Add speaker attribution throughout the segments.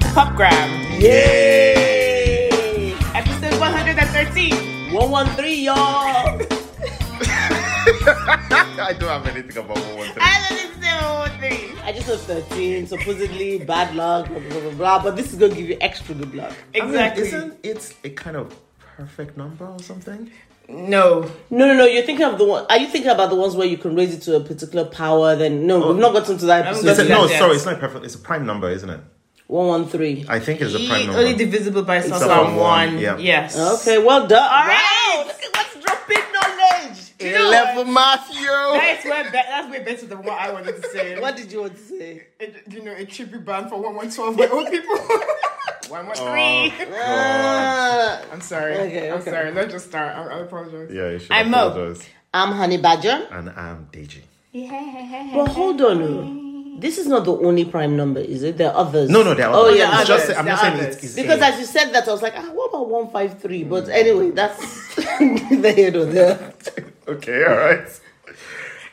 Speaker 1: program.
Speaker 2: Yay!
Speaker 1: Episode 113.
Speaker 2: 113, y'all!
Speaker 3: I don't have anything about 113.
Speaker 1: I love this is 113.
Speaker 2: I just was 13, supposedly bad luck, blah, blah, blah, blah, but this is gonna give you extra good luck.
Speaker 1: Exactly.
Speaker 3: isn't it a kind of perfect number or something?
Speaker 1: no.
Speaker 2: No, no, no, you're thinking of the one, are you thinking about the ones where you can raise it to a particular power? Then, no, we've not gotten to that
Speaker 1: haven't
Speaker 3: It's
Speaker 2: episode.
Speaker 3: a,
Speaker 1: gotten
Speaker 2: yet.
Speaker 3: no,
Speaker 1: Yes.
Speaker 3: sorry, it's not perfect. It's a prime number, isn't it?
Speaker 2: 113.
Speaker 3: I think it's a prime
Speaker 1: Ye-
Speaker 3: number.
Speaker 1: only divisible by itself on
Speaker 3: Itself on
Speaker 1: one.
Speaker 3: one, yeah.
Speaker 1: Yes.
Speaker 2: Okay, well done.
Speaker 1: All right. Look at what's dropping knowledge. Do you know what?
Speaker 3: Matthew!
Speaker 1: That's way, be- that's way better than what I wanted to say.
Speaker 2: Wow. What did you want to say?
Speaker 1: It- you know, a trippy band for 112 by old people. 113.
Speaker 3: Oh.
Speaker 2: Uh,
Speaker 1: I'm sorry.
Speaker 2: Okay,
Speaker 1: I'm
Speaker 2: okay.
Speaker 1: sorry. Let's just start. I, I apologize.
Speaker 3: Yeah, you should
Speaker 1: I'm Mo.
Speaker 3: apologize.
Speaker 2: I'm Honey Badger.
Speaker 3: And I'm Deji.
Speaker 2: But hold on. oh. This is not the only prime number, is it? There are others.
Speaker 3: No, no, they're
Speaker 2: Oh,
Speaker 3: others.
Speaker 2: yeah,
Speaker 3: It's just,
Speaker 1: others,
Speaker 3: I'm
Speaker 1: they're
Speaker 3: not saying
Speaker 1: others.
Speaker 3: it's, it's
Speaker 2: Because
Speaker 3: a-
Speaker 2: as you said that, I was like, ah, what about 153? But
Speaker 1: Hmm.
Speaker 2: anyway, that's the head or there.
Speaker 3: Okay, all right.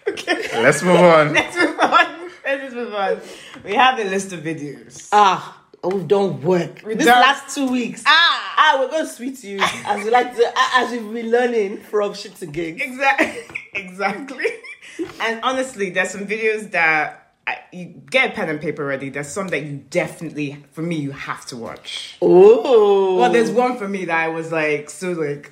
Speaker 3: okay. Let's move on.
Speaker 1: Let's move on. Let's just move on. We have a list of videos.
Speaker 2: Ah, we've done work.
Speaker 1: We
Speaker 2: this
Speaker 1: done-
Speaker 2: last two weeks.
Speaker 1: Ah!
Speaker 2: Ah, we're going to sweet you. as we like to, ah, as we've been learning from shit to gigs.
Speaker 1: Exactly. exactly. and honestly, there's some videos that I, you get a pen and paper ready. There's some that you definitely, for me, you have to watch.
Speaker 2: Oh.
Speaker 1: Well, there's one for me that I was like, so like,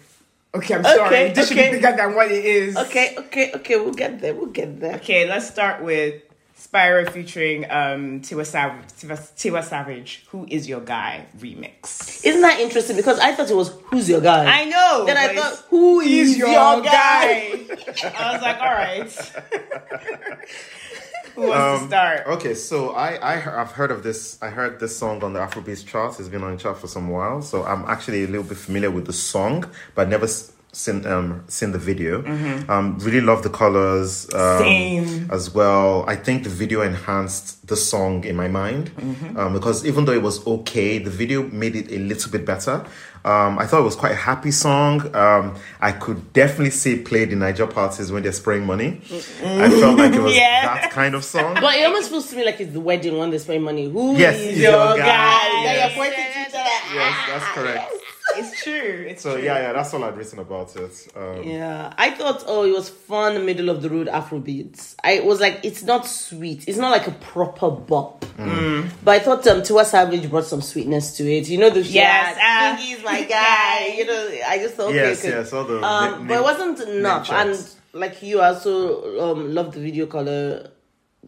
Speaker 1: okay, I'm
Speaker 2: Okay,
Speaker 1: sorry. This should
Speaker 2: okay.
Speaker 1: be bigger than what it is.
Speaker 2: Okay, okay, okay, we'll get there, we'll get there.
Speaker 1: Okay, let's start with Spyro featuring um, Tiwa, Sav- Tiwa, Tiwa Savage, Who Is Your Guy remix.
Speaker 2: Isn't that interesting? Because I thought it was, who's your guy?
Speaker 1: I know.
Speaker 2: Then I
Speaker 1: but it's-
Speaker 2: thought, who is,
Speaker 1: is your, guy? I was like, all right. Who wants to start?
Speaker 3: Okay, so I, I he- I've heard of this. I heard this song on the Afrobeats chart. It's been on the chart for some while, so I'm actually a little bit familiar with the song, but never s- seen um seen the video. Um, really love the colors. Um,
Speaker 1: Mm-hmm. Same.
Speaker 3: as well. I think the video enhanced the song in my mind
Speaker 1: Mm-hmm.
Speaker 3: um, because even though it was okay, the video made it a little bit better. Um, I thought it was quite a happy song. Um, I could definitely see it played in Niger parties when they're spraying money. I felt like it was
Speaker 1: Yeah.
Speaker 3: that kind of song.
Speaker 2: But it almost feels to me like it's the wedding when they spend money. Who
Speaker 3: Yes,
Speaker 2: is
Speaker 3: is
Speaker 2: your,
Speaker 3: your
Speaker 2: guy?
Speaker 3: guy?
Speaker 2: They
Speaker 3: Yes.
Speaker 2: are pointing to each other.
Speaker 3: yes, that's correct.
Speaker 1: It's true. It's
Speaker 3: So
Speaker 1: true.
Speaker 3: yeah, yeah, that's all I'd written about it. Um,
Speaker 2: Yeah, I thought, oh, it was fun, middle of the road Afrobeats. I was like, it's not sweet. It's not like a proper bop.
Speaker 3: Mm.
Speaker 2: But I thought um, Tiwa Savage brought some sweetness to it. You know, the
Speaker 1: Yes,
Speaker 2: yeah,
Speaker 1: ah.
Speaker 2: Iggy's my guy. you know, I just thought, okay,
Speaker 3: uh, Yes,
Speaker 2: okay.
Speaker 3: yes, all the
Speaker 2: Um,
Speaker 3: na-
Speaker 2: but it
Speaker 3: name-
Speaker 2: wasn't enough.
Speaker 3: name
Speaker 2: And
Speaker 3: checks.
Speaker 2: like you, I also um, loved the video color.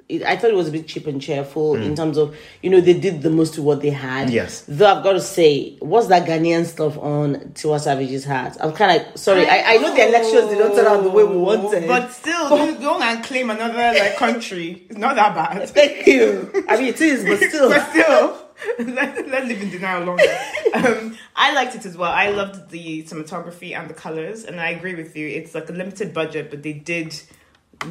Speaker 2: It, I thought it was a bit cheap and cheerful in terms of, you know, they did the most to what they had.
Speaker 3: Yes.
Speaker 2: Though I've got to say, what's that Ghanaian stuff on Tiwa Savage's hat? I'm kind of sorry. I, I know the elections did not turn out the way we wanted.
Speaker 1: But still, don't go and claim another like country. It's not that bad.
Speaker 2: thank you. I mean, it is, but still.
Speaker 1: But still, let, let's live in denial longer. Um, I liked it as well. I loved the cinematography and the colors, and I agree with you. It's like a limited budget, but they did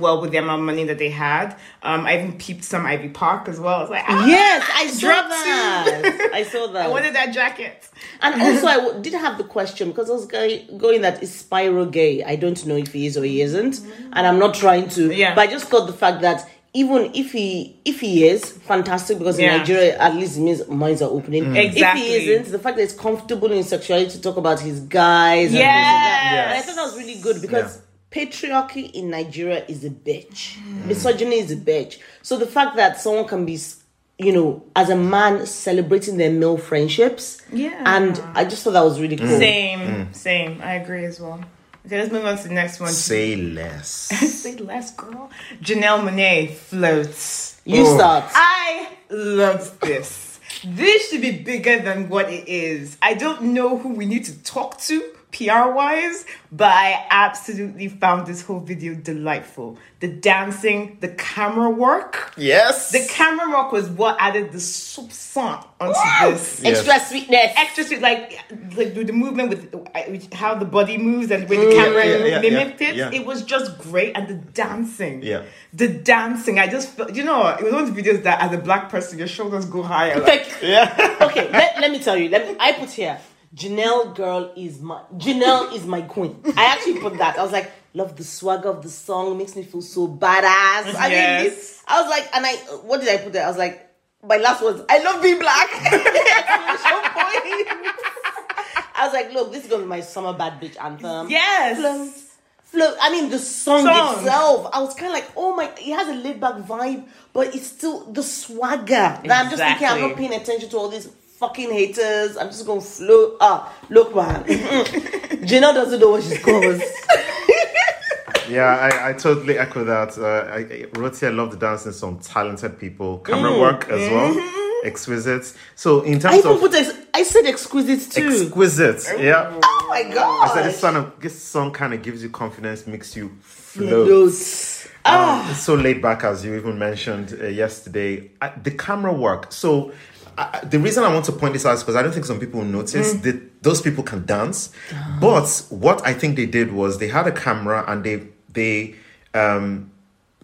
Speaker 1: well with the amount of money that they had. Um, I even peeped some Ivy Park as well. I was like, ah,
Speaker 2: Yes, I saw
Speaker 1: Drop
Speaker 2: that. I saw
Speaker 1: I
Speaker 2: that.
Speaker 1: wanted that jacket.
Speaker 2: And also, I w- did have the question because I was going, going that is Spyro gay? I don't know if he is or he isn't, and I'm not trying to.
Speaker 1: Yeah.
Speaker 2: But I just got the fact that even if he if he is fantastic because
Speaker 1: Yeah. Mm.
Speaker 2: in Nigeria at least it means minds are opening.
Speaker 1: Exactly.
Speaker 2: If he isn't, the fact that it's comfortable in sexuality to talk about his guys. and this and that.
Speaker 1: Yes.
Speaker 2: And I thought that was really good because.
Speaker 3: Yeah.
Speaker 2: Patriarchy in Nigeria is a bitch. Misogyny is a bitch. So the fact that someone can be, s- you know, as a man celebrating their male friendships,
Speaker 1: Yeah.
Speaker 2: and I just thought that was really cool.
Speaker 1: Same, same. I agree as well. Okay, let's move on to the next one.
Speaker 3: Say less.
Speaker 1: Say less, girl. Janelle Monet floats.
Speaker 2: You
Speaker 3: Oh.
Speaker 2: start.
Speaker 1: Ah. I love this. This should be bigger than what it is. I don't know who we need to talk to PR wise, but I absolutely found this whole video delightful. The dancing, the camera work.
Speaker 3: Yes.
Speaker 1: The camera work was what added the soupçon onto this
Speaker 3: Yes.
Speaker 2: Extra sweetness.
Speaker 1: extra sweet, like like the, the movement with, with how the body moves and with the camera
Speaker 3: yeah, yeah,
Speaker 1: mimicked
Speaker 3: yeah,
Speaker 1: it.
Speaker 3: yeah.
Speaker 1: It was just great, and the dancing.
Speaker 3: Yeah.
Speaker 1: the dancing. I just felt, you know, it was one of the videos that as a black person, your shoulders go higher. Like,
Speaker 2: Like- okay, let, let me tell you. Let me, I put here. Janelle girl is my Janelle is my queen. I actually put that. I was like, love the swagger of the song. Makes me feel so badass. I mean,
Speaker 1: Yes.
Speaker 2: this, I was like, and I what did I put there? I was like, my last words. I love being black. exclamation point. I was like, look, this is gonna be my summer bad bitch anthem.
Speaker 1: Yes.
Speaker 2: Flow. I mean, the song,
Speaker 1: Song.
Speaker 2: itself. I was kind of like, oh my, it has a laid back vibe, but it's still the swagger. That I'm just thinking, I'm not
Speaker 1: Exactly.
Speaker 2: paying attention to all these fucking haters. I'm just gonna flow. Ah, look, man. Janelle doesn't know what she's called.
Speaker 3: Yeah, I, I totally echo that. Uh, I, I- Roti, I love the dancing. Some talented people, camera work as well, exquisite. So in
Speaker 2: Mm. Mm-hmm. I
Speaker 3: terms
Speaker 2: even
Speaker 3: of
Speaker 2: put, ex- I said exquisite too.
Speaker 3: exquisite, yeah.
Speaker 2: oh my god.
Speaker 3: I said this song, this song kind of gives you confidence, makes you float.
Speaker 2: Those. Ah.
Speaker 3: Um, it's so laid back as you even mentioned uh, yesterday. Uh, the camera work. So I I- the reason I want to point this out is because I don't think some people notice that those people can dance. But what I think they did was they had a camera and they they um,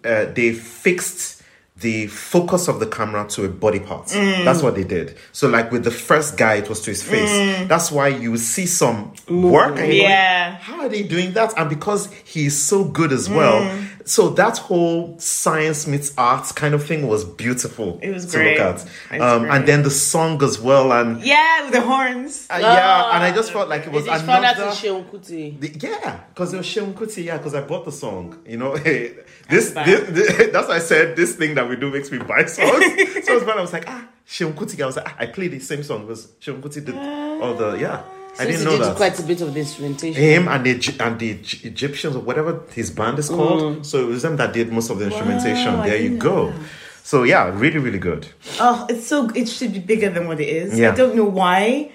Speaker 3: uh, they fixed the focus of the camera to a body part. That's what they did. So like with the first guy, it was to his face. That's why you see some work. and you're like,
Speaker 1: Yeah.
Speaker 3: how are they doing that? And because he's so good as well.
Speaker 1: Mm.
Speaker 3: So that whole science meets art kind of thing was beautiful
Speaker 1: It was
Speaker 3: to
Speaker 1: great.
Speaker 3: look at.
Speaker 1: It's
Speaker 3: Um,
Speaker 1: great.
Speaker 3: and then the song as well. And
Speaker 1: Yeah, with the horns.
Speaker 3: uh, yeah, and I just felt like it was
Speaker 2: It's found out in
Speaker 3: another.
Speaker 2: Sheon Kuti.
Speaker 3: The- yeah, because it was Sheon Kuti. Yeah, because I bought the song. You know, this, this,
Speaker 1: bad.
Speaker 3: this- that's why I said this thing that we do makes me buy songs. so I was, bad, I was like, ah, Sheon Kuti. I was like, ah, I played the same song because Sheon Kuti did all the yeah. I
Speaker 2: Since
Speaker 3: didn't
Speaker 2: he
Speaker 3: know
Speaker 2: did
Speaker 3: that
Speaker 2: quite a bit of the instrumentation.
Speaker 3: him and the Egy- and the Egy- Egyptians or whatever his band is called. So it was them that did most of the instrumentation.
Speaker 1: Mm. I
Speaker 3: there you
Speaker 1: didn't
Speaker 3: go. So yeah, really, really good.
Speaker 1: Oh, it's so it should be bigger than what it is.
Speaker 3: Yeah.
Speaker 1: I don't know why.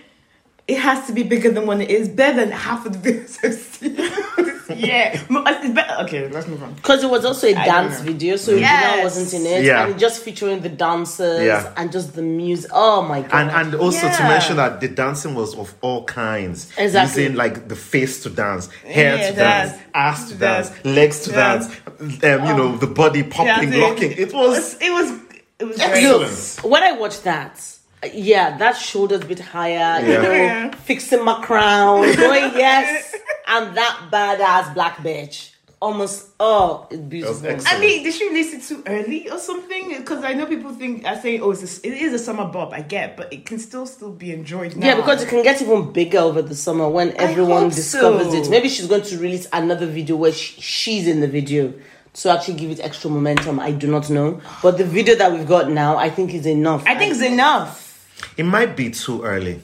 Speaker 1: It has to be bigger than what it is. Better than half of the videos I've seen. yeah. Mo- It's better. Okay, let's move on.
Speaker 2: Because it was also a
Speaker 1: I
Speaker 2: dance
Speaker 1: don't know.
Speaker 2: video, so Janelle
Speaker 1: Yes.
Speaker 2: wasn't in it.
Speaker 3: Yeah.
Speaker 2: And just featuring the dancers
Speaker 3: Yeah.
Speaker 2: and just the music. Oh my god.
Speaker 3: And and also to
Speaker 1: Yeah.
Speaker 3: mention that the dancing was of all kinds.
Speaker 2: Exactly.
Speaker 3: Using like the face to dance, hair
Speaker 1: Yeah,
Speaker 3: to dance,
Speaker 1: dance.
Speaker 3: ass to dance,
Speaker 1: Dance.
Speaker 3: legs to
Speaker 1: Yeah.
Speaker 3: dance, um, you
Speaker 1: Oh.
Speaker 3: know, the body popping,
Speaker 1: That's it.
Speaker 3: locking. It was
Speaker 1: It was. It was great.
Speaker 3: excellent.
Speaker 2: when I watched that, uh, yeah, that shoulder's a bit higher, you
Speaker 3: Yeah.
Speaker 2: know,
Speaker 1: Yeah.
Speaker 2: fixing my crown, going, yes, I'm that badass black bitch. Almost, oh, it's beautiful.
Speaker 3: excellent.
Speaker 1: I mean, did she release it too early or something? Because I know people think I say, "Oh, it's a, it is a summer bob." I get, but it can still still be enjoyed now.
Speaker 2: Yeah, because it can get even bigger over the summer when everyone
Speaker 1: hope
Speaker 2: discovers
Speaker 1: so.
Speaker 2: it. Maybe she's going to release another video where she, she's in the video to actually give it extra momentum. I do not know, but the video that we've got now, I think is enough.
Speaker 1: I think it's enough.
Speaker 3: It might be too early.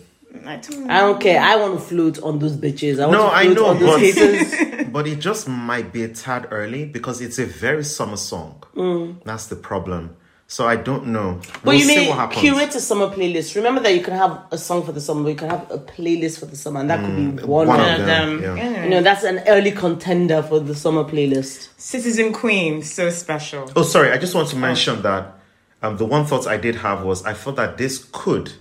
Speaker 1: I don't
Speaker 3: Uh,
Speaker 2: I
Speaker 1: know.
Speaker 2: don't care. I want to float on those bitches. I want
Speaker 3: No,
Speaker 2: to
Speaker 3: I
Speaker 2: float
Speaker 3: know,
Speaker 2: on those
Speaker 3: but,
Speaker 2: haters.
Speaker 3: but it just might be a tad early because it's a very summer song. That's the problem. So I don't know.
Speaker 2: Mm. But
Speaker 3: we'll
Speaker 2: you
Speaker 3: see
Speaker 2: may
Speaker 3: what happens.
Speaker 2: curate a summer playlist. Remember that you can have a song for the summer, but you can have a playlist for the summer, and that could be one,
Speaker 3: Mm, one
Speaker 2: of
Speaker 3: of
Speaker 2: them.
Speaker 3: them.
Speaker 1: them.
Speaker 3: Yeah.
Speaker 2: You know, that's an early contender for the summer playlist.
Speaker 1: Citizen Queen, so special.
Speaker 3: Oh, sorry. I just want to mention that um, the one thought I did have was I thought that this could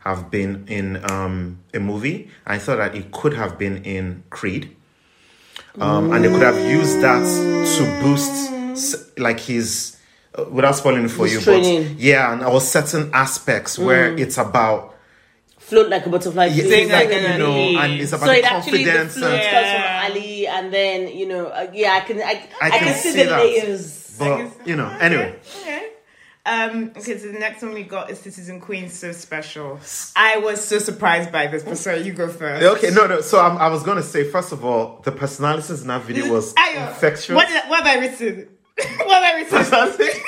Speaker 3: have been in um, a movie. I thought that it could have been in Creed. Um, and they could have used that to boost s- like his uh, without spoiling it for
Speaker 2: His
Speaker 3: you
Speaker 2: training. Mm.
Speaker 3: but yeah and there was certain aspects where it's about
Speaker 2: Float like a butterfly.
Speaker 3: Yeah,
Speaker 2: float
Speaker 1: Things
Speaker 3: like,
Speaker 1: like
Speaker 3: you
Speaker 1: that.
Speaker 3: know, and it's about
Speaker 2: so
Speaker 3: the
Speaker 2: it actually the
Speaker 3: confidence.
Speaker 2: float
Speaker 3: and,
Speaker 2: comes
Speaker 1: Yeah.
Speaker 2: from Ali, and then you know, uh, yeah, I can, I, I, can, see, the
Speaker 3: that.
Speaker 2: layers.
Speaker 3: but you know, anyway,
Speaker 1: Okay. Um, okay, so the next one we got is Citizen Queen, so special. I was so surprised by this, but sorry, you go first.
Speaker 3: Oh. okay, no, no. So I'm, I was gonna say, first of all, the personalities in that video was
Speaker 1: Ayo,
Speaker 3: infectious.
Speaker 1: uh, What, did I- what have I written? what have I written?
Speaker 3: Fantastic.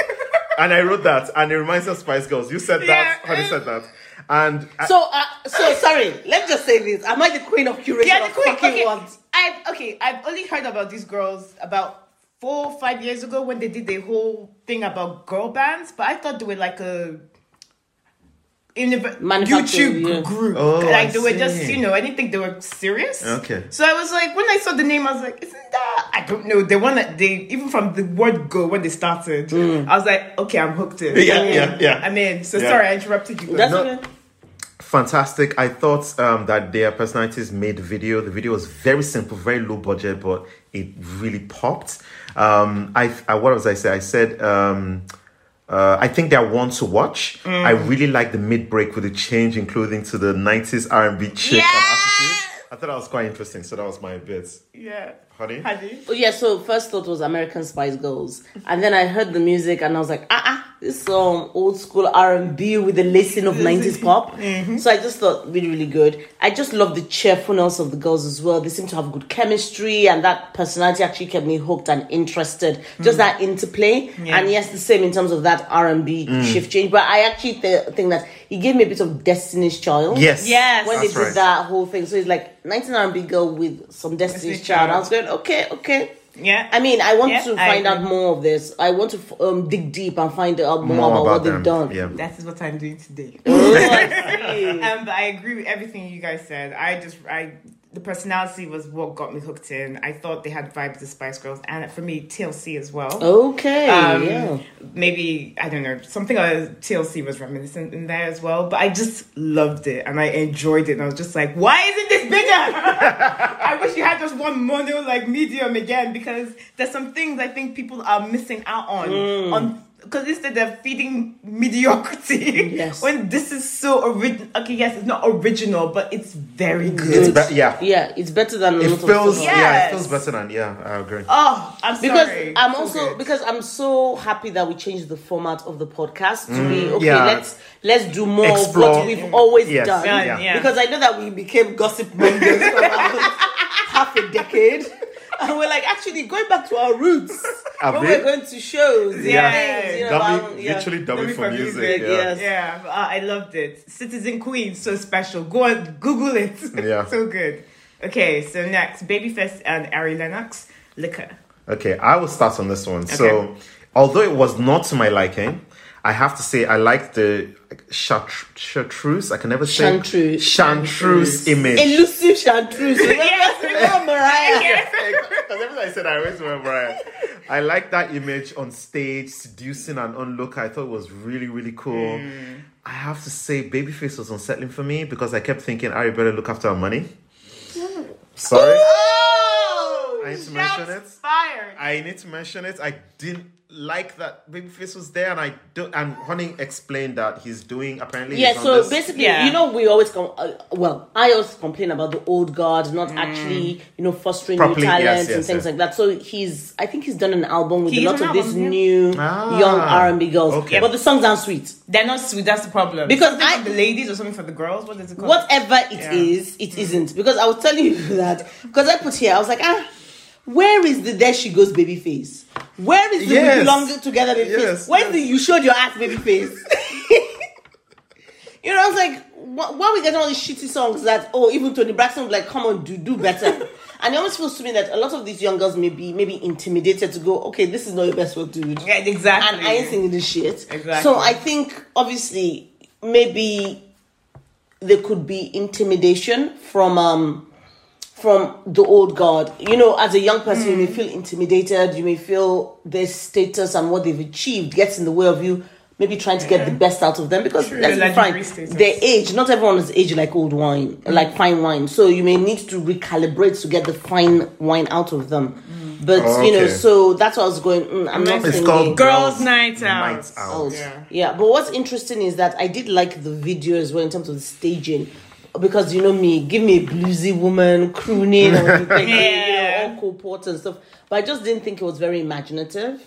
Speaker 3: and I wrote that, and it reminds us of Spice Girls. You said that,
Speaker 1: Yeah.
Speaker 3: honey said that, and I,
Speaker 2: So, uh, so sorry. Let me just say this: Am I the queen of curation?
Speaker 1: yeah, the
Speaker 2: of
Speaker 1: queen.
Speaker 2: fucking
Speaker 1: Okay,
Speaker 2: what?
Speaker 1: I've, okay, I've only heard about these girls about four or five years ago when they did the whole thing about girl bands, but I thought they were like a. In the
Speaker 2: Manufacturing,
Speaker 1: YouTube
Speaker 2: yeah.
Speaker 1: group,
Speaker 3: Oh,
Speaker 1: like
Speaker 3: I
Speaker 1: they were just,
Speaker 3: see.
Speaker 1: you know, I didn't think they were serious.
Speaker 3: Okay.
Speaker 1: So I was like, when I saw the name, I was like, isn't that? I don't know. The one that they even from the word go when they started,
Speaker 2: Mm.
Speaker 1: I was like, okay, I'm hooked in.
Speaker 3: Yeah,
Speaker 1: I'm in.
Speaker 3: yeah, yeah.
Speaker 1: I'm in. So
Speaker 3: Yeah.
Speaker 1: sorry, I interrupted you.
Speaker 2: That's
Speaker 3: No.
Speaker 2: okay.
Speaker 3: fantastic. I thought um, that their personalities made the video. The video was very simple, very low budget, but it really popped. Um, I, I what was I say? I said. Um, uh, I think they're one to watch. I
Speaker 1: Mm.
Speaker 3: really like the mid break with the change in clothing to the '90s R&B chic and attitude. I thought that was quite interesting. So that was my bit,
Speaker 1: yeah.
Speaker 3: honey.
Speaker 1: Hadi.
Speaker 2: Oh, yeah, so first thought was American Spice Girls. And then I heard the music and I was like, ah, ah, this um old school R and B with the lacing of nineties pop. So I just thought really really good. I just love the cheerfulness of the girls as well. They seem to have good chemistry, and that personality actually kept me hooked and interested. Just that interplay, and yes, the same in terms of that R and B shift change. But I actually th- think that it gave me a bit of Destiny's Child.
Speaker 3: Yes.
Speaker 1: Yes.
Speaker 2: When
Speaker 3: That's
Speaker 2: they did
Speaker 3: right.
Speaker 2: that whole thing, so it's like 19 R&B girl with some Destiny's,
Speaker 1: Destiny's
Speaker 2: Child.
Speaker 1: Child.
Speaker 2: I was going, okay, okay.
Speaker 1: Yeah.
Speaker 2: I mean, I want
Speaker 1: Yeah,
Speaker 2: to
Speaker 1: I
Speaker 2: find out
Speaker 1: agree.
Speaker 2: more of this. I want to f- um, dig deep and find out more,
Speaker 3: More
Speaker 2: about,
Speaker 3: about
Speaker 2: what
Speaker 3: them.
Speaker 2: they've done.
Speaker 3: Yeah.
Speaker 1: That is what I'm doing today.
Speaker 2: Oh, I see.
Speaker 1: Um, but I agree with everything you guys said. I just, I, the personality was what got me hooked in. I thought they had vibes of Spice Girls, and for me, TLC as well.
Speaker 2: okay.
Speaker 1: Um,
Speaker 2: yeah.
Speaker 1: Maybe I don't know something. Uh, TLC was reminiscent in there as well, but I just loved it and I enjoyed it. And I was just like, why isn't this bigger? I wish you had just one mono like medium again because there's some things I think people are missing out on
Speaker 2: Mm.
Speaker 1: on. Because instead they're feeding mediocrity,
Speaker 2: Yes.
Speaker 1: when this is so original. Okay, yes, it's not original, but it's very good.
Speaker 3: It's be- yeah.
Speaker 2: Yeah, Mm. it's better than a
Speaker 3: It
Speaker 2: lot of
Speaker 3: feels
Speaker 2: songs.
Speaker 3: yeah,
Speaker 1: Yes.
Speaker 3: it feels better than yeah, I agree.
Speaker 1: Oh, I'm sorry.
Speaker 2: because I'm
Speaker 1: So
Speaker 2: also
Speaker 1: good.
Speaker 2: because I'm so happy that we changed the format of the podcast to
Speaker 1: Mm.
Speaker 2: be okay.
Speaker 3: yeah.
Speaker 2: Let's let's do more of
Speaker 3: Explore.
Speaker 2: what we've always
Speaker 3: Yes,
Speaker 2: done.
Speaker 1: Done, yeah.
Speaker 2: Because I know that we became gossip mongers for about half a decade, and we're like actually going back to our roots
Speaker 3: A
Speaker 2: when
Speaker 3: bit.
Speaker 2: we're going to shows. and
Speaker 1: Yeah.
Speaker 2: things, you know,
Speaker 3: Dummy,
Speaker 2: about- yeah.
Speaker 3: literally dummy,
Speaker 1: Dummy
Speaker 3: for
Speaker 1: for
Speaker 3: music.
Speaker 1: music,
Speaker 3: yeah.
Speaker 2: yes.
Speaker 1: Yeah, uh, I loved it. Citizen Queen, so special. Go and Google it.
Speaker 3: Yeah.
Speaker 1: so good. Okay, so next, Babyface and Ari Lennox, Liquor.
Speaker 3: Okay, I will start on this one. So, although it was not to my liking, I have to say I liked the chartr- chartreuse. I can never say
Speaker 2: Chantreuse.
Speaker 3: chartreuse image.
Speaker 2: Elusive Chartreuse. Remember, remember Mariah?
Speaker 3: Because every time I said I always remember I, I like that image on stage, seducing an onlooker. I thought it was really, really cool. I have to say, Babyface was unsettling for me because I kept thinking, Ari better look after our money. Sorry.
Speaker 1: Oh,
Speaker 3: I need to mention it.
Speaker 1: Fired.
Speaker 3: I need to mention it. I didn't like that Babyface was there, and I don't. And Honey explained that he's doing apparently. he's
Speaker 2: Yeah,
Speaker 3: on
Speaker 2: so
Speaker 3: this-
Speaker 2: basically,
Speaker 1: Yeah.
Speaker 2: you know, we always come. Uh, well, I always complain about the old guard not
Speaker 1: Mm.
Speaker 2: actually, you know, fostering
Speaker 3: Properly,
Speaker 2: new
Speaker 3: yes,
Speaker 2: talent and
Speaker 3: yes,
Speaker 2: things
Speaker 3: yes.
Speaker 2: like that. So he's, I think he's done an album with
Speaker 1: He's
Speaker 2: a lot
Speaker 1: an
Speaker 2: of these
Speaker 1: album, yeah.
Speaker 2: new
Speaker 3: Ah,
Speaker 2: young R and B girls,
Speaker 3: okay.
Speaker 2: but the songs aren't sweet.
Speaker 1: They're not sweet. That's the problem.
Speaker 2: Because
Speaker 1: something
Speaker 2: I-
Speaker 1: for the ladies or something for the girls. What is it called?
Speaker 2: Whatever it
Speaker 1: Yeah.
Speaker 2: is, it
Speaker 3: Mm.
Speaker 2: not because I was telling you that because I put here, I was like, ah, where is the there she goes baby face? Where is the
Speaker 3: Yes.
Speaker 2: we belong together baby
Speaker 3: Yes,
Speaker 2: face? Where's the you showed your ass baby face? You know, I was like, why, why we getting all these shitty songs that, oh, even Tony Braxton would like, come on, do do better. and it always feels to me that a lot of these young girls may be maybe intimidated to go, okay, this is not your best work, dude.
Speaker 1: Yeah, exactly.
Speaker 2: And I ain't singing this shit.
Speaker 1: Exactly.
Speaker 2: So I think, obviously, maybe there could be intimidation from um from the old guard. You know, as a young person, you
Speaker 1: Hmm.
Speaker 2: may feel intimidated. You may feel their status and what they've achieved gets in the way of you. Maybe trying to get the best out of them because
Speaker 1: True.
Speaker 2: let's be
Speaker 1: Legendary
Speaker 2: frank,
Speaker 1: status. Hmm.
Speaker 2: their age. Not everyone is aged like old wine, like fine wine. So you may need to recalibrate to get the fine wine out of them.
Speaker 1: Hmm.
Speaker 2: But you know,
Speaker 3: Okay.
Speaker 2: so that's what I was going. Mm, I'm not
Speaker 1: It's
Speaker 2: singing.
Speaker 3: called
Speaker 1: Girls'
Speaker 3: Girls'
Speaker 1: Night Out.
Speaker 3: Night Out.
Speaker 2: out.
Speaker 1: Yeah.
Speaker 2: Yeah. but what's interesting is that I did like the video as well in terms of the staging. Because you know me, give me a bluesy woman crooning or
Speaker 1: Yeah.
Speaker 2: you know, all cool ports and stuff. But I just didn't think it was very imaginative.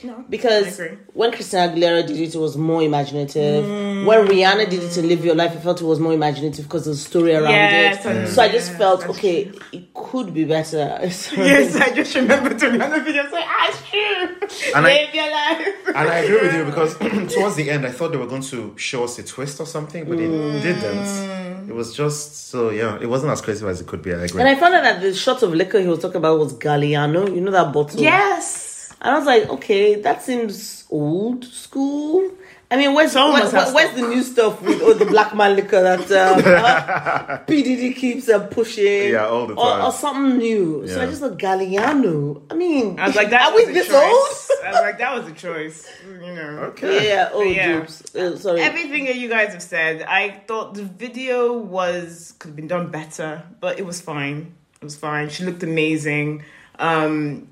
Speaker 1: No.
Speaker 2: Because
Speaker 1: I agree.
Speaker 2: when Christina Aguilera did it, it was more imaginative.
Speaker 1: Mm.
Speaker 2: When Rihanna did it to live your life, I felt it was more imaginative because there's a story around
Speaker 1: Yes,
Speaker 2: it.
Speaker 1: I
Speaker 2: So I just
Speaker 1: know.
Speaker 2: felt
Speaker 1: That's
Speaker 2: okay, it could be better. So-
Speaker 1: Yes, I just remembered to be on the video and say, ah, it's true.
Speaker 3: And I-
Speaker 1: Live your life.
Speaker 3: And I agree with you because towards the end, I thought they were going to show us a twist or something, but it didn't. It was just so yeah. It wasn't as crazy as it could be. I agree.
Speaker 2: And I found out that the shot of liquor he was talking about was Galliano. You know that bottle?
Speaker 1: Yes.
Speaker 2: And I was like, okay, that seems old school. I mean, where's
Speaker 1: Someone
Speaker 2: where-
Speaker 1: must have
Speaker 2: where- where's the new stuff with all the black man liquor that um, PDD keeps uh, pushing?
Speaker 3: Yeah, all the
Speaker 2: Or,
Speaker 3: time.
Speaker 2: or something new. So I
Speaker 3: Yeah.
Speaker 2: just thought Galliano. I mean,
Speaker 1: I was like, that
Speaker 2: are we
Speaker 1: was a
Speaker 2: this
Speaker 1: choice.
Speaker 2: old?
Speaker 1: I was like, that was a choice. You know.
Speaker 3: okay.
Speaker 2: Yeah, old
Speaker 1: Yeah.
Speaker 2: dupes. Uh, sorry.
Speaker 1: Everything that you guys have said, I thought the video was could have been done better, but it was fine. It was fine. She looked amazing. Um,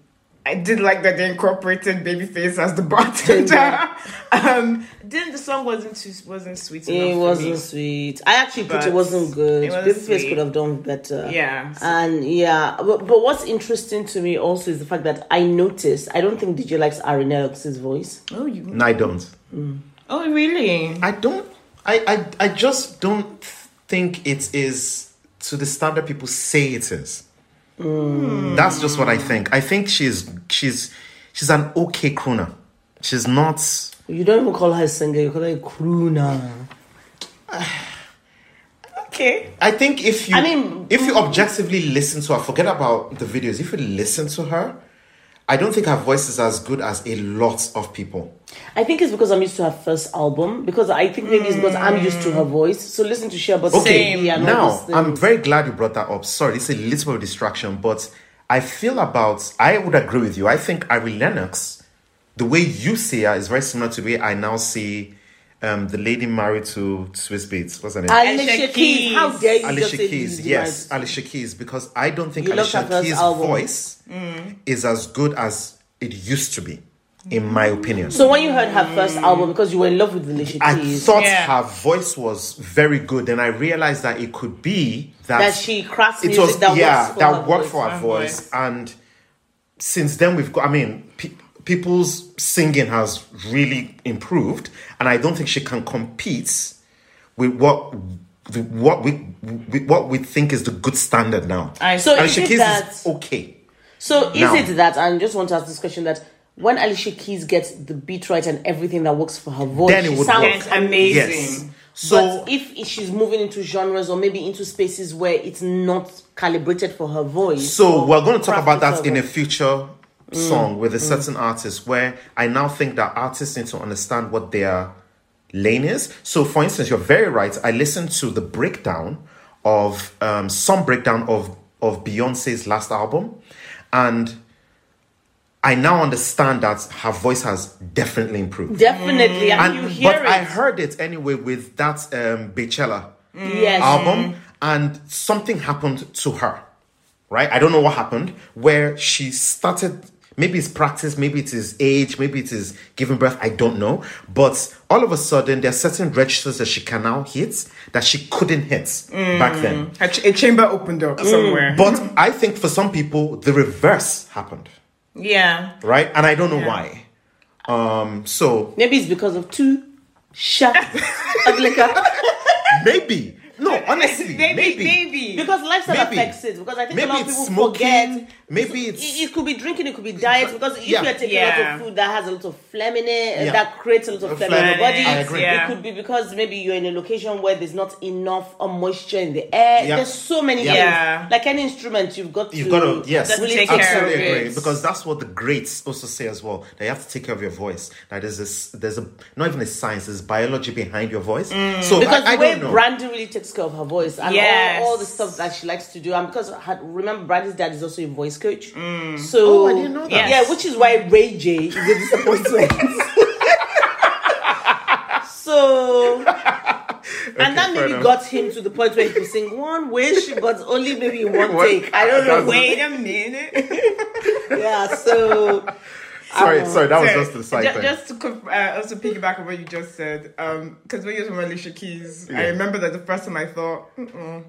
Speaker 1: I did like that they incorporated Babyface as the bartender. um, then the song wasn't too wasn't sweet enough.
Speaker 2: it
Speaker 1: for
Speaker 2: wasn't
Speaker 1: me.
Speaker 2: sweet. I actually put
Speaker 1: But
Speaker 2: it wasn't good.
Speaker 1: it wasn't
Speaker 2: Babyface
Speaker 1: sweet.
Speaker 2: could have done better.
Speaker 1: Yeah.
Speaker 2: And yeah, but, but what's interesting to me also is the fact that I noticed, I don't think DJ likes Ari Lennox's voice.
Speaker 1: Oh, you
Speaker 3: No, I don't.
Speaker 1: Oh, really?
Speaker 3: I don't. I, I I just don't think it is to the standard people say it is. That's just what I think. I think she's she's she's an okay crooner. She's not.
Speaker 2: You don't even call her a singer, you call her a crooner.
Speaker 1: Okay.
Speaker 3: I think if you
Speaker 2: I mean- mm-hmm.
Speaker 3: if you objectively listen to her, forget about the videos. If you listen to her, I don't think her voice is as good as a lot of people.
Speaker 2: I think it's because I'm used to her first album, because I think maybe it's because I'm used to her voice. So listen to Shea Butter
Speaker 3: Okay,
Speaker 2: Baby and all
Speaker 3: now
Speaker 2: these things.
Speaker 3: I'm very glad you brought that up. Sorry, it's a little bit of distraction, but I feel about I would agree with you. I think Ari Lennox, the way you see her is very similar to the way I now see um, the lady married to Swiss Beats. What's her name?
Speaker 2: Alicia
Speaker 1: Alicia
Speaker 2: Keys. How
Speaker 1: Keys.
Speaker 2: dare you just
Speaker 3: Alicia
Speaker 2: say
Speaker 3: Keys,
Speaker 2: Lizzie
Speaker 3: yes,
Speaker 2: Wright.
Speaker 3: Alicia Keys, because I don't think
Speaker 2: You loved her
Speaker 3: Alicia
Speaker 2: first
Speaker 3: Keys'
Speaker 2: album. Mm.
Speaker 3: voice is as good as it used to be, in my opinion.
Speaker 2: Mm. So when you heard her first album, because you were in love with Alicia
Speaker 3: I
Speaker 2: Keys,
Speaker 3: thought
Speaker 1: Yeah.
Speaker 3: her voice was very good, and I realized that it could be that,
Speaker 2: that she crafts
Speaker 3: it
Speaker 2: music
Speaker 3: was
Speaker 2: that
Speaker 3: yeah
Speaker 2: works for
Speaker 3: that
Speaker 2: her
Speaker 3: worked
Speaker 2: voice.
Speaker 3: for her
Speaker 1: Her
Speaker 3: voice.
Speaker 1: voice.
Speaker 3: and since then we've got i mean pe- people's singing has really improved and i don't think she can compete with what the, what we, we what we think is the good standard now
Speaker 1: I
Speaker 2: So
Speaker 3: Alicia
Speaker 2: is it
Speaker 3: Keys
Speaker 2: that?
Speaker 3: is okay
Speaker 2: so is
Speaker 3: No.
Speaker 2: it that? I just want to ask this question: that when Alicia Keys gets the beat right and everything that works for her voice,
Speaker 3: Then it
Speaker 2: she
Speaker 3: would
Speaker 2: sounds
Speaker 3: work.
Speaker 1: Yes, amazing.
Speaker 3: yes
Speaker 2: So
Speaker 3: so
Speaker 2: but if she's moving into genres or maybe into spaces where it's not calibrated for her voice,
Speaker 3: So
Speaker 2: or
Speaker 3: we're going to talk about
Speaker 2: crafted
Speaker 3: that
Speaker 2: for
Speaker 3: in
Speaker 2: her
Speaker 3: a future song with a certain artist where I now think that artists need to understand what their lane is. So for instance, you're very right. I listened to the breakdown of um, some breakdown of of Beyonce's last album and I now understand that her voice has definitely improved.
Speaker 2: definitely, and,
Speaker 3: And-
Speaker 2: you hear
Speaker 3: but
Speaker 2: it.
Speaker 3: I heard it anyway with that um Beychella
Speaker 2: yes,
Speaker 3: album and something happened to her right i don't know what happened where she started maybe it's practice maybe it is age maybe it is giving birth i don't know but all of a sudden there are certain registers that she can now hit that she couldn't hit back
Speaker 2: Mm.
Speaker 3: then
Speaker 1: A, ch- a chamber opened up somewhere.
Speaker 3: but i think for some people the reverse happened
Speaker 1: yeah.
Speaker 3: right and i don't know why um so
Speaker 2: maybe it's because of two sharp Aglika.
Speaker 3: maybe no honestly
Speaker 1: Maybe,
Speaker 3: maybe,
Speaker 1: maybe.
Speaker 2: Because lifestyle
Speaker 3: Maybe.
Speaker 2: affects it. Because I think a
Speaker 3: Maybe
Speaker 2: lot of
Speaker 3: it's
Speaker 2: people
Speaker 3: smoking.
Speaker 2: forget.
Speaker 3: Maybe it's
Speaker 2: It, it could be drinking, it could be diet. Because if
Speaker 3: Yeah.
Speaker 2: you're taking a lot
Speaker 1: Yeah.
Speaker 2: of food that has a lot of phlegm in it, and
Speaker 3: Yeah.
Speaker 2: that creates a lot of phlegm in your body.
Speaker 3: phlegm, I agree.
Speaker 1: Yeah.
Speaker 2: It could be because maybe you're in a location where there's not enough uh, moisture in the air.
Speaker 3: Yeah.
Speaker 2: There's so many
Speaker 3: Yeah.
Speaker 1: Yeah.
Speaker 2: things. Like any instrument, you've got
Speaker 3: You've
Speaker 2: to.
Speaker 3: got to, yes,
Speaker 1: Just
Speaker 2: really
Speaker 1: take
Speaker 2: take
Speaker 1: care
Speaker 3: absolutely
Speaker 1: of it.
Speaker 3: agree. Because that's what the greats also say as well. That you have to take care of your voice. That there's this, there's a not even a science, there's biology behind your voice.
Speaker 1: Mm.
Speaker 3: So
Speaker 2: Because
Speaker 3: I, I
Speaker 2: the way
Speaker 3: don't know.
Speaker 2: Brandy really takes care of her voice and
Speaker 1: Yes.
Speaker 2: all, all the stuff that she likes to do, and because her, remember Brandy's dad is also a voice coach,
Speaker 3: Oh,
Speaker 2: so
Speaker 3: I didn't know that.
Speaker 2: Yeah,
Speaker 1: Mm. Yes.
Speaker 2: which is why Ray J is a disappointment. so, and that
Speaker 3: fair
Speaker 2: maybe
Speaker 3: enough.
Speaker 2: got him to the point where he could sing one wish, but only maybe in one
Speaker 3: One-
Speaker 2: take. I don't know.
Speaker 3: That's-
Speaker 1: Wait a minute.
Speaker 2: Yeah, so
Speaker 3: sorry, sorry, that was
Speaker 1: Oh, Sorry,
Speaker 3: just the side
Speaker 1: ju-
Speaker 3: thing.
Speaker 1: Just to conf- uh, also piggyback on what you just said, because when you were talking about Alicia Keys, I
Speaker 3: Yeah.
Speaker 1: remember that the first time I thought, Mm-mm,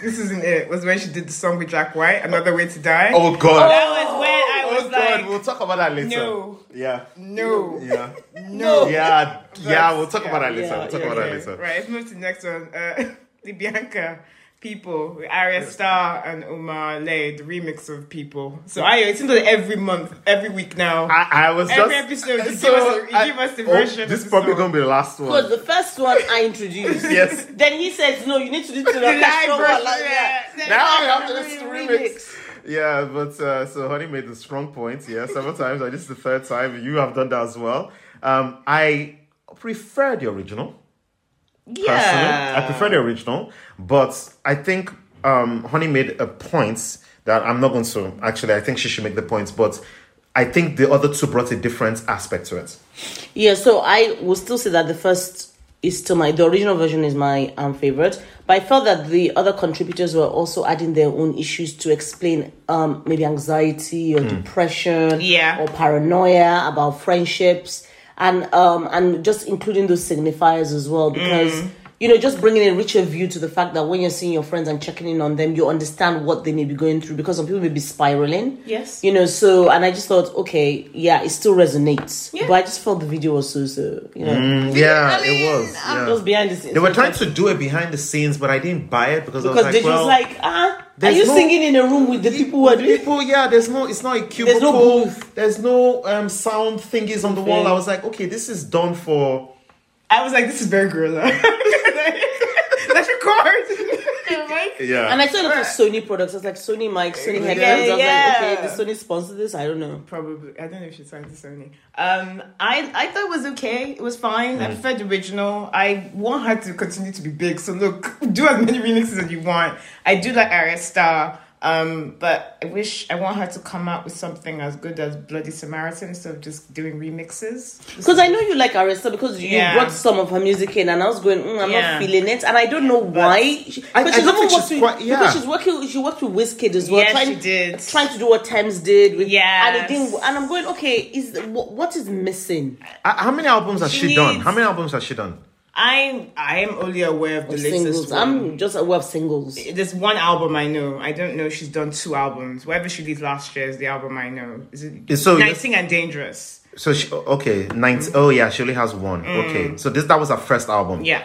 Speaker 1: this isn't it, was when she did the song with Jack White, Another Way to Die.
Speaker 3: oh god,
Speaker 1: That was when I
Speaker 3: oh,
Speaker 1: was
Speaker 3: god,
Speaker 1: like,
Speaker 3: we'll talk about that later.
Speaker 1: No.
Speaker 3: Yeah,
Speaker 1: no.
Speaker 3: yeah,
Speaker 2: no.
Speaker 3: yeah, yeah. We'll talk
Speaker 1: yeah,
Speaker 3: about that later.
Speaker 2: yeah,
Speaker 3: we'll talk
Speaker 2: yeah,
Speaker 3: about
Speaker 1: Okay,
Speaker 3: that later.
Speaker 1: Right, let's move to the next one. Uh, the Bianca People, with Aria Star and Omar Lay, the remix of People. So I, it seems like every month, every week now.
Speaker 3: I, I was
Speaker 1: Every
Speaker 3: just
Speaker 1: episode, you
Speaker 3: so
Speaker 1: give us a- you
Speaker 3: I-
Speaker 1: give us the
Speaker 3: oh,
Speaker 1: version
Speaker 3: This
Speaker 1: of
Speaker 3: is
Speaker 1: the
Speaker 3: probably
Speaker 1: song.
Speaker 3: gonna be the last
Speaker 2: Because
Speaker 3: one.
Speaker 2: the first one I introduced.
Speaker 3: yes.
Speaker 2: Then he says, no, you need to do it to the
Speaker 1: the live
Speaker 2: orchestral one,
Speaker 1: version,
Speaker 2: like that.
Speaker 1: yeah.
Speaker 3: Now I have to listen to
Speaker 2: Remix.
Speaker 3: remix. Yeah, but uh, so Honey made the strong point. Yeah, several times. Like, this is the third time. You have done that as well. Um, I prefer the original. Personally, I prefer the original, but I think um, Honey made a point that I'm not going to actually. I think she should make the points, but I think the other two brought a different aspect to it.
Speaker 2: Yeah, so I will still say that the first is still my the original version is my um favorite, but I felt that the other contributors were also adding their own issues to explain um maybe anxiety or depression,
Speaker 1: Yeah.
Speaker 2: or paranoia
Speaker 1: Hmm.
Speaker 2: about friendships, and um and just including those signifiers as well because. you know, just bringing a richer view to the fact that when you're seeing your friends and checking in on them, you understand what they may be going through because some people may be spiraling.
Speaker 1: Yes.
Speaker 2: You know, so and I just thought, okay, yeah, it still resonates.
Speaker 1: Yeah.
Speaker 2: But I just felt the video was so so you know
Speaker 3: yeah,
Speaker 1: I mean,
Speaker 3: it was.
Speaker 2: uh,
Speaker 1: I'm
Speaker 3: Mm, yeah.
Speaker 2: just behind the scenes.
Speaker 3: They were trying to do it behind the scenes, but I didn't buy it because,
Speaker 2: because
Speaker 3: I
Speaker 2: they
Speaker 3: was like,
Speaker 2: just
Speaker 3: well,
Speaker 2: like, ah, are
Speaker 3: there's
Speaker 2: you
Speaker 3: no-
Speaker 2: singing in a room with the people who are doing
Speaker 3: people. Yeah, there's no. It's not a cubicle.
Speaker 2: booth.
Speaker 3: There's no um, sound thingies on the wall. I was like, okay, this is done for.
Speaker 1: I was like, this is very gorilla. Let's record. Right?
Speaker 3: Yeah.
Speaker 2: And I saw a lot of Sony products. I was like, Sony mic, Sony headphones. I was
Speaker 1: yeah.
Speaker 2: like, okay, did Sony sponsor this? I don't know.
Speaker 1: Probably. I don't know if she signed to Sony. Um, I I thought it was okay. It was fine. I preferred the original. I want her to continue to be big. So look, do as many remixes as you want. I do like Arya Star. Um, but I wish I want her to come out with something as good as Bloody Samaritan instead of just doing remixes.
Speaker 2: Because I know you like Arista because you
Speaker 1: Yeah.
Speaker 2: brought some of her music in, and I was going, mm, I'm
Speaker 1: Yeah.
Speaker 2: not feeling it, and I don't know why. She-
Speaker 3: I-
Speaker 2: Because
Speaker 3: I
Speaker 2: she's
Speaker 3: don't think
Speaker 2: also worked
Speaker 3: she's
Speaker 2: with,
Speaker 3: quite- yeah.
Speaker 2: because she's working, she worked with Wizkid as well.
Speaker 1: Yes,
Speaker 2: trying,
Speaker 1: she did.
Speaker 2: Trying to do what Thames did with,
Speaker 1: Yes.
Speaker 2: and it didn't. And I'm going, okay, is what, what is missing?
Speaker 3: I- how many albums has she,
Speaker 1: She
Speaker 3: done?
Speaker 1: needs-
Speaker 3: How many albums has she done?
Speaker 1: I'm I am only aware of the latest
Speaker 2: Singles.
Speaker 1: one.
Speaker 2: I'm just aware of singles.
Speaker 1: There's one album I know. I don't know if she's done two albums. Whatever she did last year is the album I know. Is it
Speaker 3: So-
Speaker 1: Nighting and Dangerous?
Speaker 3: So she, okay, nine oh yeah, she only has one.
Speaker 2: Mm.
Speaker 3: Okay, so this that was her first album.
Speaker 1: Yeah.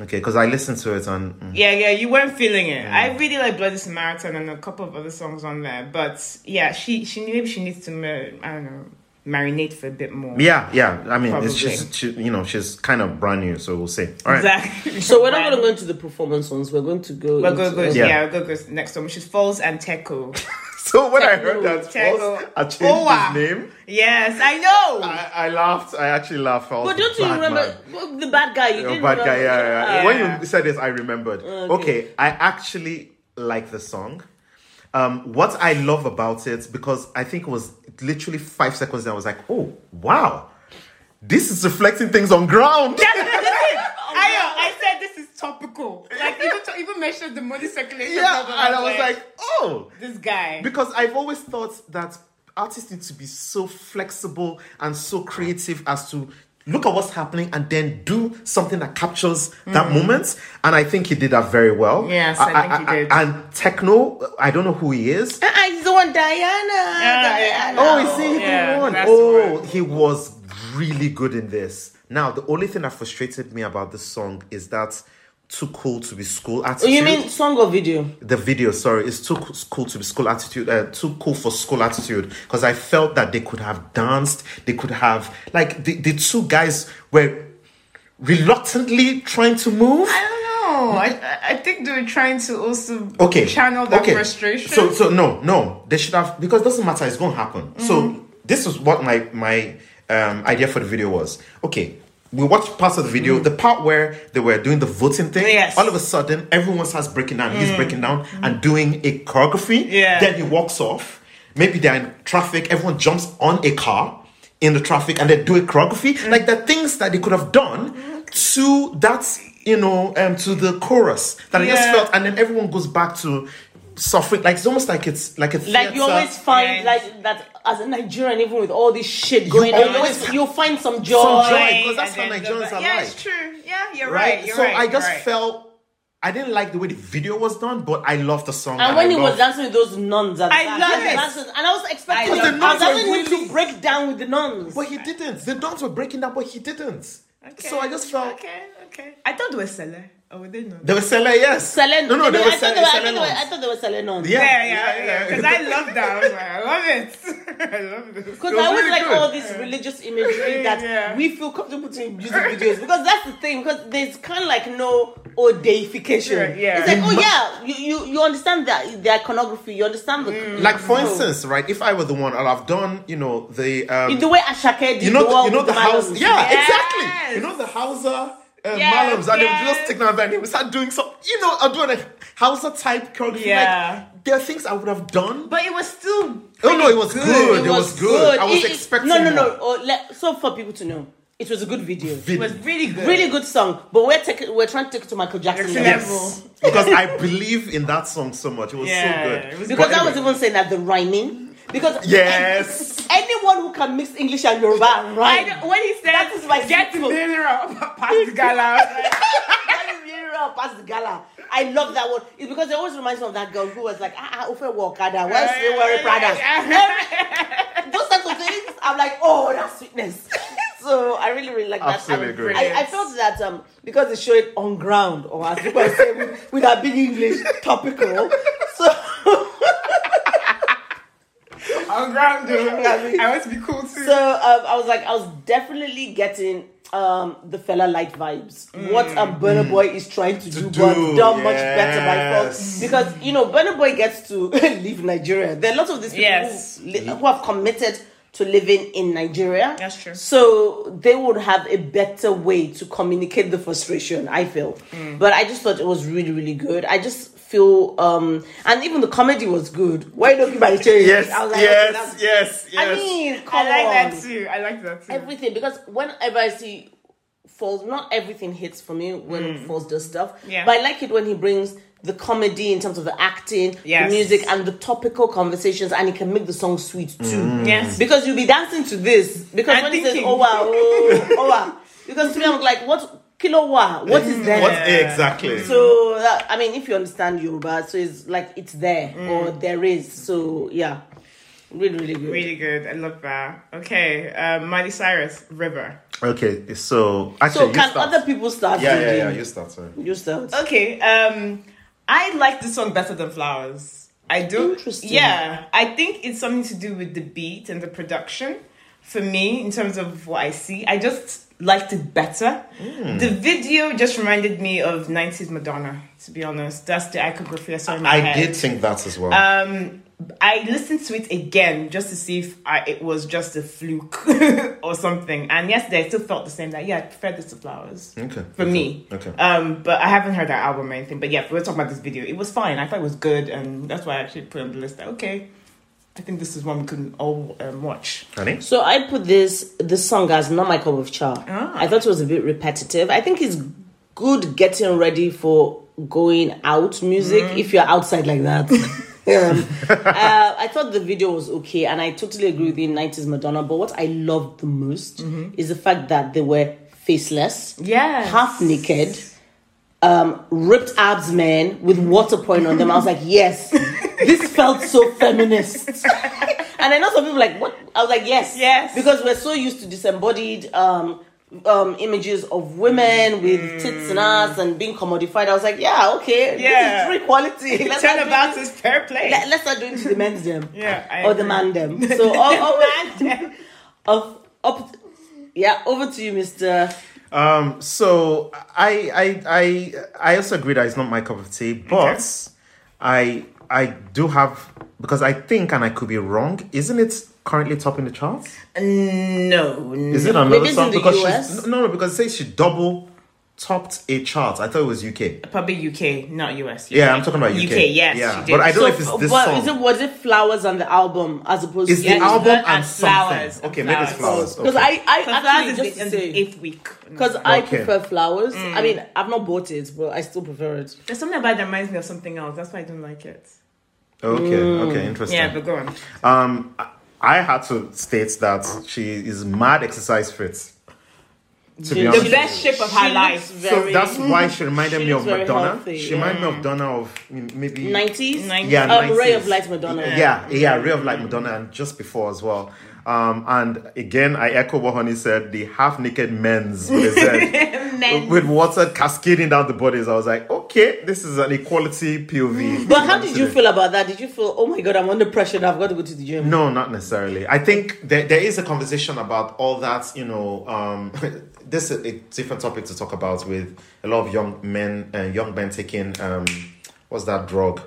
Speaker 3: Okay, because I listened to it and mm.
Speaker 1: Yeah, yeah, you weren't feeling it. I really like Bloody Samaritan and a couple of other songs on there. But yeah, she she maybe she needs to mar- I don't know marinate for a bit more.
Speaker 3: yeah, yeah. I mean, it's
Speaker 1: Probably.
Speaker 3: just she, you know she's kind of brand new, so we'll see. All right.
Speaker 1: Exactly.
Speaker 2: So we're not going to go into the performance ones. We're going to go.
Speaker 1: We're
Speaker 2: into-
Speaker 1: going to go.
Speaker 3: Yeah.
Speaker 1: Yeah, we're going to go next one, which is Falls and Teco.
Speaker 3: So when I
Speaker 2: Techno,
Speaker 3: heard that,
Speaker 1: techno.
Speaker 3: first, I changed
Speaker 1: Oh, wow.
Speaker 3: his name.
Speaker 1: yes, I know.
Speaker 3: I, I laughed. I actually laughed. I was
Speaker 2: But don't you
Speaker 3: bad
Speaker 2: remember
Speaker 3: man.
Speaker 2: well, the bad guy? You
Speaker 3: Oh,
Speaker 2: didn't
Speaker 3: bad guy,
Speaker 2: remember-
Speaker 3: yeah, yeah.
Speaker 1: Yeah.
Speaker 3: When you said this, I remembered. Okay. I actually like the song. Um, what I love about it because I think it was literally five seconds. And I was like, oh wow, this is reflecting things on ground.
Speaker 1: That's what this is.
Speaker 2: Oh,
Speaker 1: I, I said this is topical. Like even to, even mentioned the money circulation.
Speaker 3: yeah,
Speaker 1: problem.
Speaker 3: and I was like, oh,
Speaker 1: this guy.
Speaker 3: because I've always thought that artists need to be so flexible and so creative as to look at what's happening and then do something that captures that moment. And I think he did that very well.
Speaker 1: Mm-hmm. Yes, I think he did.
Speaker 3: and techno, I don't know who he is.
Speaker 2: Ah, he's the one, Diana. Diana.
Speaker 3: Oh, is he the
Speaker 1: Yeah,
Speaker 3: one?
Speaker 1: that's
Speaker 3: Oh,
Speaker 1: one.
Speaker 3: he was really good in this. Now, the only thing that frustrated me about this song is that too cool to be school attitude.
Speaker 2: Oh, You mean song or video?
Speaker 3: the video sorry is too cool to be school attitude uh, too cool for school attitude because i felt that they could have danced they could have like the, the two guys were reluctantly trying to move
Speaker 1: I don't know. I I- I think they were trying to also
Speaker 3: okay
Speaker 1: channel that
Speaker 3: okay.
Speaker 1: frustration.
Speaker 3: so so no no they should have because it doesn't matter it's gonna happen
Speaker 1: Mm-hmm.
Speaker 3: so this is what my my um idea for the video was okay we watched parts of the video, the part where they were doing the voting thing.
Speaker 1: Mm-hmm. Yes. Mm-hmm.
Speaker 3: All of a sudden, everyone starts breaking down. He's breaking down and doing a choreography.
Speaker 1: Yeah.
Speaker 3: Then he walks off. Maybe they're in traffic. Everyone jumps on a car in the traffic and they do a choreography.
Speaker 1: Mm-hmm.
Speaker 3: Like the things that they could have done to that, you know, um, to the chorus that I just
Speaker 1: Yeah.
Speaker 3: felt. And then everyone goes back to suffering. Like it's almost like it's like a theater.
Speaker 2: Like you always find
Speaker 1: Yeah.
Speaker 2: like that as a Nigerian, even with all this shit going on, you
Speaker 3: always-
Speaker 2: always you'll find some joy.
Speaker 3: joy. Right, 'cause that's
Speaker 1: and
Speaker 3: how
Speaker 1: then the-
Speaker 3: Nigerians are
Speaker 1: Yeah,
Speaker 3: like.
Speaker 1: it's true. Yeah, you're
Speaker 3: right.
Speaker 1: right. You're
Speaker 3: so
Speaker 1: right,
Speaker 3: I
Speaker 1: you're
Speaker 3: just
Speaker 1: right.
Speaker 3: felt I didn't like the way the video was done, but I loved the song.
Speaker 2: And when
Speaker 3: I
Speaker 2: he was
Speaker 3: loved-
Speaker 2: dancing with those nuns, at the
Speaker 1: I
Speaker 2: back,
Speaker 1: love
Speaker 2: yes,
Speaker 1: it.
Speaker 2: that's it. and I was expecting
Speaker 1: Because the
Speaker 2: I
Speaker 3: nuns
Speaker 2: was asking
Speaker 3: were
Speaker 2: him
Speaker 3: really-
Speaker 2: to break down with the nuns.
Speaker 3: But he didn't. The dance were breaking down, but he didn't.
Speaker 1: Okay.
Speaker 3: So I just felt
Speaker 1: okay, okay. I thought they were seller. Oh, they know.
Speaker 3: They were Sele, yes.
Speaker 2: Selen,
Speaker 3: No, no, they were
Speaker 2: I, thought
Speaker 3: Sele.
Speaker 2: they were, I,
Speaker 3: Sele
Speaker 2: thought they were, I
Speaker 3: nuns.
Speaker 2: thought they were Selen nuns.
Speaker 1: yeah, yeah, yeah. Because I love that. I was like, I love it. I love this.
Speaker 2: Because
Speaker 3: It was
Speaker 2: I always
Speaker 3: really
Speaker 2: like
Speaker 3: good.
Speaker 2: all this religious imagery that
Speaker 1: Yeah.
Speaker 2: we feel comfortable to in music videos because that's the thing. Because there's kind of like no oh deification.
Speaker 1: Yeah, yeah.
Speaker 2: It's like oh yeah, you you, you understand that the iconography. You understand the
Speaker 3: Mm. Like for
Speaker 2: No.
Speaker 3: instance, right? If I were the one, I'll have done, you know, the um,
Speaker 2: the way Ashake did.
Speaker 3: you know,
Speaker 2: the,
Speaker 3: the, you know the house.
Speaker 2: Malams.
Speaker 3: Yeah, exactly.
Speaker 1: Yes.
Speaker 3: You know the Hausa uh,
Speaker 1: Yes,
Speaker 3: Malams, and they would just
Speaker 1: yes.
Speaker 3: stick down there and they would start doing some, you know, I'm doing a Hausa type choreography.
Speaker 1: Yeah.
Speaker 3: Like, there are things I would have done.
Speaker 1: But it was still.
Speaker 3: oh no, it was good. It, was, good. I was
Speaker 2: It- it-
Speaker 3: expecting.
Speaker 2: No, no, no.
Speaker 3: more.
Speaker 2: Oh, let, so for people to know, it was a good video.
Speaker 1: It was really good.
Speaker 2: Really good song, but we're taking we're trying to take it to Michael Jackson.
Speaker 1: Jackson
Speaker 2: level.
Speaker 3: Yes, because I believe in that song so much. It was
Speaker 1: Yeah,
Speaker 3: so good.
Speaker 1: it was
Speaker 2: Because
Speaker 3: But
Speaker 2: I was
Speaker 3: anyway.
Speaker 2: even saying that the rhyming. Because
Speaker 3: Yes.
Speaker 2: an- anyone who can mix English and Yoruba
Speaker 1: I
Speaker 2: and rhyme.
Speaker 1: don't- when he said,
Speaker 2: That is my
Speaker 1: get
Speaker 2: sweet spot."
Speaker 1: the dinner up, past the gala. I was like,
Speaker 2: past the gala. I love that one. It's because it always reminds me of that girl who was like, ah, ah Ufe Wakada, why she wearing Prada? Those types of things. I'm like, oh, that's sweetness. so I really, really like that.
Speaker 3: Absolutely
Speaker 2: And
Speaker 3: agree.
Speaker 2: I, I felt that um, because they show it on ground, or as people say, with, with our big English, topical. So.
Speaker 1: On ground, though.
Speaker 2: mean-
Speaker 1: I want to be cool too.
Speaker 2: So um, I was like, I was definitely getting um, the fella light vibes. What a Burner Boy is trying to, do, but
Speaker 3: Mm, do,
Speaker 2: done much better by folks.
Speaker 3: yes.
Speaker 2: Because you know, Burner Boy gets to leave Nigeria. There are lots of these people
Speaker 1: Yes.
Speaker 2: who, li- who have committed to living in Nigeria.
Speaker 1: That's true.
Speaker 2: So they would have a better way to communicate the frustration, I feel.
Speaker 1: Mm.
Speaker 2: But I just thought it was really, really good. I just feel um and even the comedy was good. Why you looking by the chair?
Speaker 3: Yes,
Speaker 2: I was like, okay,
Speaker 3: yes,
Speaker 2: that's-
Speaker 3: yes, yes.
Speaker 2: I mean,
Speaker 1: I
Speaker 2: come
Speaker 1: like
Speaker 2: on
Speaker 1: that too. I like that too.
Speaker 2: everything because whenever I see Falls, not everything hits for me when Falls does stuff.
Speaker 1: Mm. Yeah.
Speaker 2: But I like it when he brings the comedy in terms of the acting,
Speaker 1: Yes.
Speaker 2: the music, and the topical conversations, and he can make the song sweet too.
Speaker 1: Yes.
Speaker 2: Because you'll be dancing to this. Because
Speaker 1: And
Speaker 2: when he says,
Speaker 1: Mm. thinking.
Speaker 2: oh wow, oh, oh wow. Because to me, I'm like, what, kilo wa? What is that?
Speaker 3: Mm, What exactly?
Speaker 2: So, that, I mean, if you understand Yoruba, so it's like it's there
Speaker 1: Mm.
Speaker 2: or there is. So, yeah. Really, really good.
Speaker 1: Really good. I love that. Okay. Um, Miley Cyrus, River.
Speaker 3: okay, so
Speaker 2: So,
Speaker 3: actually, you
Speaker 2: can
Speaker 3: start.
Speaker 2: other people start?
Speaker 3: yeah, yeah,
Speaker 2: reading?
Speaker 3: yeah, you start. Sorry.
Speaker 2: You start.
Speaker 1: Okay. Um, I like this song better than Flowers. I do.
Speaker 2: Interesting.
Speaker 1: Yeah. I think it's something to do with the beat and the production for me in terms of what I see. I just liked it better. The video just reminded me of 90s Madonna, to be honest. That's the iconography I saw in my
Speaker 3: I
Speaker 1: head.
Speaker 3: did think that as well.
Speaker 2: Uh,
Speaker 1: Um, I listened to it again just to see if I, it was just a fluke or something. And yesterday, I still felt the same. That yeah, I prefer this to flowers
Speaker 3: okay.
Speaker 1: for me.
Speaker 3: Okay.
Speaker 1: Um, but I haven't heard that album or anything. But yeah, if we're talking about this video. It was fine. I thought it was good, and that's why I actually put it on the list. That, okay, I think this is one we can all um, watch.
Speaker 3: Honey?
Speaker 2: So I put this this song as not my cup of char. I thought it was a bit repetitive. I think it's good getting ready for going out music if you're outside like that. um, uh, I thought the video was okay, and I totally agree with the '90s Madonna. But what I loved the most is the fact that they were faceless,
Speaker 1: Yes.
Speaker 2: half naked, um, ripped abs men with water pouring on them. I was like, yes, this felt so feminist. and I know some people like, what? I was like, yes,
Speaker 1: Yes.
Speaker 2: because we're so used to disembodied um, um, images of women with
Speaker 1: Mm.
Speaker 2: tits and ass and being commodified. I was like, yeah, okay,
Speaker 1: Yeah.
Speaker 2: this is free quality. Let's
Speaker 1: Turn
Speaker 2: not do
Speaker 1: about
Speaker 2: this-
Speaker 1: is fair play.
Speaker 2: let- Let's start doing to the men's them
Speaker 1: yeah, I
Speaker 2: or the
Speaker 1: agree.
Speaker 2: man them. So all, all,
Speaker 1: Man.
Speaker 2: of up, yeah, over to you, Mister.
Speaker 3: Um, so I I I I also agree that it's not my cup of tea, but I I do have because I think and I could be wrong. Isn't it currently topping the charts?
Speaker 1: No, no.
Speaker 3: Is it another
Speaker 2: it's in
Speaker 3: song?
Speaker 2: the
Speaker 3: because
Speaker 2: US.
Speaker 3: she's no no because it says she double topped a chart. I thought it was UK.
Speaker 1: probably UK, not US.
Speaker 3: Yeah, I'm talking about UK.
Speaker 1: UK, yes,
Speaker 3: yeah.
Speaker 1: she did.
Speaker 3: But I don't know if
Speaker 2: So,
Speaker 3: it's this
Speaker 2: but
Speaker 3: song.
Speaker 2: Is it was it flowers on the album as opposed
Speaker 3: It's
Speaker 2: to
Speaker 3: the
Speaker 1: it's
Speaker 3: album
Speaker 1: her
Speaker 3: and,
Speaker 1: and Flowers,
Speaker 3: something. Okay,
Speaker 1: and
Speaker 3: maybe it's
Speaker 1: Flowers.
Speaker 2: because
Speaker 3: flowers. okay.
Speaker 2: I I
Speaker 1: But
Speaker 2: actually
Speaker 1: flowers
Speaker 2: just
Speaker 1: is
Speaker 2: to
Speaker 1: in the
Speaker 2: say
Speaker 1: eighth week.
Speaker 2: because I
Speaker 3: Okay.
Speaker 2: prefer flowers. I mean, I've not bought it, but I still prefer it.
Speaker 1: There's something about it that reminds me of something else. That's why I don't like it.
Speaker 3: okay, okay, interesting.
Speaker 1: Yeah, but go on.
Speaker 3: Um, I- I had to state that she is mad exercise fit. To be
Speaker 2: The
Speaker 3: honest,
Speaker 1: The
Speaker 3: with
Speaker 1: best
Speaker 3: you.
Speaker 1: shape of her
Speaker 2: She
Speaker 1: life.
Speaker 2: looks
Speaker 3: So
Speaker 2: very
Speaker 3: that's why she reminded
Speaker 2: she
Speaker 3: me of
Speaker 2: looks very
Speaker 3: Madonna.
Speaker 2: healthy,
Speaker 3: she reminded me of Donna of mm, maybe
Speaker 2: 90s.
Speaker 1: Nineties.
Speaker 3: yeah,
Speaker 2: Um, Ray
Speaker 3: 90s.
Speaker 2: of Light Madonna.
Speaker 3: Yeah, yeah, Ray of Light Madonna, and just before as well. Um, and again, I echo what Honey said: the half-naked men's with, a Z, with water cascading down the bodies. I was like, okay, this is an equality POV.
Speaker 2: But how did you feel about that? Did you feel, oh my god, I'm under pressure now, I've got to go to the gym?
Speaker 3: No, not necessarily. I think there, there is a conversation about all that, you know, um, this is a different topic to talk about with a lot of young men and young men taking, um, what's that drug?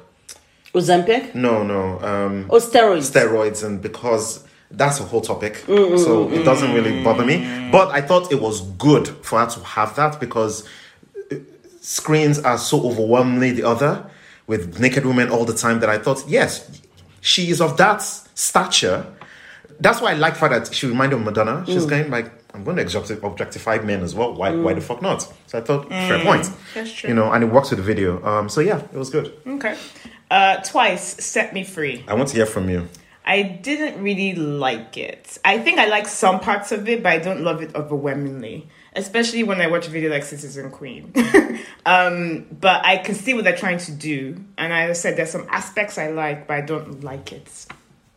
Speaker 2: Ozempic?
Speaker 3: No, no, um,
Speaker 2: Or Oh, steroids?
Speaker 3: steroids. And because that's a whole topic, so it doesn't really bother me. But I thought it was good for her to have that because uh, screens are so overwhelmingly the other with naked women all the time that I thought, yes, she is of that stature that's why I like her that she reminded me of Madonna. She's going like, I'm going to objecti- objectify men as well. Why? Why the fuck not? So I thought, fair point.
Speaker 1: That's true.
Speaker 3: You know, and it works with the video. Um, so yeah, it was good.
Speaker 1: Okay. Uh, twice set me free.
Speaker 3: I want to hear from you.
Speaker 1: I didn't really like it. I think I like some parts of it, but I don't love it overwhelmingly. especially when I watch a video like Citizen Queen. um, but I can see what they're trying to do, and I said there's some aspects I like, but I don't like it.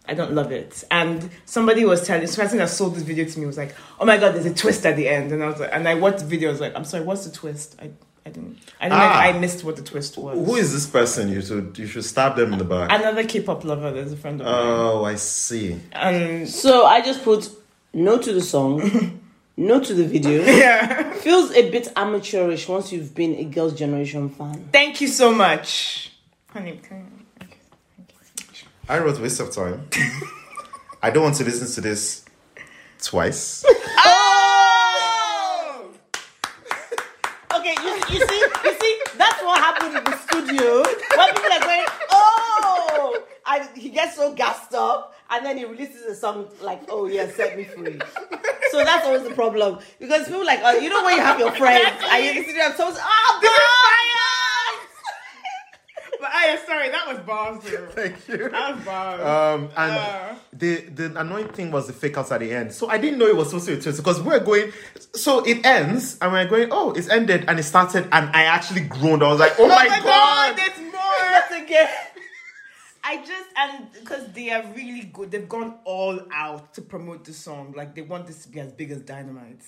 Speaker 1: I don't love it. And somebody was telling this person that sold this video to me was like, "Oh my god, there's a twist at the end," and I was like, and I watched the video. I was like, "I'm sorry, what's the twist?" I I didn't. I didn't.
Speaker 3: Ah.
Speaker 1: Like, I missed what the twist was.
Speaker 3: Who is this person? You should you should stab them in the back.
Speaker 1: Another K-pop lover. There's a friend of mine.
Speaker 3: Oh, I see.
Speaker 1: And
Speaker 2: So I just put no to the song, no to the video.
Speaker 1: yeah.
Speaker 2: Feels a bit amateurish once you've been a Girls' Generation fan.
Speaker 1: Thank you so much. Honey, can
Speaker 3: I wrote waste of time. I don't want to listen to this twice.
Speaker 1: Oh!
Speaker 2: Okay, you, you see, you see, that's what happened in the studio. When people are going, oh, and he gets so gassed up, and then he releases a song like, oh yeah, set me free. So that's always the problem because people like, oh, you know when you have your friends and you listen to them, someone's, oh,
Speaker 1: But I am sorry, that was bars. though.
Speaker 3: Thank you.
Speaker 1: That was bars.
Speaker 3: Um, and
Speaker 1: Yeah.
Speaker 3: the the annoying thing was the fake outs at the end. So I didn't know it was supposed to be a twist because we we're going. So it ends, and we we're going. Oh, it's ended, and it started, and I actually groaned. I was like, Oh,
Speaker 1: oh
Speaker 3: my, god.
Speaker 1: there's more.
Speaker 2: that's again.
Speaker 1: I just and because they are really good, they've gone all out to promote the song. Like they want this to be as big as Dynamite.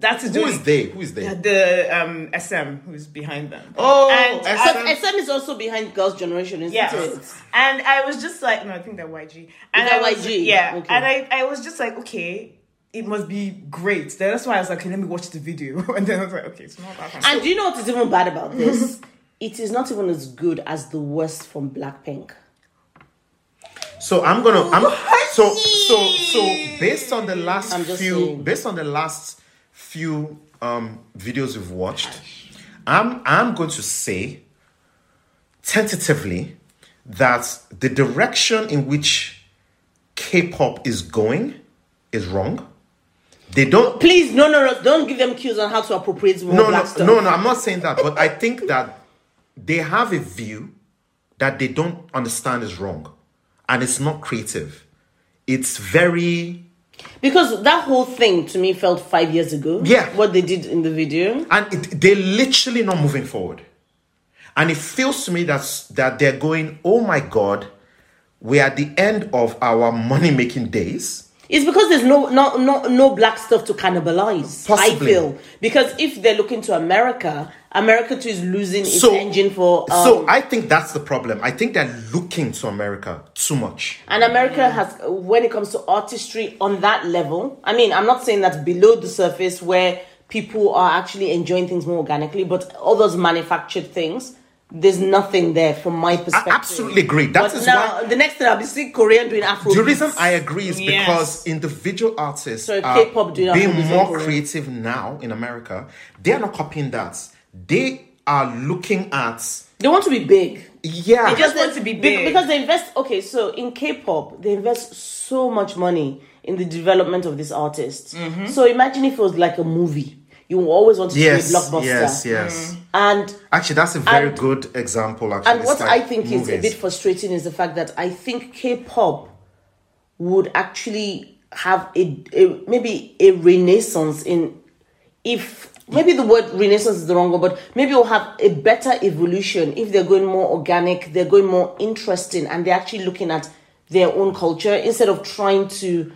Speaker 1: That's
Speaker 3: Who is they? Who is they?
Speaker 1: the um SM who's behind them.
Speaker 3: Oh,
Speaker 1: And
Speaker 3: SM.
Speaker 1: I-
Speaker 2: SM is also behind Girls' Generation, isn't it?
Speaker 1: Yes. And I was just like, no, I think they're YG. And
Speaker 2: Is that
Speaker 1: I was,
Speaker 2: YG?
Speaker 1: Yeah.
Speaker 2: Okay.
Speaker 1: And I, I was just like, okay, it must be great. Then That's why I was like, okay, let me watch the video. And then I was like, okay, it's not that
Speaker 2: And do you know what is even bad about this? it is not even as good as the worst from Blackpink.
Speaker 3: So I'm gonna I'm so so so based on the last
Speaker 2: I'm just
Speaker 3: few
Speaker 2: saying.
Speaker 3: based on the last few um videos we've watched, I'm I'm going to say tentatively that the direction in which K-pop is going is wrong. They don't
Speaker 2: Please, no, no, no, don't give them cues on how to appropriate more
Speaker 3: no
Speaker 2: black
Speaker 3: no
Speaker 2: stuff.
Speaker 3: no no I'm not saying that, but I think that they have a view that they don't understand is wrong, and it's not creative. It's very
Speaker 2: Because that whole thing to me felt five years ago.
Speaker 3: Yeah.
Speaker 2: What they did in the video.
Speaker 3: and it, they're literally not moving forward. And it feels to me that that they're going, oh my god, we're at the end of our money making days.
Speaker 2: It's because there's no no no no black stuff to cannibalize.
Speaker 3: Possibly.
Speaker 2: I feel. Because if they're looking to America, America too is losing its
Speaker 3: So
Speaker 2: engine for um,
Speaker 3: so I think that's the problem. I think they're looking to America too much.
Speaker 2: And America has, when it comes to artistry on that level, I mean, I'm not saying that's below the surface where people are actually enjoying things more organically, but all those manufactured things, there's nothing there from my
Speaker 3: I
Speaker 2: perspective.
Speaker 3: absolutely agree. That
Speaker 2: But
Speaker 3: is
Speaker 2: now,
Speaker 3: why
Speaker 2: the next thing I'll be seeing Korean doing Afro.
Speaker 3: the reason I agree is
Speaker 1: Yes.
Speaker 3: because individual artists
Speaker 2: So if
Speaker 3: are
Speaker 2: K-pop do not have
Speaker 3: being
Speaker 2: the
Speaker 3: more
Speaker 2: same-
Speaker 3: creative now in America. They are not copying that. They are looking at
Speaker 2: They want to be big.
Speaker 3: yeah.
Speaker 1: just want to be
Speaker 2: Be-
Speaker 1: big.
Speaker 2: Because they invest, okay, so in K pop, they invest so much money in the development of this artist. So imagine if it was like a movie. You always want to
Speaker 3: yes,
Speaker 2: be a blockbuster.
Speaker 3: yes, yes.
Speaker 2: And
Speaker 3: Actually, that's a very
Speaker 2: And-
Speaker 3: good example. Actually,
Speaker 2: and what
Speaker 3: It's like
Speaker 2: I think is a
Speaker 3: movies.
Speaker 2: bit frustrating is the fact that I think K-pop would actually have a, a maybe a renaissance in if maybe the word renaissance is the wrong word, but maybe we'll have a better evolution if they're going more organic, they're going more interesting, and they're actually looking at their own culture instead of trying to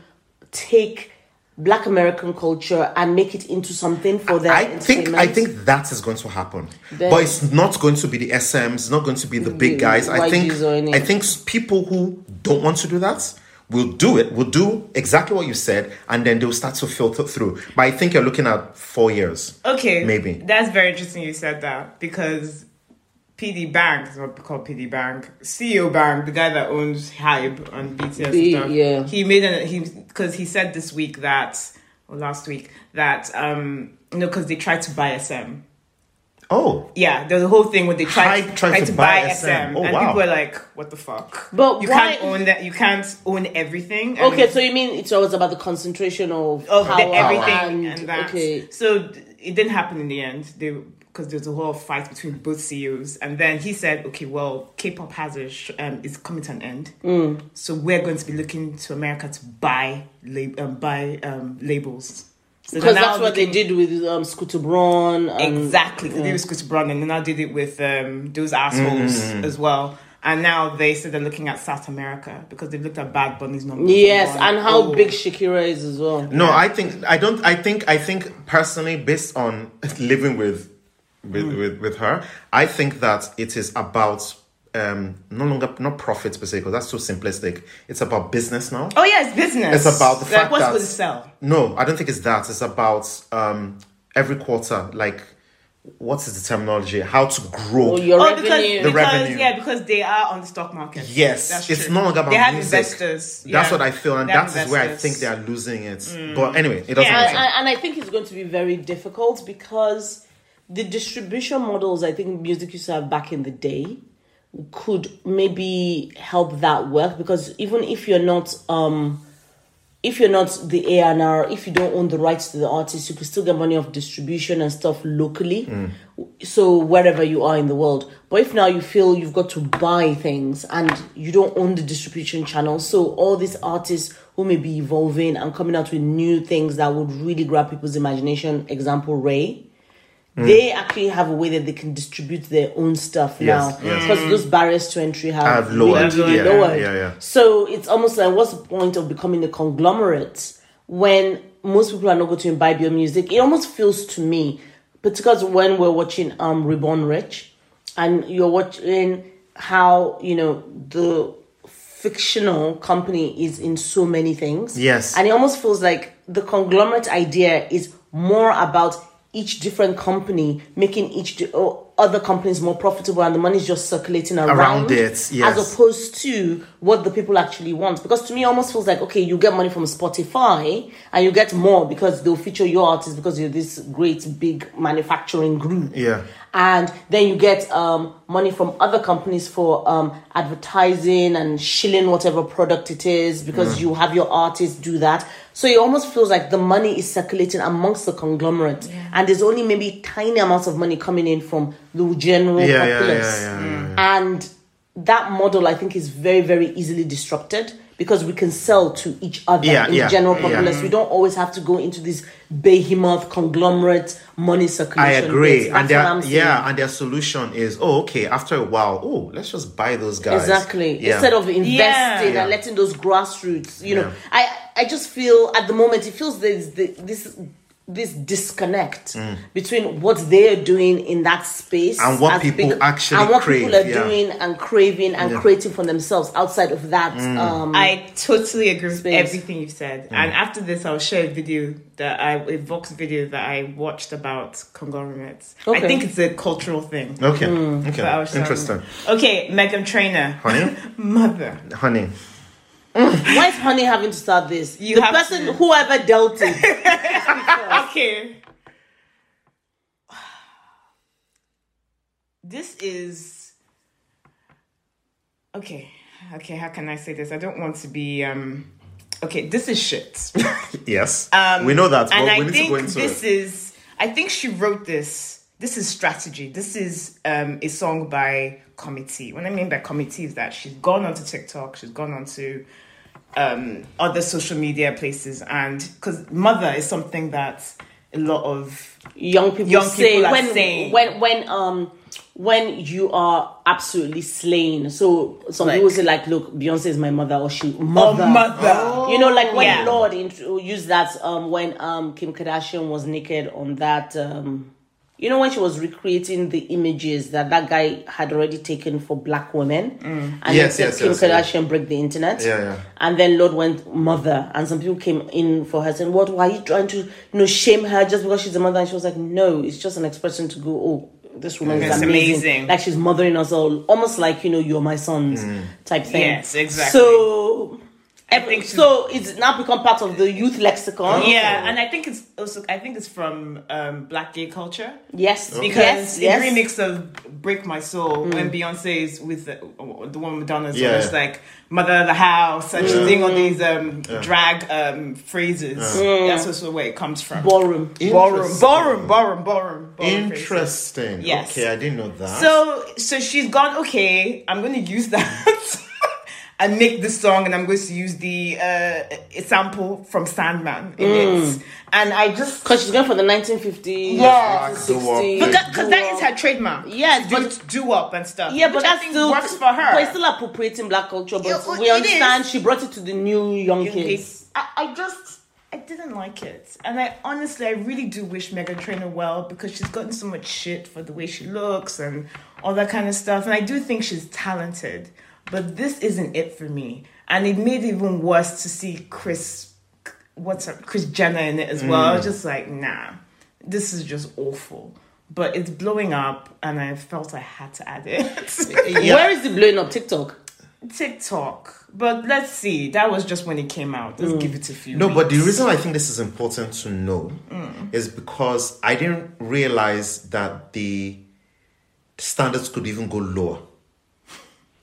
Speaker 2: take Black American culture and make it into something for their
Speaker 3: I think I
Speaker 2: entertainment.
Speaker 3: think that is going to happen,
Speaker 2: Then-
Speaker 3: but it's not going to be the SMs, it's not going to be the big guys. I
Speaker 2: YGs
Speaker 3: think
Speaker 2: or any-
Speaker 3: I think s- people who don't want to do that will do it. Will do exactly what you said, and then they'll start to filter through. But I think you're looking at four years.
Speaker 1: Okay.
Speaker 3: Maybe.
Speaker 1: That's very interesting you said that because PD Bank is what we call PD Bank. CEO Bank, the guy that owns Hype on BTS
Speaker 2: B-
Speaker 1: and stuff.
Speaker 2: yeah.
Speaker 1: He made an he because he said this week that or last week that um you know because they tried to buy SM.
Speaker 3: Oh,
Speaker 1: Yeah, there's a whole thing where they tried,
Speaker 3: Tried-
Speaker 1: tried,
Speaker 3: tried
Speaker 1: to, buy, SM,
Speaker 3: Oh,
Speaker 1: and
Speaker 3: wow.
Speaker 1: people were like, "What the fuck?"
Speaker 2: But
Speaker 1: you
Speaker 2: why-
Speaker 1: can't own that. You can't own everything. and-
Speaker 2: Okay, so you mean it's always about the concentration
Speaker 1: of
Speaker 2: of,
Speaker 1: Oh, the
Speaker 2: power
Speaker 1: everything and, that.
Speaker 2: okay.
Speaker 1: So d- it didn't happen in the end. They because there's a whole fight between both CEOs, and then he said, "Okay, well, K-pop has a sh- um, is coming to an end,
Speaker 2: Mm.
Speaker 1: so we're going to be looking to America to buy lab- um, buy um, labels." So
Speaker 2: Because
Speaker 1: now
Speaker 2: that's what
Speaker 1: looking-
Speaker 2: they did with um, Scooter Braun. And,
Speaker 1: Exactly. They did with Scooter Braun and then I did it with um, those assholes
Speaker 2: Mm-hmm.
Speaker 1: as well. And now they said they're looking at South America because they've looked at Bad Bunny's numbers.
Speaker 2: Yes,
Speaker 1: gone,
Speaker 2: and how
Speaker 1: "Oh,
Speaker 2: big Shakira is as well.
Speaker 3: No, I think I don't. I think I think personally, based on living with with with, with her, I think that it is about um no longer not profits per se because that's too simplistic. It's about business now.
Speaker 1: Oh yeah, it's business.
Speaker 3: It's about the
Speaker 1: like,
Speaker 3: fact
Speaker 1: what's
Speaker 3: that-
Speaker 1: going to sell.
Speaker 3: No, I don't think it's that. It's about um every quarter, like what is the terminology? How to grow.
Speaker 2: Oh, your
Speaker 1: Oh, because,
Speaker 2: revenue.
Speaker 1: because
Speaker 3: revenue.
Speaker 1: yeah, because they are on the stock market.
Speaker 3: Yes,
Speaker 1: That's
Speaker 3: it's
Speaker 1: true.
Speaker 3: no longer about
Speaker 1: They have
Speaker 3: music.
Speaker 1: investors. yeah.
Speaker 3: That's what I feel, and
Speaker 1: They have
Speaker 3: that is where I
Speaker 1: investors.
Speaker 3: think they are losing it. But anyway, it doesn't
Speaker 1: Yeah,
Speaker 3: matter.
Speaker 2: and, and- and I think it's going to be very difficult because the distribution models I think music used to have back in the day could maybe help that work because even if you're not um if you're not the A&R, if you don't own the rights to the artist, you could still get money off distribution and stuff locally.
Speaker 3: Mm.
Speaker 2: So wherever you are in the world. But if now you feel you've got to buy things and you don't own the distribution channel, so all these artists who may be evolving and coming out with new things that would really grab people's imagination, example Ray,
Speaker 3: Mm.
Speaker 2: they actually have a way that they can distribute their own stuff now
Speaker 3: yes.
Speaker 2: because those barriers to entry have,
Speaker 3: Have lowered,
Speaker 2: really
Speaker 3: yeah,
Speaker 2: lowered.
Speaker 3: yeah, yeah.
Speaker 2: So it's almost like what's the point of becoming a conglomerate when most people are not going to imbibe your music? It almost feels to me, particularly when we're watching um Reborn Rich, and you're watching how you know the fictional company is in so many things.
Speaker 3: Yes.
Speaker 2: and it almost feels like the conglomerate idea is more about each different company making each di- o- other companies more profitable and the money's just circulating around,
Speaker 3: Around it, yes.
Speaker 2: as opposed to what the people actually want because to me it almost feels like okay you get money from spotify and you get more because they'll feature your artist because you're this great big manufacturing group
Speaker 3: Yeah.
Speaker 2: and then you get um, money from other companies for um, advertising and shilling whatever product it is
Speaker 3: Mm.
Speaker 2: because you have your artists do that. So it almost feels like the money is circulating amongst the conglomerate, and there's only maybe tiny amounts of money coming in from the general
Speaker 3: Yeah, yeah, yeah,
Speaker 2: populace.
Speaker 3: yeah, yeah,
Speaker 2: And that model, I think, is very, very easily disrupted because we can sell to each other
Speaker 3: Yeah,
Speaker 2: in
Speaker 3: yeah,
Speaker 2: the general
Speaker 3: yeah.
Speaker 2: populace. We don't always have to go into this behemoth conglomerate money circulation.
Speaker 3: I agree,
Speaker 2: bit. That's
Speaker 3: and their
Speaker 2: what I'm saying.
Speaker 3: yeah, and their solution is oh okay. After a while, oh let's just buy those guys
Speaker 2: Exactly.
Speaker 3: Yeah.
Speaker 2: Instead of investing
Speaker 1: Yeah.
Speaker 2: and letting those grassroots, you know,
Speaker 3: Yeah.
Speaker 2: I I just feel at the moment it feels there's the, this this disconnect between what they're doing in that space
Speaker 3: Mm. And what
Speaker 2: as
Speaker 3: people actually
Speaker 2: and what
Speaker 3: crave,
Speaker 2: people are
Speaker 3: yeah.
Speaker 2: doing and craving and
Speaker 3: Yeah. Mm.
Speaker 2: creating for themselves outside of that. Um,
Speaker 1: I totally agree with
Speaker 2: Space.
Speaker 1: everything you've said. And after this, I'll share a video that I, a Vox video that I watched about conglomerates. I
Speaker 2: Okay.
Speaker 1: think it's a cultural thing.
Speaker 3: okay,
Speaker 1: But I'll
Speaker 3: okay,
Speaker 1: share-
Speaker 3: interesting,
Speaker 1: Okay, Megan Trainer.
Speaker 3: Honey?
Speaker 1: Mother.
Speaker 3: honey.
Speaker 2: why is Honey having to start this?
Speaker 1: You
Speaker 2: the
Speaker 1: have
Speaker 2: person
Speaker 1: to.
Speaker 2: whoever dealt it.
Speaker 1: Okay. This is okay. Okay, how can I say this? I don't want to be um okay, this is shit.
Speaker 3: Yes, we know that,
Speaker 1: and
Speaker 3: but we
Speaker 1: I
Speaker 3: need to
Speaker 1: think
Speaker 3: go into
Speaker 1: this
Speaker 3: it.
Speaker 1: is. I think she wrote this. This is strategy. This is um, a song by committee. What I mean by committee is that she's gone onto TikTok, she's gone onto um, other social media places, and because mother is something that a lot of
Speaker 2: Young people
Speaker 1: Young
Speaker 2: say
Speaker 1: people are
Speaker 2: when
Speaker 1: saying.
Speaker 2: when when um when you are absolutely slain. So some
Speaker 1: Like-
Speaker 2: people say like, look, Beyonce is my mother or she mother. You know, like when
Speaker 1: Oh, Yeah.
Speaker 2: Lord intro- used that um, when um, Kim Kardashian was naked on that. Um, you know, when she was recreating the images that that guy had already taken for black women,
Speaker 1: Mm.
Speaker 2: and
Speaker 3: Yes,
Speaker 2: then
Speaker 3: yes,
Speaker 2: Kim
Speaker 3: yes,
Speaker 2: Kardashian broke the internet.
Speaker 3: Yeah, yeah.
Speaker 2: And then Lord went mother, and some people came in for her saying, "What? Why are you trying to, you know, shame her just because she's a mother?" And she was like, "No, it's just an expression to go, oh." This woman is
Speaker 1: It's
Speaker 2: amazing.
Speaker 1: amazing.
Speaker 2: Like she's mothering us all, almost like you know, you're my sons
Speaker 3: Mm.
Speaker 2: type thing.
Speaker 1: Yes, exactly.
Speaker 2: So
Speaker 1: I think she-
Speaker 2: so it's now become part of the youth lexicon.
Speaker 1: yeah, and I think it's also I think it's from um, black gay culture.
Speaker 2: Yes.
Speaker 1: Because
Speaker 2: Because yes.
Speaker 1: the
Speaker 2: yes.
Speaker 1: remix of "Break My Soul" when Beyonce is with the, the one Madonna's,
Speaker 3: Yeah.
Speaker 1: yeah. it's like "Mother of the House," and she's doing all these um, drag um, phrases. That's also where it comes from.
Speaker 2: ballroom.
Speaker 1: Ballroom,
Speaker 3: Interesting.
Speaker 1: ballroom, ballroom, ballroom, ballroom phrases.
Speaker 3: Interesting.
Speaker 1: Yes.
Speaker 3: Okay, I didn't know that.
Speaker 1: So, so she's gone. Okay, I'm going to use that. I make this song and I'm going to use the uh, sample from Sandman in it. And I just
Speaker 2: Because she's going for the 1950s.
Speaker 1: Yeah.
Speaker 3: Like,
Speaker 1: because cause that is her trademark.
Speaker 2: Yes,
Speaker 1: do,
Speaker 2: but-
Speaker 1: do up and stuff.
Speaker 2: Yeah, but
Speaker 1: which I
Speaker 2: that's
Speaker 1: think
Speaker 2: still
Speaker 1: works for her.
Speaker 2: We're still appropriating black culture, but
Speaker 1: Yeah, well,
Speaker 2: we
Speaker 1: it
Speaker 2: understand
Speaker 1: is.
Speaker 2: she brought it to the new young,
Speaker 1: Young
Speaker 2: kids.
Speaker 1: Kids. I, I just I didn't like it, and I honestly I really do wish Megan Trainor well because she's gotten so much shit for the way she looks and all that kind of stuff, and I do think she's talented, but this isn't it for me, and it made it even worse to see Chris, what's her, Chris Jenner in it as well. I
Speaker 3: Mm.
Speaker 1: was just like, nah, this is just awful. But it's blowing up, and I felt I had to add it.
Speaker 2: Where is the blowing up TikTok?
Speaker 1: TikTok. But let's see. That was just when it came out. Let's give it a few.
Speaker 3: Mm. No, but the
Speaker 1: weeks.
Speaker 3: reason I think this is important to know is because I didn't realize that the standards could even go lower.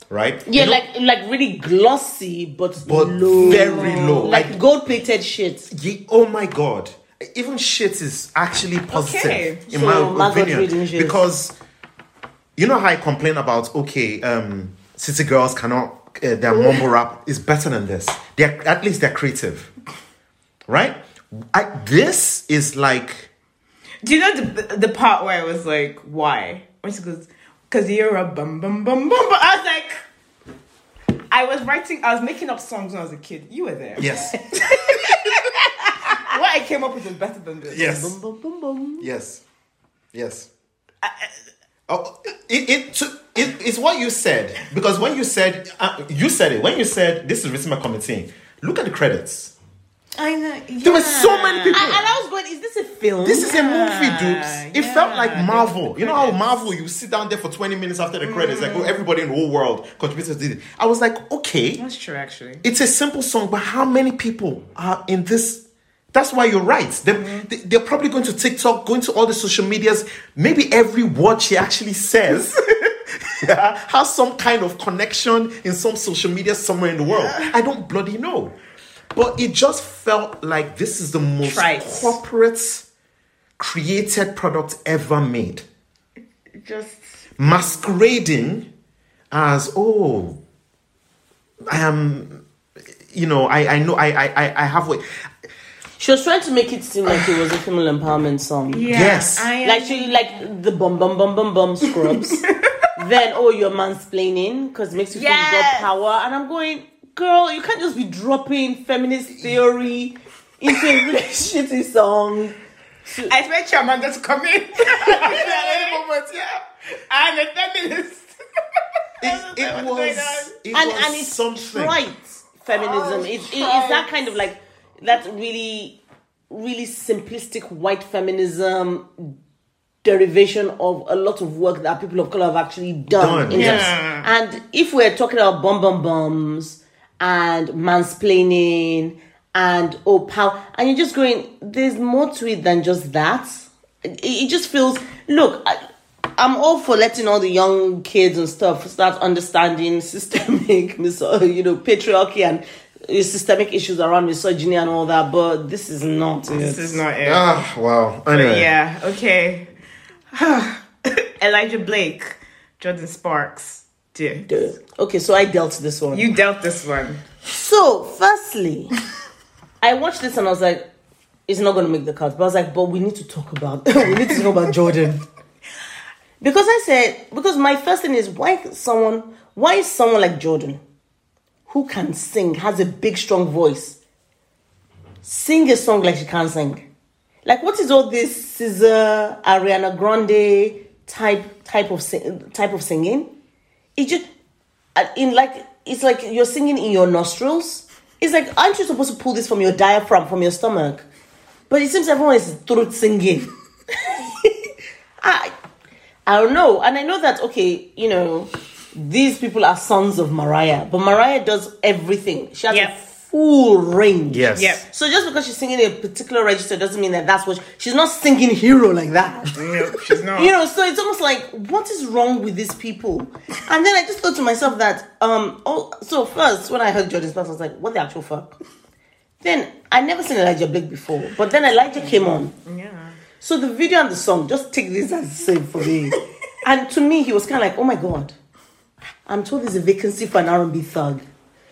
Speaker 3: Right?
Speaker 2: Yeah,
Speaker 3: You know-
Speaker 2: like like really glossy, but,
Speaker 3: But
Speaker 2: low,
Speaker 3: very low.
Speaker 2: like
Speaker 3: I-
Speaker 2: gold plated shit.
Speaker 3: Ye- oh my god. Even shit is actually positive
Speaker 1: Okay.
Speaker 3: in
Speaker 2: So,
Speaker 3: my
Speaker 2: Margot
Speaker 3: opinion.
Speaker 2: reading shit.
Speaker 3: Because you know how I complain about okay, um City Girls cannot uh, their mumble rap is better than this. They're at least they're creative. Right? I, this is like
Speaker 1: Do you know the the part where I was like, why? When she goes, because you're a bum bum bum bum. bum." I was like, I was writing, I was making up songs when I was a kid. You were there.
Speaker 3: yes.
Speaker 1: What I came up with was better than this.
Speaker 3: Yes.
Speaker 2: Boom, boom, boom.
Speaker 3: Yes. Yes. Uh, Oh, it, it, to, it, it's what you said. Because when you said, uh, you said it. When you said, this is written by committee, look at the credits.
Speaker 1: I know. Yeah.
Speaker 3: There were so many people.
Speaker 2: I, and I was going, is this a film?
Speaker 3: this is a movie, dudes. It
Speaker 1: yeah,
Speaker 3: felt like
Speaker 1: there
Speaker 3: Marvel. You know how Marvel, you sit down there for 20 minutes after the credits, like, oh,
Speaker 2: Mm.
Speaker 3: everybody in the whole world contributed to it. I was like, okay,
Speaker 1: That's true, actually.
Speaker 3: it's a simple song, but how many people are in this? That's why you're right. They, they, they're probably going to TikTok, going to all the social medias. Maybe every word she actually says yeah, has some kind of connection in some social media somewhere in the world. I don't bloody know. But it just felt like this is the most
Speaker 1: Trite.
Speaker 3: corporate created product ever made
Speaker 1: Just.
Speaker 3: masquerading as oh i am you know i i know i i i I have what
Speaker 2: She was trying to make it seem like it was a female empowerment song.
Speaker 1: Yeah,
Speaker 3: Yes.
Speaker 1: I,
Speaker 2: Like she like the bum bum bum bum bum scrubs. then oh you're mansplaining because it makes you feel you got
Speaker 1: Yes.
Speaker 2: power. And I'm going, girl, you can't just be dropping feminist theory into a really shitty song.
Speaker 1: I expect your man to come in. I'm a feminist.
Speaker 3: it, it
Speaker 1: What's
Speaker 3: was
Speaker 1: going on?
Speaker 3: it
Speaker 2: and
Speaker 3: was
Speaker 2: and it's
Speaker 3: something
Speaker 2: trite feminism.
Speaker 1: Oh,
Speaker 2: it's it,
Speaker 1: trite.
Speaker 2: it's that kind of like that really really simplistic white feminism derivation of a lot of work that people of color have actually done.
Speaker 3: Done,
Speaker 2: in
Speaker 3: yes.
Speaker 2: terms- And if we're talking about bum bum bums and mansplaining and oh pow and you're just going, there's more to it than just that. It, it just feels look. I, I'm all for letting all the young kids and stuff start understanding systemic, miso- you know, patriarchy and uh, systemic issues around misogyny and all that. But this is not.
Speaker 1: This is not it.
Speaker 3: ah wow anyway
Speaker 1: Yeah, okay. Elijah Blake, Jordan Sparks. Dear.
Speaker 2: Okay, so I dealt this one.
Speaker 1: You dealt this one.
Speaker 2: So, firstly, I watched this and I was like, it's not going to make the cut. But I was like, but we need to talk about, we need to talk about Jordan. Because I said, because my first thing is why someone, why is someone like Jordan, who can sing, has a big, strong voice, sing a song like she can't sing? Like, what is all this Scissor, Ariana Grande type type of sing, type of singing? It just and in like it's like you're singing in your nostrils. It's like aren't you supposed to pull this from your diaphragm, from your stomach? But it seems everyone is throat singing. I I don't know, and I know that okay, you know, these people are sons of Mariah, but Mariah does everything. She has
Speaker 1: Yep.
Speaker 2: a full range.
Speaker 3: yes
Speaker 1: Yep.
Speaker 2: So just because she's singing a particular register doesn't mean that that's what she's not singing hero like that.
Speaker 1: No, she's not.
Speaker 2: You know, so it's almost like, what is wrong with these people? And then I just thought to myself that, um, oh, so first when I heard Jordan Sparks, I was like, what the actual fuck? Then I never seen Elijah Blake before, but then Elijah came on.
Speaker 1: yeah.
Speaker 2: So the video and the song, just take this as the same for me. and to me, he was kind of like, oh my god, I'm told there's a vacancy for an R&B thug.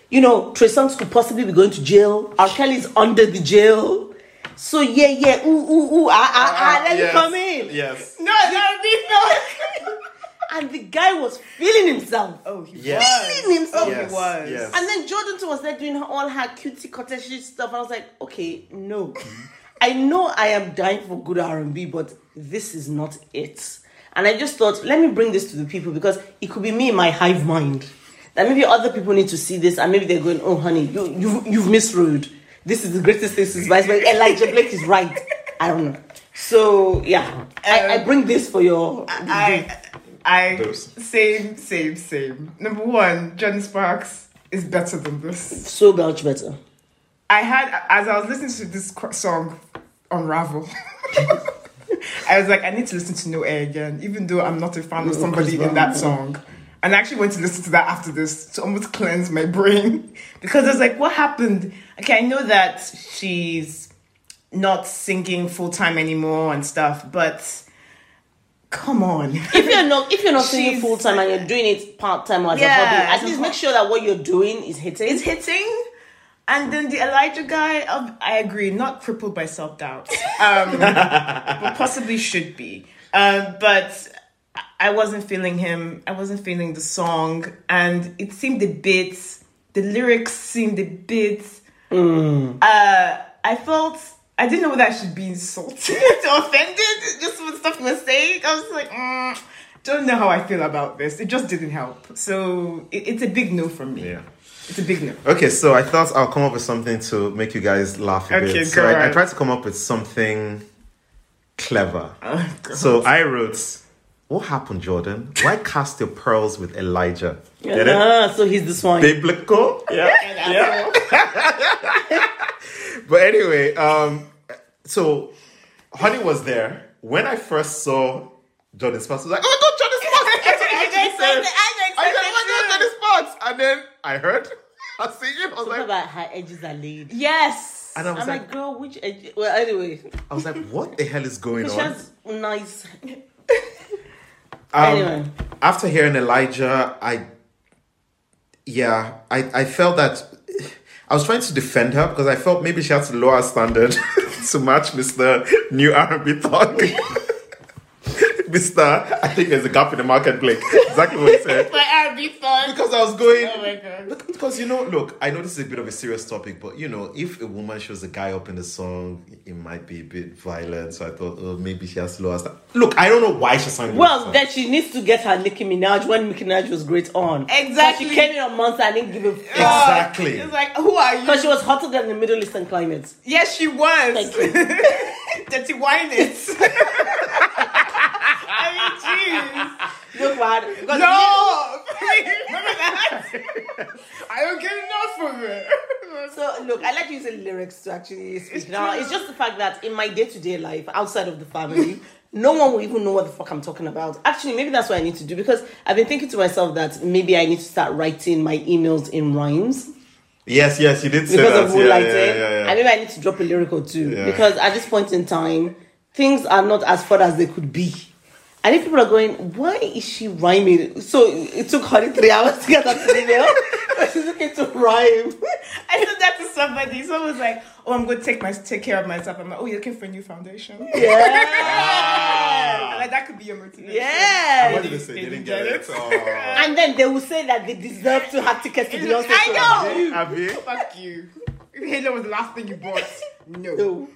Speaker 2: you know, Trey Songz could possibly be going to jail. R. Kelly's under the jail. So yeah, yeah, ooh, ooh, ooh, ah, ah, ah, let
Speaker 3: yes.
Speaker 2: me come in.
Speaker 3: Yes.
Speaker 1: No, that would be no.
Speaker 2: And the guy was feeling himself.
Speaker 1: Oh, he
Speaker 3: Yes.
Speaker 1: was.
Speaker 2: Feeling himself.
Speaker 1: Oh,
Speaker 3: Yes,
Speaker 1: he was.
Speaker 3: yes.
Speaker 2: And then Jordan too was there doing her- all her cutie cottage stuff. I was like, okay, no. I know I am dying for good R&B, but this is not it. And I just thought, let me bring this to the people because it could be me in my hive mind. That maybe other people need to see this and maybe they're going, oh, honey, you, you, you've misread. This is the greatest thing since Vice Versa. Elijah Blake is right. I don't know. So, yeah, I, I bring this for your.
Speaker 1: I, I
Speaker 3: Those.
Speaker 1: same, same, same. Number one, John Sparks is better than this.
Speaker 2: so much better.
Speaker 1: I had as I was listening to this qu- song, unravel. I was like, I need to listen to No Air again, even though I'm not a fan of somebody in that song. And I actually went to listen to that after this to almost cleanse my brain because I was like, what happened? Okay, I know that she's not singing full time anymore and stuff, but come on.
Speaker 2: if you're not if you're not singing
Speaker 1: She's-
Speaker 2: full time and you're doing it part time or as
Speaker 1: Yeah,
Speaker 2: a hobby,
Speaker 1: as
Speaker 2: at
Speaker 1: a
Speaker 2: least
Speaker 1: ho-
Speaker 2: make sure that what you're doing is hitting.
Speaker 1: is hitting. And then the Elijah guy, um, I agree, not crippled by self doubt, um, but possibly should be. Um, but I- I wasn't feeling him. I wasn't feeling the song, and it seemed a bit. The lyrics seemed a bit. Uh, I felt I didn't know whether I should be insulted or offended just with stuff he was saying. I was like, mm, don't know how I feel about this. It just didn't help. So it, it's a big no from me.
Speaker 3: Yeah.
Speaker 1: It's a big no.
Speaker 3: Okay, so I thought I'll come up with something to make you guys laugh a
Speaker 1: Okay,
Speaker 3: bit. So I, I
Speaker 1: alright.
Speaker 3: tried to come up with something clever. so I wrote, "What happened, Jordan? Why cast your pearls with Elijah?" Get it?
Speaker 2: Ah, so he's this one.
Speaker 3: Biblical, Uh-huh. yeah, yeah. but anyway, um, so Honey was there when I first saw Jordan Sparks. I was like, "Oh my God, Jordan Sparks!" That's what Elijah said. I said, "Oh my God, Jordan Sparks!" And then I heard, I see you. I was
Speaker 2: What
Speaker 3: like,
Speaker 2: about her edges are laid?
Speaker 1: Yes.
Speaker 3: And I was
Speaker 2: I'm
Speaker 3: like,
Speaker 2: like, girl, which edge? Well, anyway,
Speaker 3: I was like, what the hell is going
Speaker 2: she
Speaker 3: on?
Speaker 2: has nice.
Speaker 3: Um,
Speaker 2: anyway,
Speaker 3: After hearing Elijah, I, yeah, I, I felt that I was trying to defend her because I felt maybe she had to lower her standard to match Mr. New R&B Thought. Mr. I think there's a gap in the market, Blake. Exactly what he said.
Speaker 1: But I'd be fun.
Speaker 3: Because I was going,
Speaker 1: Oh my God.
Speaker 3: Look, because you know, look, I know this is a bit of a serious topic, but you know, if a woman shows a guy up in the song, it might be a bit violent. So I thought, oh, maybe she has lower standards. Look, I don't know why she sang. the
Speaker 2: well,
Speaker 3: song.
Speaker 2: then she needs to get her Nicki Minaj when Nicki Minaj was great on.
Speaker 1: Exactly.
Speaker 2: But she came in on monster and didn't give a fuck
Speaker 3: exactly.
Speaker 1: It's like, who are
Speaker 2: because
Speaker 1: you?
Speaker 2: she was hotter than the Middle Eastern climate.
Speaker 1: Yes, she was.
Speaker 2: Thank you.
Speaker 1: Dirty wine is. I
Speaker 2: Look, man,
Speaker 1: mean, jeez.
Speaker 2: because
Speaker 1: No. Remember that? I don't get enough of it.
Speaker 2: So look, I like using lyrics to actually speak. now it's just the fact that in my day-to-day life, outside of the family, no one will even know what the fuck I'm talking about. Actually, maybe that's what I need to do because I've been thinking to myself that maybe I need to start writing my emails in rhymes
Speaker 3: Yes, yes, you did say
Speaker 2: because
Speaker 3: that.
Speaker 2: of who
Speaker 3: yeah,
Speaker 2: liked
Speaker 3: yeah,
Speaker 2: it.
Speaker 3: yeah, yeah.
Speaker 2: And maybe I need to drop a lyric or two
Speaker 3: Yeah.
Speaker 2: because at this point in time, things are not as far as they could be. And if people are going, why is she rhyming? So it took her three hours to get that email. but she's looking to rhyme.
Speaker 1: I said that to somebody. Someone was like, "Oh, I'm going to take my take care of myself." I'm like, "Oh, you're looking for a new foundation." Ah.
Speaker 2: Yeah.
Speaker 1: like that could be your motivation.
Speaker 2: Yeah.
Speaker 3: what did they say? They didn't get it. Oh.
Speaker 2: And then they will say that they deserve to have tickets to Beyonce.
Speaker 1: I know.
Speaker 3: Abby.
Speaker 1: Fuck you. Halo was the last thing you bought. No.
Speaker 2: No.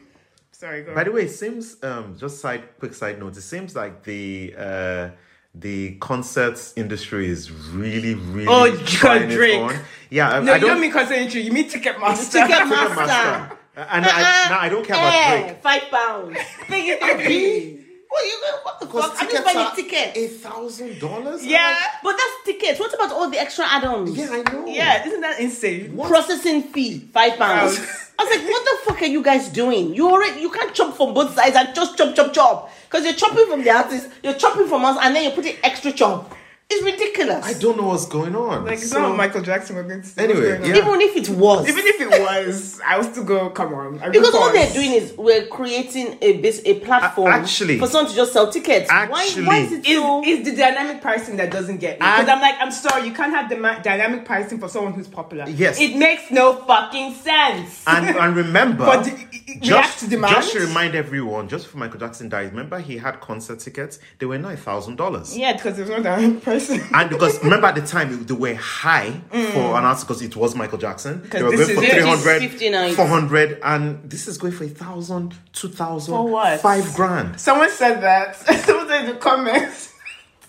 Speaker 1: Sorry, go
Speaker 3: By
Speaker 1: on.
Speaker 3: the way, it seems um, just side quick side note. It seems like the uh, the concerts industry is really, really
Speaker 1: Oh,
Speaker 3: trying it
Speaker 1: Drake.
Speaker 3: on. Yeah, I,
Speaker 1: No,
Speaker 3: I
Speaker 1: you don't
Speaker 3: don't.
Speaker 1: mean concentrate, you mean Ticketmaster.
Speaker 2: Ticketmaster.
Speaker 3: Master. And
Speaker 1: Uh-uh.
Speaker 3: I, now I don't care about
Speaker 2: Eh,
Speaker 3: Drake.
Speaker 2: Five pounds. Uh-uh. Think it can be. What you what the
Speaker 3: Because
Speaker 2: fuck? I'm just
Speaker 3: tickets
Speaker 2: buying
Speaker 3: are
Speaker 2: a ticket.
Speaker 3: A thousand dollars?
Speaker 1: Yeah.
Speaker 2: But that's tickets. What about all the extra add-ons?
Speaker 3: Yeah, I know.
Speaker 1: yeah, isn't that insane?
Speaker 3: What?
Speaker 2: Processing fee, five pounds. I was like, what the fuck are you guys doing? You already you can't chop from both sides and just chop, chop, chop. Because you're chopping from the artist, you're chopping from us, and then you're putting extra chop. It's ridiculous.
Speaker 3: I don't know what's going on.
Speaker 1: Like, it's
Speaker 3: So-
Speaker 1: not Michael Jackson we're going to see.
Speaker 3: Anyway,
Speaker 1: What's going on?
Speaker 3: yeah.
Speaker 2: Even if it was.
Speaker 1: Even if it was, because I will still go, come on. I
Speaker 2: Because all
Speaker 1: what
Speaker 2: they're doing is we're creating a base, a platform
Speaker 3: A- actually-
Speaker 2: for someone to just sell tickets. why, why
Speaker 3: Actually-
Speaker 2: is it
Speaker 1: is,
Speaker 2: so?
Speaker 1: is the dynamic pricing that doesn't get me. Because
Speaker 3: I-
Speaker 1: I'm like, I'm sorry, you can't have the ma- dynamic pricing for someone who's popular. uh,
Speaker 3: Yes.
Speaker 1: It makes no fucking sense.
Speaker 3: And, and remember,
Speaker 1: But the- it- it reacts to demand?
Speaker 3: just to remind everyone, just for Michael Jackson died, remember he had concert tickets? They were nine thousand dollars.
Speaker 1: yeah, because there's no dynamic pricing.
Speaker 3: And because remember at the time they were high for an artist because it was Michael Jackson. They were
Speaker 1: Mm. this
Speaker 3: going for
Speaker 1: is it.
Speaker 3: 300,
Speaker 2: 59.
Speaker 3: 400, and this is going for 1,000, 2,000,
Speaker 1: For what?
Speaker 3: 5 grand.
Speaker 1: Someone said that. Someone said in the comments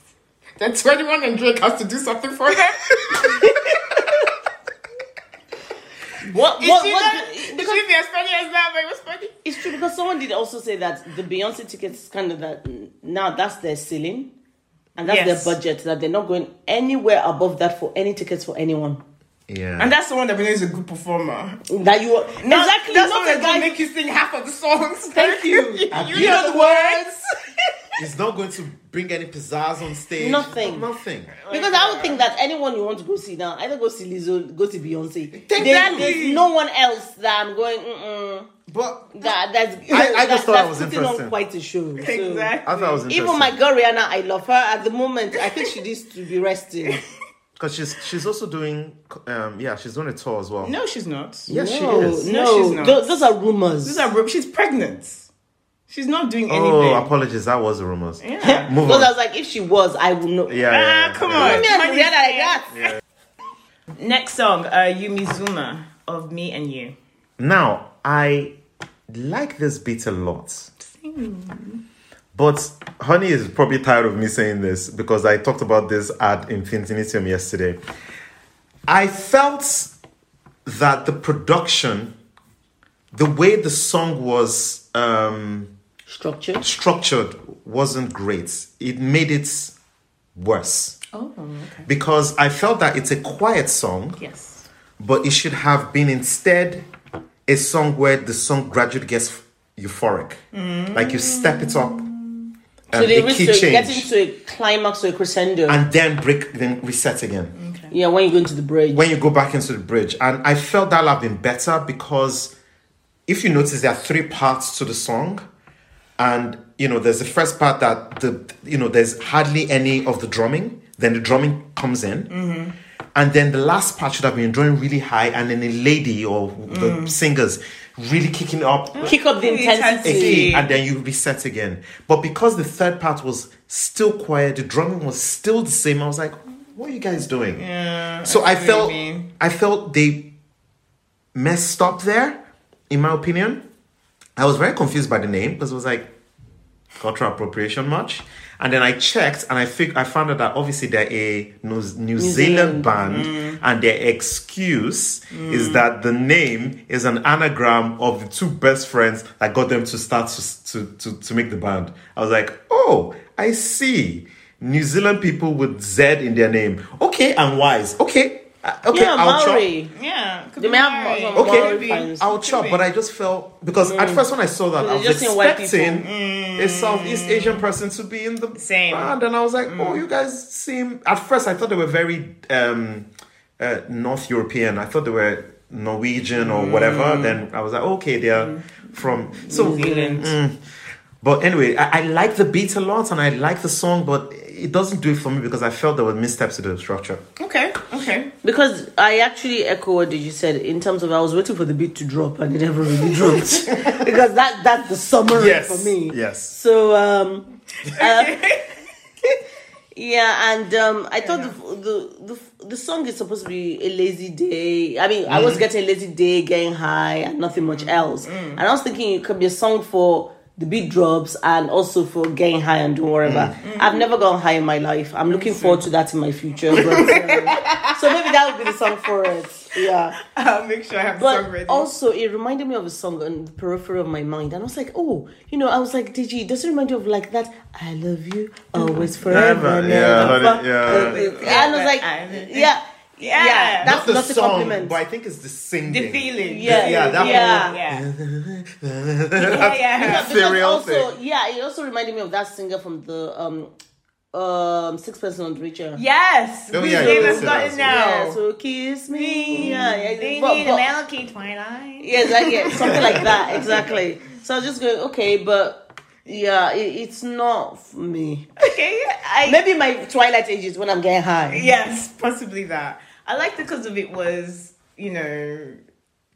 Speaker 1: that 21 and Drake has to do something for them.
Speaker 2: What?
Speaker 1: Is
Speaker 2: What?
Speaker 1: she
Speaker 2: what
Speaker 1: not- It should be as funny as that, but it was funny.
Speaker 2: it's true because someone did also say that the Beyonce tickets is kind of that now that's their ceiling, and that's
Speaker 1: Yes.
Speaker 2: their budget that they're not going anywhere above that for any tickets for anyone.
Speaker 3: Yeah.
Speaker 1: And that's the one that believes a good performer.
Speaker 2: That you are exactly
Speaker 1: That's the
Speaker 2: not
Speaker 1: one that
Speaker 2: a guy.
Speaker 1: make you sing half of the songs.
Speaker 2: Thank you.
Speaker 1: you,
Speaker 2: You know
Speaker 1: know the words.
Speaker 3: it's not going to bring any pizzazz on stage.
Speaker 2: Nothing.
Speaker 3: Nothing.
Speaker 2: Because I would think that anyone you want to go see now, either go see Lizzo, go see Beyonce.
Speaker 3: Exactly.
Speaker 2: There- there's no one else that I'm going. Mm-mm.
Speaker 3: But
Speaker 2: That that's
Speaker 3: I- I just
Speaker 2: that-
Speaker 3: thought I
Speaker 2: that's
Speaker 3: was
Speaker 2: putting
Speaker 3: interesting.
Speaker 2: on quite a show. so-
Speaker 1: exactly.
Speaker 3: I thought it was interesting.
Speaker 2: Even my girl Rihanna, I love her. At the moment, I think she needs to be resting.
Speaker 3: Because she's, she's also doing, um, yeah, she's doing a tour as well.
Speaker 1: No, she's not.
Speaker 3: Yes, she
Speaker 2: no,
Speaker 3: is.
Speaker 2: no,
Speaker 1: No, she's not.
Speaker 2: Tho- those are rumors.
Speaker 1: These are, she's pregnant. She's not doing anything.
Speaker 3: Oh, apologies. That was the rumors.
Speaker 1: Yeah.
Speaker 3: Move on.
Speaker 2: because I was like, if she was, I would know.
Speaker 3: yeah, yeah,
Speaker 1: Ah,
Speaker 3: yeah,
Speaker 1: come
Speaker 3: yeah.
Speaker 1: on.
Speaker 2: Me and Rihanna like that.
Speaker 1: Next song, uh, Yumi Zuma of Me and You.
Speaker 3: Now, I like this beat a lot. But Honey is probably tired of me saying this because I talked about this at Infinitium yesterday. I felt that the production, the way the song was um,
Speaker 2: Structure.
Speaker 3: structured, wasn't great. It made it worse
Speaker 1: Oh, okay.
Speaker 3: because I felt that it's a quiet song
Speaker 1: Yes.
Speaker 3: but it should have been instead a song where the song gradually gets euphoric. Like you step it up um,
Speaker 2: So they
Speaker 3: a
Speaker 2: reach
Speaker 3: key
Speaker 2: to
Speaker 3: change
Speaker 2: getting to a climax or a crescendo.
Speaker 3: and then break then reset again.
Speaker 2: yeah, when you go into the bridge.
Speaker 3: When you go back into the bridge. And I felt that'll have been better because if you notice there are three parts to the song and you know there's the first part that the you know there's hardly any of the drumming then the drumming comes in and then the last part should have been drawing really high and then a lady or the singers really kicking up
Speaker 2: Kick up the
Speaker 1: The intensity.
Speaker 2: intensity.
Speaker 3: a key
Speaker 1: See.
Speaker 3: and then you reset again but because the third part was still quiet the drumming was still the same i was like what are you guys doing
Speaker 1: Yeah.
Speaker 3: so I
Speaker 1: see what
Speaker 3: felt
Speaker 1: you mean.
Speaker 3: I felt they messed up there, in my opinion. I was very confused by the name because it was like cultural appropriation much. And then I checked and I fig- I found out that obviously they're a New, New
Speaker 2: Zealand.
Speaker 3: Zealand band and their excuse is that the name is an anagram of the two best friends that got them to start to, to, to, to make the band. I was like, oh, I see. New Zealand people with Z in their name. Okay, and wise. Okay. Uh, okay,
Speaker 2: yeah,
Speaker 3: I'll chop.
Speaker 2: Maori.
Speaker 1: Yeah. Could
Speaker 2: They
Speaker 1: be
Speaker 2: may have
Speaker 1: Maori.
Speaker 2: more-
Speaker 3: Okay.
Speaker 1: Could be.
Speaker 2: Maori fans.
Speaker 3: I'll chop, but I just felt because at first when I saw that,
Speaker 2: Because
Speaker 3: I was
Speaker 2: you just seen white
Speaker 3: expecting a Southeast Asian person to be in the
Speaker 1: Same.
Speaker 3: band, and I was like, oh, you guys seem. At first, I thought they were very um, uh, North European. I thought they were Norwegian or whatever. Then I was like, okay, they're from so
Speaker 1: New Zealand.
Speaker 3: Mm. But anyway, I, I like the beat a lot, and I like the song, but it doesn't do it for me because I felt there were missteps to the structure.
Speaker 1: Okay. Okay.
Speaker 2: Because I actually echo what you said in terms of I was waiting for the beat to drop and it never really dropped. because that that's the summary
Speaker 3: Yes,
Speaker 2: for me.
Speaker 3: yes.
Speaker 2: So um uh, Yeah, and um, I thought the, the the the song is supposed to be a lazy day. I mean, I was getting a lazy day, getting high, and nothing much else. And I was thinking it could be a song for the beat drops and also for getting high and doing whatever. I've never gone high in my life. I'm looking forward to that in my future. But, um, so maybe that would be the song for it. Yeah.
Speaker 1: I'll make sure I have the song ready.
Speaker 2: But also, it reminded me of a song on the periphery of my mind, and I was like, "Oh, you know," I was like, "DG, does it remind you of like that? I love you always, forever,
Speaker 3: Forever, yeah,
Speaker 2: never."
Speaker 3: but it- yeah.
Speaker 2: Uh, uh, And I was like,
Speaker 1: I-
Speaker 2: "Yeah,
Speaker 1: Yeah.
Speaker 2: yeah, that's
Speaker 3: the
Speaker 2: not a
Speaker 3: song,
Speaker 2: compliment."
Speaker 3: but I think it's the singing.
Speaker 1: the feeling.
Speaker 2: Yeah,
Speaker 3: Yeah, that
Speaker 2: yeah.
Speaker 1: Yeah. Yeah. yeah.
Speaker 2: Because
Speaker 3: Serial
Speaker 2: also, yeah, it also reminded me of that singer from the um um six person on Richard.
Speaker 1: Yes,
Speaker 3: Oh,
Speaker 1: we
Speaker 3: yeah,
Speaker 1: gave
Speaker 3: yeah,
Speaker 1: us
Speaker 3: yeah,
Speaker 1: gotten
Speaker 3: yeah.
Speaker 1: now.
Speaker 2: Yeah, so kiss me. Yeah, yeah.
Speaker 1: They
Speaker 2: but-
Speaker 1: need
Speaker 2: but-
Speaker 1: a Malachi Twilight.
Speaker 2: Yeah, exactly. yeah, something like that. Exactly. So I was just going, okay, but yeah, it, it's not for me.
Speaker 1: Okay, I
Speaker 2: Maybe my twilight age is when I'm getting high.
Speaker 1: yes, possibly that. I liked it because of it was you know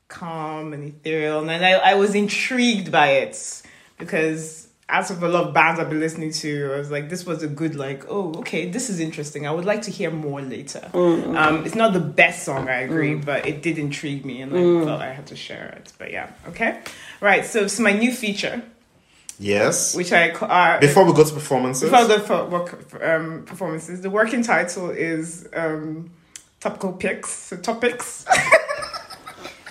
Speaker 1: calm and ethereal, and I I was intrigued by it because as of a lot of bands I've been listening to, I was like, this was a good like, oh okay, this is interesting. I would like to hear more later. Um, it's not the best song, I agree, but it did intrigue me, and I felt I had to share it. But yeah, okay, right. So it's my new feature,
Speaker 3: Yes.
Speaker 1: which I ca- uh,
Speaker 3: Before we go to performances,
Speaker 1: Before the for work for, um, performances, the working title is um, topical picks. So topics.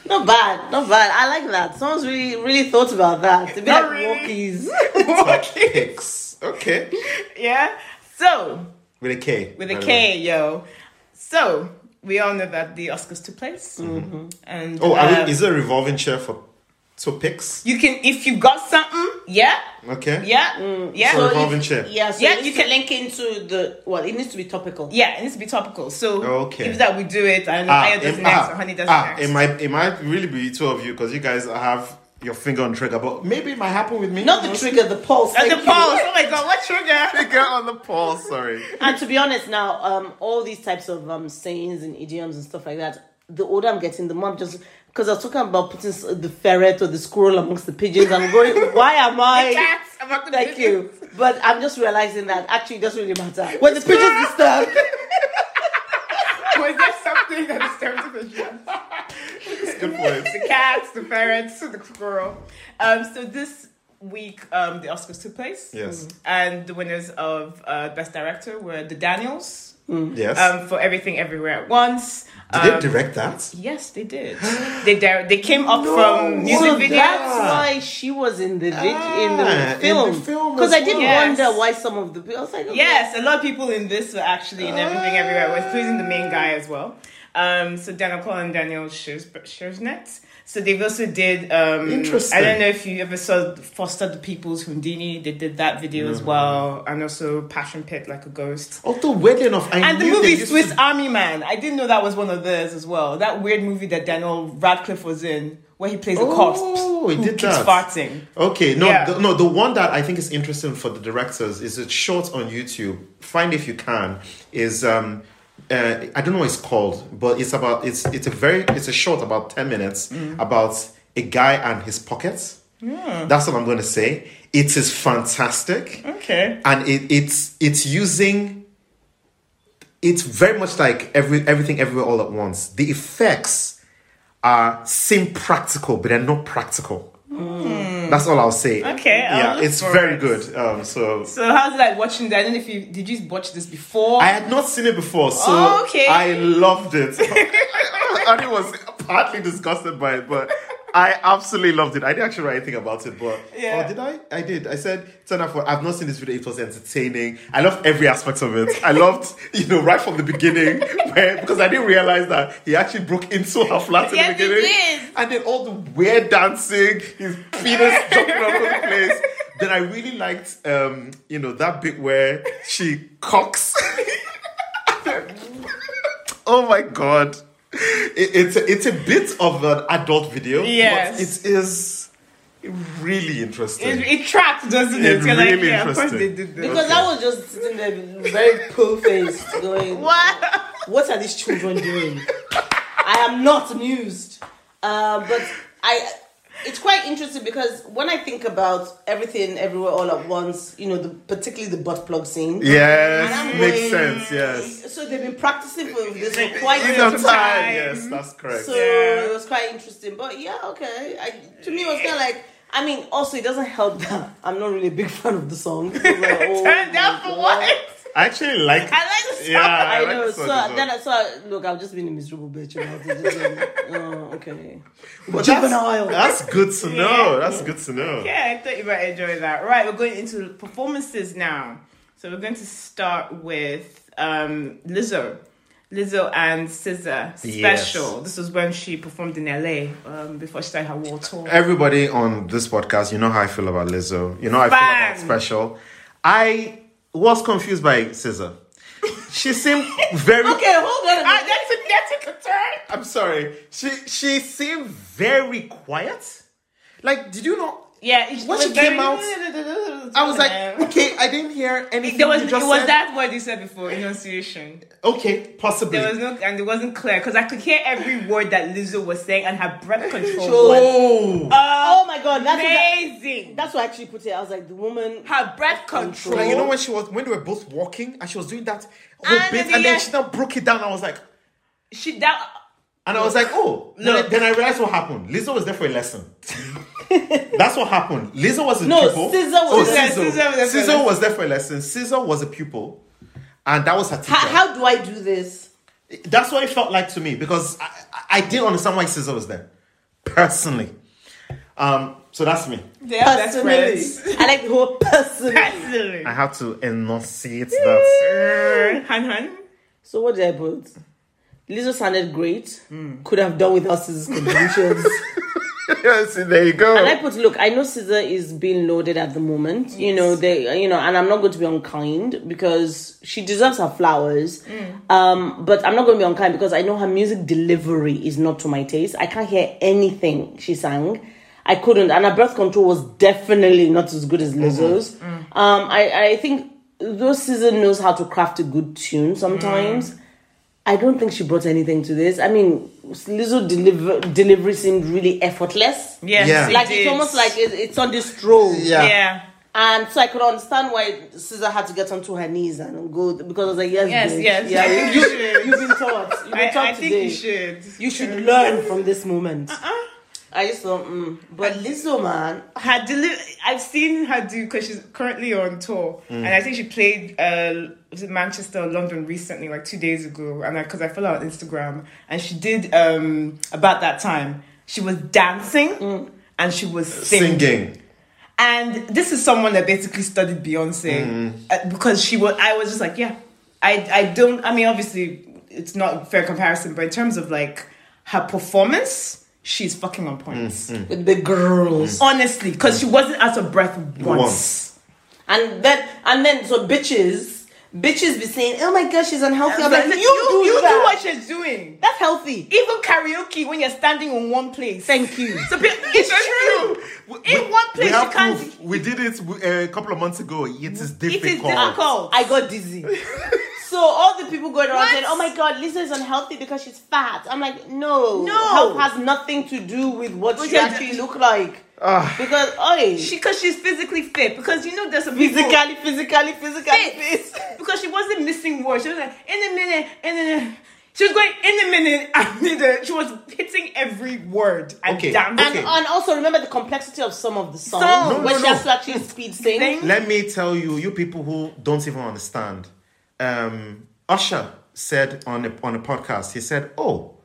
Speaker 2: Not bad, not bad. I like that. Someone's really, really thought about that. To be
Speaker 1: Not
Speaker 2: like
Speaker 1: really.
Speaker 2: walkies.
Speaker 3: picks. Okay.
Speaker 1: yeah. So
Speaker 3: With a K.
Speaker 1: with
Speaker 3: by
Speaker 1: a
Speaker 3: the way.
Speaker 1: K, yo. So we all know that the Oscars took place, and
Speaker 3: Oh, are we-
Speaker 1: um,
Speaker 3: is it a revolving chair for two picks?
Speaker 1: you can if you got something, yeah,
Speaker 3: Okay.
Speaker 1: yeah, yeah.
Speaker 3: So
Speaker 2: if-
Speaker 3: Revolving chair.
Speaker 2: Yeah, so
Speaker 1: Yeah,
Speaker 2: you
Speaker 1: you
Speaker 2: can
Speaker 1: can-
Speaker 2: link into the well, it needs to be topical.
Speaker 1: yeah, it needs to be topical. So
Speaker 3: Okay.
Speaker 1: if that we do it, I don't know.
Speaker 3: Ah,
Speaker 1: Aya does
Speaker 3: it-
Speaker 1: next,
Speaker 3: ah,
Speaker 1: or Honey does
Speaker 3: ah,
Speaker 1: next.
Speaker 3: It might, it might really be two of you because you guys have your finger on trigger, but maybe it might happen with me.
Speaker 2: Not the trigger, the pulse.
Speaker 1: and the
Speaker 2: thank you.
Speaker 1: pause. Oh my god, what trigger?
Speaker 3: trigger on the pulse. Sorry.
Speaker 2: And to be honest now, um, all these types of um sayings and idioms and stuff like that, the older I'm getting, the more I'm just because I was talking about putting s- the ferret or the squirrel amongst the pigeons. I'm going, why am I?
Speaker 1: Cats. I'm not gonna
Speaker 2: Thank
Speaker 1: do
Speaker 2: you. But I'm just realizing that actually it doesn't really matter. When the pigeons disturb,
Speaker 1: this. Was there something that disturbs the vision?
Speaker 3: It's good point.
Speaker 1: the cats, the ferrets, the squirrel. Um, so this week, um, the Oscars took place.
Speaker 3: Yes.
Speaker 1: And the winners of uh, Best Director were the Daniels
Speaker 3: Yes.
Speaker 1: um, for Everything Everywhere at Once.
Speaker 3: Did
Speaker 1: Um,
Speaker 3: they direct that?
Speaker 1: Yes, they did. they di- they came up
Speaker 3: No
Speaker 1: from music
Speaker 2: so
Speaker 1: videos.
Speaker 2: that's why she was in the vid- in
Speaker 3: Ah,
Speaker 2: the
Speaker 3: in
Speaker 2: film.
Speaker 3: the film
Speaker 2: Because
Speaker 3: as
Speaker 2: I did
Speaker 1: well.
Speaker 2: wonder
Speaker 1: Yes.
Speaker 2: why some of the people. I was like, okay.
Speaker 1: Yes, a lot of people in this were actually in Everything Everywhere, was including the main guy as well. Um, so Daniel Cole and Daniel Shirs- Shirsnet. So they've also did. Um,
Speaker 3: Interesting.
Speaker 1: I don't know if you ever saw Foster the People's Houdini. They did that video as well, and also Passion Pit like a ghost.
Speaker 3: Although weirdly enough, I
Speaker 1: And the
Speaker 3: knew they
Speaker 1: movie
Speaker 3: used
Speaker 1: Swiss
Speaker 3: to-
Speaker 1: Army Man. I didn't know that was one of theirs as well. That weird movie that Daniel Radcliffe was in, where he plays a cop
Speaker 3: Oh, he
Speaker 1: who
Speaker 3: did
Speaker 1: keeps
Speaker 3: that.
Speaker 1: farting.
Speaker 3: Okay, no,
Speaker 1: Yeah.
Speaker 3: the, no. The one that I think is interesting for the directors is it's short on YouTube. Find if you can. Is um, uh, I don't know what it's called, but it's about it's it's a very it's a short about ten minutes about a guy and his pockets. That's what I'm going to say. It is fantastic
Speaker 1: Okay.
Speaker 3: and it, it's it's using it's very much like every everything everywhere all at once the effects are seem practical but they're not practical that's all i'll say
Speaker 1: Hmm. Okay, I'll
Speaker 3: yeah
Speaker 1: look
Speaker 3: it's
Speaker 1: for
Speaker 3: very
Speaker 1: it.
Speaker 3: good um so
Speaker 1: So how's it like watching that? I don't know if you did you watch this before.
Speaker 3: i had not seen it before so
Speaker 1: Oh, okay.
Speaker 3: i loved it and it was partly disgusted by it but I absolutely loved it. I didn't actually write anything about it, but
Speaker 1: Yeah.
Speaker 3: oh, did I? I did. I said turn up for. I've not seen this video. It was entertaining. I loved every aspect of it. I loved, you know, right from the beginning, where because I didn't realize that he actually broke into her flat in
Speaker 1: Yes,
Speaker 3: the
Speaker 1: he
Speaker 3: beginning,
Speaker 1: did.
Speaker 3: and then all the weird dancing, his penis jumping all over the place. Then I really liked, um, you know, that bit where she cocks. oh my god. It, it's a, it's a bit of an adult video.
Speaker 1: Yes.
Speaker 3: but it is really interesting.
Speaker 1: It, it tracks, doesn't it?
Speaker 3: It's
Speaker 1: You're like,
Speaker 3: really
Speaker 1: yeah, of course they
Speaker 3: interesting.
Speaker 1: did this.
Speaker 2: Because I was just sitting there very pale faced going,
Speaker 1: What?
Speaker 2: What are these children doing? I am not amused. Uh, but I, it's quite interesting because when I think about everything, everywhere, all at once, you know, the, particularly the butt plug scene.
Speaker 3: yes, makes sense. Yes,
Speaker 2: So they've been practicing for this for quite
Speaker 1: It's
Speaker 2: some
Speaker 3: Enough
Speaker 2: time.
Speaker 3: time. Yes, that's correct.
Speaker 2: So
Speaker 1: Yeah.
Speaker 2: it was quite interesting. But yeah, okay. I, to me, it was kind of like. I mean, also, it doesn't help that I'm not really a big fan of the song. So, like, oh
Speaker 1: Turned down
Speaker 2: my
Speaker 1: for
Speaker 2: God.
Speaker 1: what?
Speaker 3: I actually like.
Speaker 1: I like the song.
Speaker 3: Yeah,
Speaker 2: I,
Speaker 3: I, like
Speaker 2: know.
Speaker 3: the
Speaker 2: So
Speaker 3: song as well.
Speaker 2: then, I, so I, look, I've just been a miserable bitch about it. Just like, oh, okay.
Speaker 3: But
Speaker 2: Juvenile.
Speaker 3: That's, that's good to know. That's good to know.
Speaker 1: Yeah, I thought you might enjoy that. Right, we're going into performances now. So we're going to start with um, Lizzo. Lizzo and SZA special. This was when she performed in LA um, before she started her war tour.
Speaker 3: Uh, Everybody on this podcast, you know how I feel about Lizzo. You know how I feel
Speaker 1: Fan.
Speaker 3: about Special. I was confused by Scissor. She seemed very.
Speaker 2: Okay, hold on. A
Speaker 1: Ah,
Speaker 2: minute.
Speaker 1: that took that took a turn.
Speaker 3: I'm sorry. She she seemed very quiet. Like, did you not?
Speaker 2: Yeah, it
Speaker 3: When
Speaker 2: was
Speaker 3: she
Speaker 2: very-
Speaker 3: came out, I was like,
Speaker 1: Yeah.
Speaker 3: okay, I didn't hear anything.
Speaker 1: There was
Speaker 3: you
Speaker 1: it
Speaker 3: just
Speaker 1: was
Speaker 3: said.
Speaker 1: that word you said before enunciation.
Speaker 3: Okay, possibly.
Speaker 1: There was no and it wasn't clear because I could hear every word that Lizzo was saying and her breath control
Speaker 2: Control.
Speaker 1: was
Speaker 3: oh.
Speaker 2: Oh my god, that's exa-
Speaker 1: amazing.
Speaker 2: that's what I actually put it. I was like, the woman.
Speaker 1: Her breath control.
Speaker 3: Like, you know when she was when they were both walking and she was doing that whole
Speaker 1: And
Speaker 3: bit
Speaker 1: the-
Speaker 3: and
Speaker 1: Ah, yeah.
Speaker 3: then she now broke it down. I was like,
Speaker 1: she that
Speaker 3: and I was like, oh. Then, I,
Speaker 1: Look.
Speaker 3: then I realized what happened. Lizzo was there for a lesson. That's what happened. Lizzo was a
Speaker 2: No,
Speaker 3: pupil.
Speaker 2: Scissor was
Speaker 3: oh,
Speaker 2: there-
Speaker 1: Scissor
Speaker 3: Scissor.
Speaker 1: was there for a
Speaker 3: Scissor
Speaker 1: lesson.
Speaker 3: was there for a lesson. Scissor was a pupil, and that was her teacher.
Speaker 2: How, how do I do this?
Speaker 3: That's what it felt like to me because I, I- I didn't understand why Scissor was there, personally. Um, so that's me.
Speaker 1: they are best friends.
Speaker 2: I like the whole personally.
Speaker 1: Personally.
Speaker 3: I had to enunciate that.
Speaker 1: Han Han.
Speaker 2: So what did I put? Lizzo sounded great. Could have done without Scissor's contributions.
Speaker 3: yes, there you go.
Speaker 2: And I put, look, I know Scissor is being loaded at the moment. You know, they, you know, and I'm not going to be unkind because she deserves her flowers. Um, but I'm not going to be unkind because I know her music delivery is not to my taste. I can't hear anything she sang. I couldn't, and her birth control was definitely not as good as Lizzo's. Um, I, I think though Scissor knows how to craft a good tune sometimes. I don't think she brought anything to this. I mean, Lizzo deliver, delivery seemed really effortless
Speaker 1: Yes,
Speaker 3: Yeah.
Speaker 1: it
Speaker 2: like
Speaker 1: did.
Speaker 2: it's almost like it, it's on this stroll.
Speaker 3: yeah.
Speaker 1: yeah.
Speaker 2: And so I could understand why Caesar had to get onto her knees and go because I was like, yes,
Speaker 1: Yes,
Speaker 2: bitch.
Speaker 1: yes.
Speaker 2: yeah,
Speaker 1: I think
Speaker 2: you,
Speaker 1: you should.
Speaker 2: have been taught, you've been
Speaker 1: I,
Speaker 2: taught
Speaker 1: I think
Speaker 2: today.
Speaker 1: you should. Uh-uh.
Speaker 2: You should learn from this moment. I just thought, mm. but Lizzo, man,
Speaker 1: Her deli- I've seen her do because she's currently on tour, and I think she played uh, was it Manchester or London recently, like two days ago. And because I, follow her on Instagram, and she did um, about that time. She was dancing and she was singing.
Speaker 3: Singing.
Speaker 1: And this is someone that basically studied Beyonce uh, because she was. I was just like, yeah, I I don't. I mean, obviously, it's not fair comparison, but in terms of like her performance, she's fucking on point.
Speaker 2: with the
Speaker 1: Mm.
Speaker 2: girls,
Speaker 1: Honestly, because she wasn't out of breath once.
Speaker 3: Once.
Speaker 2: and then and then so bitches, bitches be saying, oh my gosh, she's unhealthy. I'm
Speaker 1: But
Speaker 2: like, you, do
Speaker 1: you
Speaker 2: that.
Speaker 1: do what she's doing.
Speaker 2: That's healthy.
Speaker 1: Even karaoke when you're standing in one place.
Speaker 2: Thank you.
Speaker 1: So pe- it's true. In one place,
Speaker 3: we
Speaker 1: you
Speaker 3: have
Speaker 1: can't.
Speaker 3: proof. We did it uh, a couple of months ago. It is
Speaker 1: It
Speaker 3: difficult.
Speaker 1: is difficult.
Speaker 2: I got dizzy. so all the people going around
Speaker 1: What?
Speaker 2: saying, "Oh my God, Lisa is unhealthy because she's fat." I'm like, no,
Speaker 1: No.
Speaker 2: health has nothing to do with what
Speaker 1: With
Speaker 2: you
Speaker 1: your-
Speaker 2: actually look like.
Speaker 3: Ah.
Speaker 2: because oh,
Speaker 1: She, because she's physically fit. Because you know there's some people-
Speaker 2: physically, physically, physically
Speaker 1: fit because she wasn't missing words. She was like, in a minute, in a minute. She was going in a minute. and in the- she was hitting every word and uh,
Speaker 3: Okay,
Speaker 1: dancing.
Speaker 2: And,
Speaker 3: Okay.
Speaker 2: and also remember the complexity of some of the songs
Speaker 1: Songs.
Speaker 3: No, no,
Speaker 2: where she
Speaker 3: no.
Speaker 2: has to actually speed sing.
Speaker 1: Sing.
Speaker 3: Let me tell you, you people who don't even understand, um, Usher said on a, on a podcast, he said, "Oh,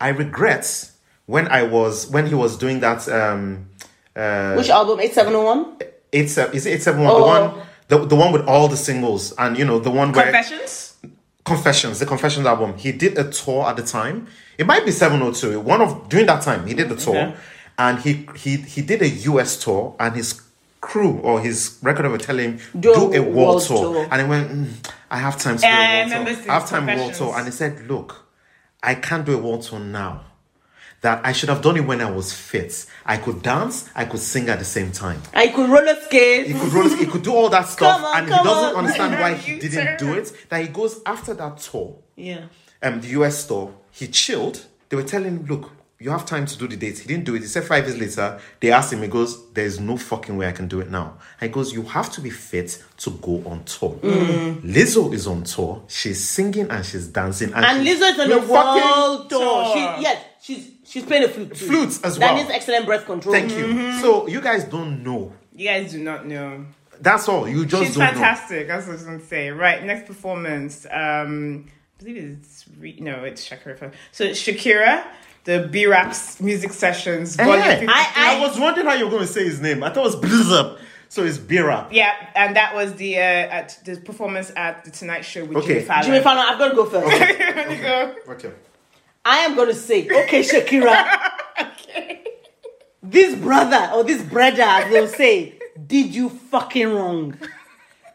Speaker 3: I regret when I was when he was doing that. Um, uh,
Speaker 2: Which album? Eight seven zero one.
Speaker 3: it's a, is it eight seven one?
Speaker 2: Oh.
Speaker 3: The one." The, the one with all the singles and you know the one where
Speaker 1: Confessions.
Speaker 3: Confessions, the Confessions album. He did a tour at the time. It might be 702. One of during that time he did the tour.
Speaker 1: Okay.
Speaker 3: And he he he did a US tour and his crew or his record were telling him
Speaker 2: Do
Speaker 3: do,
Speaker 2: a
Speaker 3: a world,
Speaker 2: world
Speaker 3: tour.
Speaker 2: tour.
Speaker 3: And he went, "Mm, I have time to do
Speaker 1: Yeah, I
Speaker 3: a
Speaker 1: remember
Speaker 3: world
Speaker 1: seeing
Speaker 3: tour. I have time world
Speaker 1: Confessions.
Speaker 3: tour. And he said, Look, I can't do a world tour now. That I should have done it when I was fit. I could dance, I could sing at the same time.
Speaker 2: I could roller skate.
Speaker 3: He could roll, he could do all that stuff,
Speaker 2: Come on,
Speaker 3: and he
Speaker 2: come
Speaker 3: doesn't
Speaker 2: on.
Speaker 3: understand why he
Speaker 1: You
Speaker 3: didn't do
Speaker 1: turn.
Speaker 3: it. That he goes after that tour
Speaker 2: Yeah.
Speaker 3: um, the US store, he chilled. They were telling him, look, you have time to do the date. He didn't do it. He said five years later, they asked him, he goes, there's no fucking way I can do it now. And he goes, you have to be fit to go on tour.
Speaker 2: Mm.
Speaker 3: Lizzo is on tour. She's singing and she's dancing. And,
Speaker 2: And
Speaker 3: she's
Speaker 2: Lizzo is on
Speaker 3: No
Speaker 2: a world tour.
Speaker 1: tour.
Speaker 2: She, yes, she's she's playing a flute. Too.
Speaker 3: Flutes as
Speaker 2: That
Speaker 3: well.
Speaker 2: needs excellent breath control.
Speaker 3: Thank you.
Speaker 2: Mm-hmm.
Speaker 3: So you guys don't know.
Speaker 1: You guys do not know.
Speaker 3: That's all. You just
Speaker 1: She's
Speaker 3: don't
Speaker 1: fantastic. That's what I was going to say. Right, next performance. Um, I believe it's Re- no, it's Shakira. So it's Shakira, the B Raps music sessions.
Speaker 3: know.
Speaker 1: volume
Speaker 3: Eh,
Speaker 1: 50.
Speaker 3: I, was wondering how you were going to say his name. I thought it was Blizzard. So it's Bira.
Speaker 1: yeah, and that was the uh, at the performance at the Tonight Show with
Speaker 3: Okay.
Speaker 1: Jimmy Fallon.
Speaker 2: Jimmy Fallon, I've got to go first.
Speaker 3: Okay.
Speaker 2: I am gonna say, okay, Shakira. This brother or this brother will say, did you fucking wrong?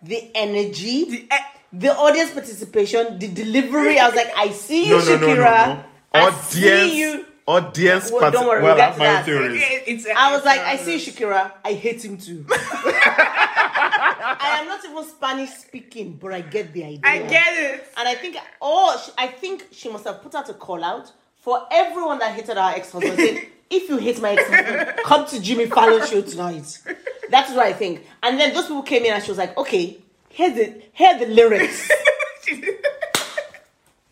Speaker 2: the energy, the,
Speaker 1: The e-
Speaker 2: audience participation, the delivery. I was like, I see you,
Speaker 3: No, no,
Speaker 2: Shakira.
Speaker 3: no, no, no.
Speaker 2: I
Speaker 3: Audience,
Speaker 2: see you.
Speaker 3: audience.
Speaker 2: Well, don't
Speaker 3: parti-
Speaker 2: worry,
Speaker 3: well,
Speaker 2: we'll
Speaker 3: I have
Speaker 2: get to
Speaker 3: my
Speaker 2: that.
Speaker 3: theories.
Speaker 1: It's uh, a-
Speaker 2: I was like, I see Shakira. I hate him too. I am not even Spanish speaking, but I get the idea.
Speaker 1: I get it.
Speaker 2: And I think, oh, she, I think she must have put out a call out for everyone that hated her ex husband. saying, if you hate my ex husband, come to Jimmy Fallon show tonight. That's what I think. And then those people came in and she was like, okay, here's the here are the lyrics.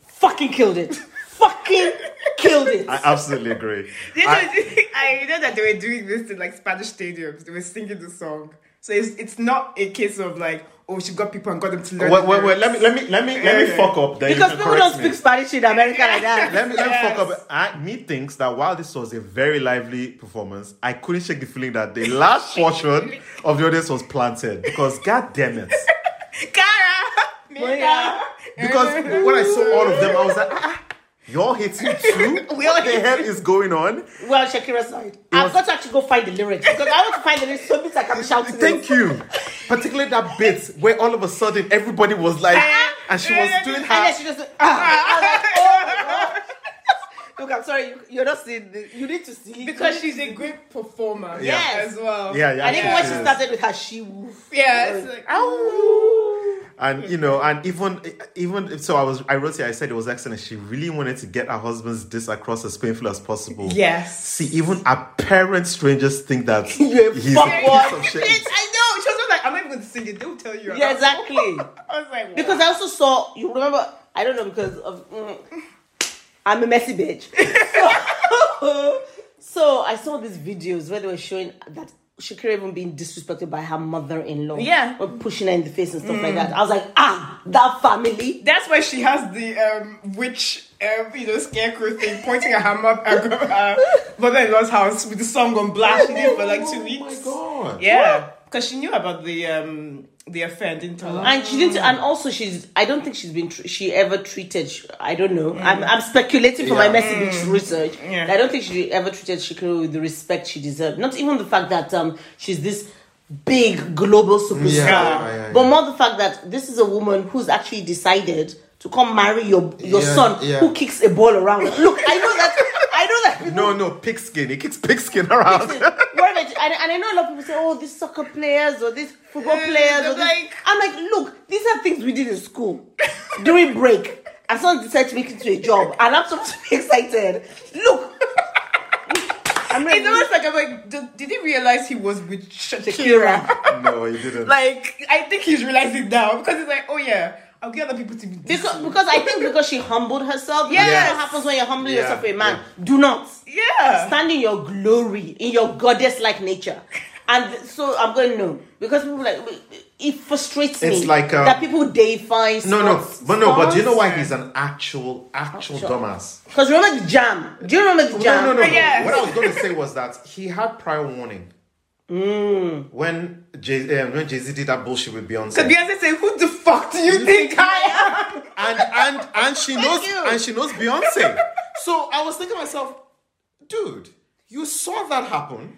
Speaker 2: Fucking killed it. Fucking killed it.
Speaker 3: I absolutely agree.
Speaker 1: This
Speaker 3: I-
Speaker 1: was- I know that they were doing this in like Spanish stadiums. They were singing the song, so it's it's not a case of like oh she got people and got them to learn.
Speaker 3: wait,
Speaker 1: the
Speaker 3: wait, wait.
Speaker 1: lyrics.
Speaker 3: Let me, let me, let me, let me fuck up. Then you
Speaker 2: because
Speaker 3: can
Speaker 2: people don't
Speaker 3: correct
Speaker 2: speak
Speaker 3: me.
Speaker 2: Spanish in America like that.
Speaker 3: Let me, let me
Speaker 1: Yes.
Speaker 3: fuck up. I, me thinks that while this was a very lively performance, I couldn't shake the feeling that the last portion of the audience was planted because, god damn it.
Speaker 1: Cara,
Speaker 2: yeah.
Speaker 1: Mira,
Speaker 3: Because when I saw all of them, I was like, ah, y'all hitting too?
Speaker 2: We all
Speaker 3: What the
Speaker 2: hate
Speaker 3: hell is going on?
Speaker 2: Well, Shakira side. I've
Speaker 3: was-
Speaker 2: got to actually go find the lyrics because I want to find the lyrics so bit I can shout to them.
Speaker 3: Thank you. Particularly that bit where all of a sudden everybody was like, and she was doing
Speaker 2: And
Speaker 3: her.
Speaker 2: then she just ah. I was like, oh my God. Look, I'm sorry, you, you're not seeing this. You need to see
Speaker 1: because she's a great performer.
Speaker 3: Yeah.
Speaker 1: as well.
Speaker 3: Yeah, yeah.
Speaker 2: And even when she
Speaker 3: Yes.
Speaker 2: started with her she woof.
Speaker 1: yeah. It's like
Speaker 3: and you know, and even even so, I was I wrote here. I said it was excellent. She really wanted to get her husband's diss across as painful as possible.
Speaker 1: Yes.
Speaker 3: See, even apparent strangers think that
Speaker 2: You're a
Speaker 3: he's a
Speaker 2: fuckboy.
Speaker 3: piece of
Speaker 1: Bitch,
Speaker 3: shit.
Speaker 1: I know. She was like, I'm not even going to sing it. They'll tell you.
Speaker 2: Yeah, exactly.
Speaker 1: I was like,
Speaker 2: Because I also saw you remember I don't know because of mm, I'm a messy bitch. So, so I saw these videos where they were showing that Shakira even being disrespected by her mother-in-law.
Speaker 1: Yeah.
Speaker 2: Or pushing her in the face and stuff like that. I was like, ah, that family.
Speaker 1: that's why she has the um, witch, um, you know, scarecrow thing pointing at her mother, her, gr- her mother-in-law's house with the song on blast. She did for like two weeks.
Speaker 3: Oh my god.
Speaker 1: Yeah, because she knew about the um, the affair, and didn't tell her.
Speaker 2: And she didn't, and also she's. I don't think she's been. Tr- she ever treated. sh- I don't know. I'm. I'm speculating from my
Speaker 3: Mm. Yeah. Mm.
Speaker 2: messy bitch research.
Speaker 1: Yeah.
Speaker 2: I don't think she ever treated Shakira with the respect she deserved. Not even the fact that um she's this big global superstar,
Speaker 3: Yeah, yeah, yeah.
Speaker 2: but more the fact that this is a woman who's actually decided to come marry your your
Speaker 3: Yeah,
Speaker 2: son
Speaker 3: yeah.
Speaker 2: who kicks a ball around. Look, I know that. I know that. people
Speaker 3: No, no, pigskin. He kicks pigskin around.
Speaker 2: what about, and, and I know a lot of people say, oh, these soccer players or these football players.
Speaker 1: they're
Speaker 2: Or this.
Speaker 1: like-
Speaker 2: I'm like, look, these are things we did in school during break. And someone decided to make it to a job. And I'm so excited. Look. I'm
Speaker 1: It's almost
Speaker 2: like,
Speaker 1: like I'm like, did, did he realize he was with Shakira?
Speaker 2: Shakira.
Speaker 3: no, he didn't.
Speaker 1: Like, I think he's realizing now because it's like, oh yeah, I'll get other people to be
Speaker 2: Because, because I think because she humbled herself.
Speaker 1: Yes.
Speaker 2: That's what happens when you're humbling
Speaker 3: Yeah,
Speaker 2: yourself for a man.
Speaker 3: yeah.
Speaker 2: Do not.
Speaker 1: yeah.
Speaker 2: Stand in your glory, in your goddess like nature. And so I'm going no because people like it frustrates me
Speaker 3: It's like, um,
Speaker 2: that people deify.
Speaker 3: no, no,
Speaker 2: sports-
Speaker 3: but no, but do you know why
Speaker 1: Sponsor.
Speaker 3: he's an actual, actual
Speaker 2: Actual.
Speaker 3: dumbass?
Speaker 2: Because remember the jam. Do you remember the jam?
Speaker 3: No, no, no. no.
Speaker 1: Yes.
Speaker 3: What I was going to say was that he had prior warning. When Jay um, when Jay Z did that bullshit with
Speaker 1: Mm. So Beyonce said, "Who the fuck do you think I am?"
Speaker 3: and and and she knows
Speaker 2: you.
Speaker 3: and she knows Beyonce. So I was thinking to myself, dude, you saw that happen.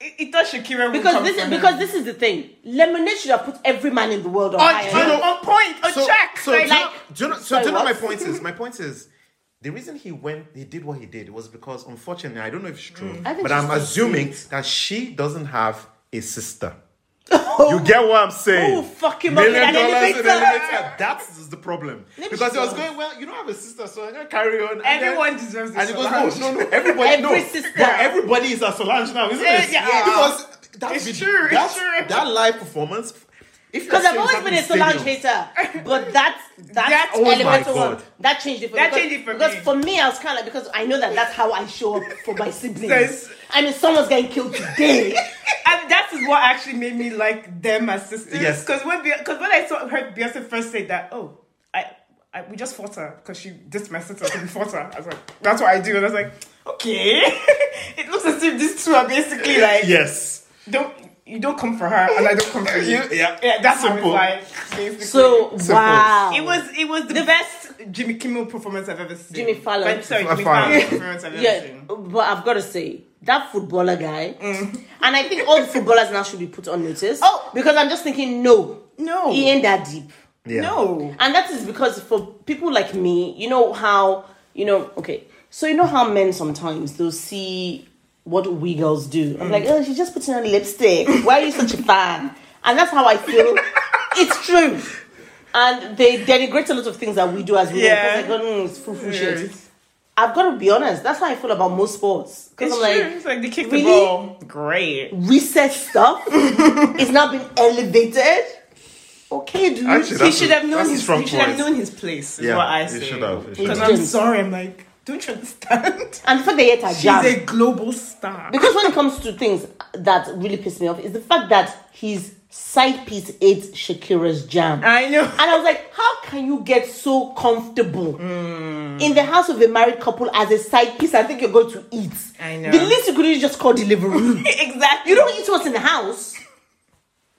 Speaker 1: It, it thought Shakira would
Speaker 2: Because
Speaker 1: come
Speaker 2: this
Speaker 1: for
Speaker 2: is
Speaker 1: him.
Speaker 2: because this is the thing. Lemonade should have put every man in the world on
Speaker 1: on,
Speaker 2: higher.
Speaker 1: on, on point, on
Speaker 3: So,
Speaker 1: track.
Speaker 3: so
Speaker 1: like,
Speaker 3: do you
Speaker 1: like,
Speaker 3: know, do you know- so
Speaker 2: sorry,
Speaker 3: do you know my
Speaker 2: what?
Speaker 3: point is? My point is. The reason he went, he did what he did was because, unfortunately, I don't know if it's true,
Speaker 2: Mm. I think
Speaker 3: but
Speaker 2: she's
Speaker 3: I'm
Speaker 2: so
Speaker 3: assuming that she doesn't have a sister. you get what I'm saying?
Speaker 2: Oh, fucking
Speaker 3: Million
Speaker 2: money, an
Speaker 3: dollars in
Speaker 2: elevator.
Speaker 3: an elevator. That's the problem.
Speaker 2: Let me
Speaker 3: Because it was
Speaker 2: show.
Speaker 3: going, well, you don't have a sister, so I'm going to carry on. And then-
Speaker 1: everyone deserves this.
Speaker 3: And it goes,
Speaker 1: round.
Speaker 3: no, no, no. Everybody,
Speaker 2: Every
Speaker 3: no.
Speaker 2: sister.
Speaker 3: But everybody is a Solange now, isn't
Speaker 1: Yeah,
Speaker 3: it?
Speaker 1: yeah.
Speaker 3: Because that
Speaker 1: It's
Speaker 3: vid-
Speaker 1: true, it's
Speaker 3: that-
Speaker 1: true.
Speaker 3: That live performance. if you're
Speaker 2: Because I've
Speaker 3: saying
Speaker 2: always
Speaker 3: that
Speaker 2: been
Speaker 3: in
Speaker 2: a Solange
Speaker 3: stadiums-
Speaker 2: hater, but that's that's
Speaker 1: That's-
Speaker 3: Oh my
Speaker 2: elemental
Speaker 3: God.
Speaker 2: one. That changed it for
Speaker 1: That
Speaker 2: me.
Speaker 1: changed it for
Speaker 2: because
Speaker 1: me.
Speaker 2: for me, I was kind of like because I know that that's how I show up for my
Speaker 1: Yes.
Speaker 2: siblings. I mean, someone's getting killed today.
Speaker 1: And that is what actually made me like them as sisters.
Speaker 3: Yes.
Speaker 1: Because when because when I saw her Beyonce first say that, oh, I, I we just fought her because she dissed my sister, so we fought her. I was like, that's what I do. And I was like, okay. it looks as if these two are basically like,
Speaker 3: Yes.
Speaker 1: don't you don't come for her and I don't come for you.
Speaker 3: You- yeah.
Speaker 1: yeah that's how it's
Speaker 3: Simple.
Speaker 1: like. Basically.
Speaker 2: so
Speaker 3: Simple.
Speaker 2: wow,
Speaker 1: It was it was the, best Jimmy Kimmel performance I've ever seen.
Speaker 2: Jimmy Fallon.
Speaker 1: But, sorry,
Speaker 3: Fallon.
Speaker 1: Jimmy Fallon performance I've ever
Speaker 2: yeah.
Speaker 1: seen.
Speaker 2: But I've got to say that footballer guy, and I think all the footballers now should be put on notice.
Speaker 1: Mm. Oh.
Speaker 2: because I'm just thinking no.
Speaker 1: No.
Speaker 2: He ain't that deep.
Speaker 3: Yeah.
Speaker 1: No.
Speaker 2: And that is because for people like me, you know how, you know, okay, so you know how men sometimes they'll see what we girls do. I'm like, oh, she's just putting on lipstick. Why are you such a fan? And that's how I feel. it's true. And they denigrate a lot of things that we do as women.
Speaker 1: Yeah.
Speaker 2: Yeah. Like, oh, mm, it's foo foo shit.
Speaker 1: It's
Speaker 2: I've got to be honest. That's how I feel about most sports. Because I'm
Speaker 1: true.
Speaker 2: like,
Speaker 1: it's like they kicked
Speaker 2: really?
Speaker 1: the ball. Great.
Speaker 2: research stuff is now being elevated. Okay, dude.
Speaker 3: Actually,
Speaker 1: He
Speaker 3: That's
Speaker 1: should
Speaker 3: a-
Speaker 1: have known
Speaker 3: that's a
Speaker 1: his. He
Speaker 3: strong
Speaker 1: should have
Speaker 3: point.
Speaker 1: known his place. Is
Speaker 3: Yeah,
Speaker 1: what I
Speaker 3: he
Speaker 1: say.
Speaker 3: should have, he should
Speaker 1: Because
Speaker 2: have.
Speaker 1: I'm sorry. I'm like, don't you understand?
Speaker 2: and the fact that yet I
Speaker 1: She's
Speaker 2: jam.
Speaker 1: a global star.
Speaker 2: because when it comes to things that really piss me off is the fact that his side piece ate Shakira's jam.
Speaker 1: I know.
Speaker 2: And I was like, how can you get so comfortable
Speaker 1: Hmm.
Speaker 2: in the house of a married couple as a side piece? I think you're going to eat.
Speaker 1: I know.
Speaker 2: The least you could do is just call delivery.
Speaker 1: exactly.
Speaker 2: you don't eat what's in the house.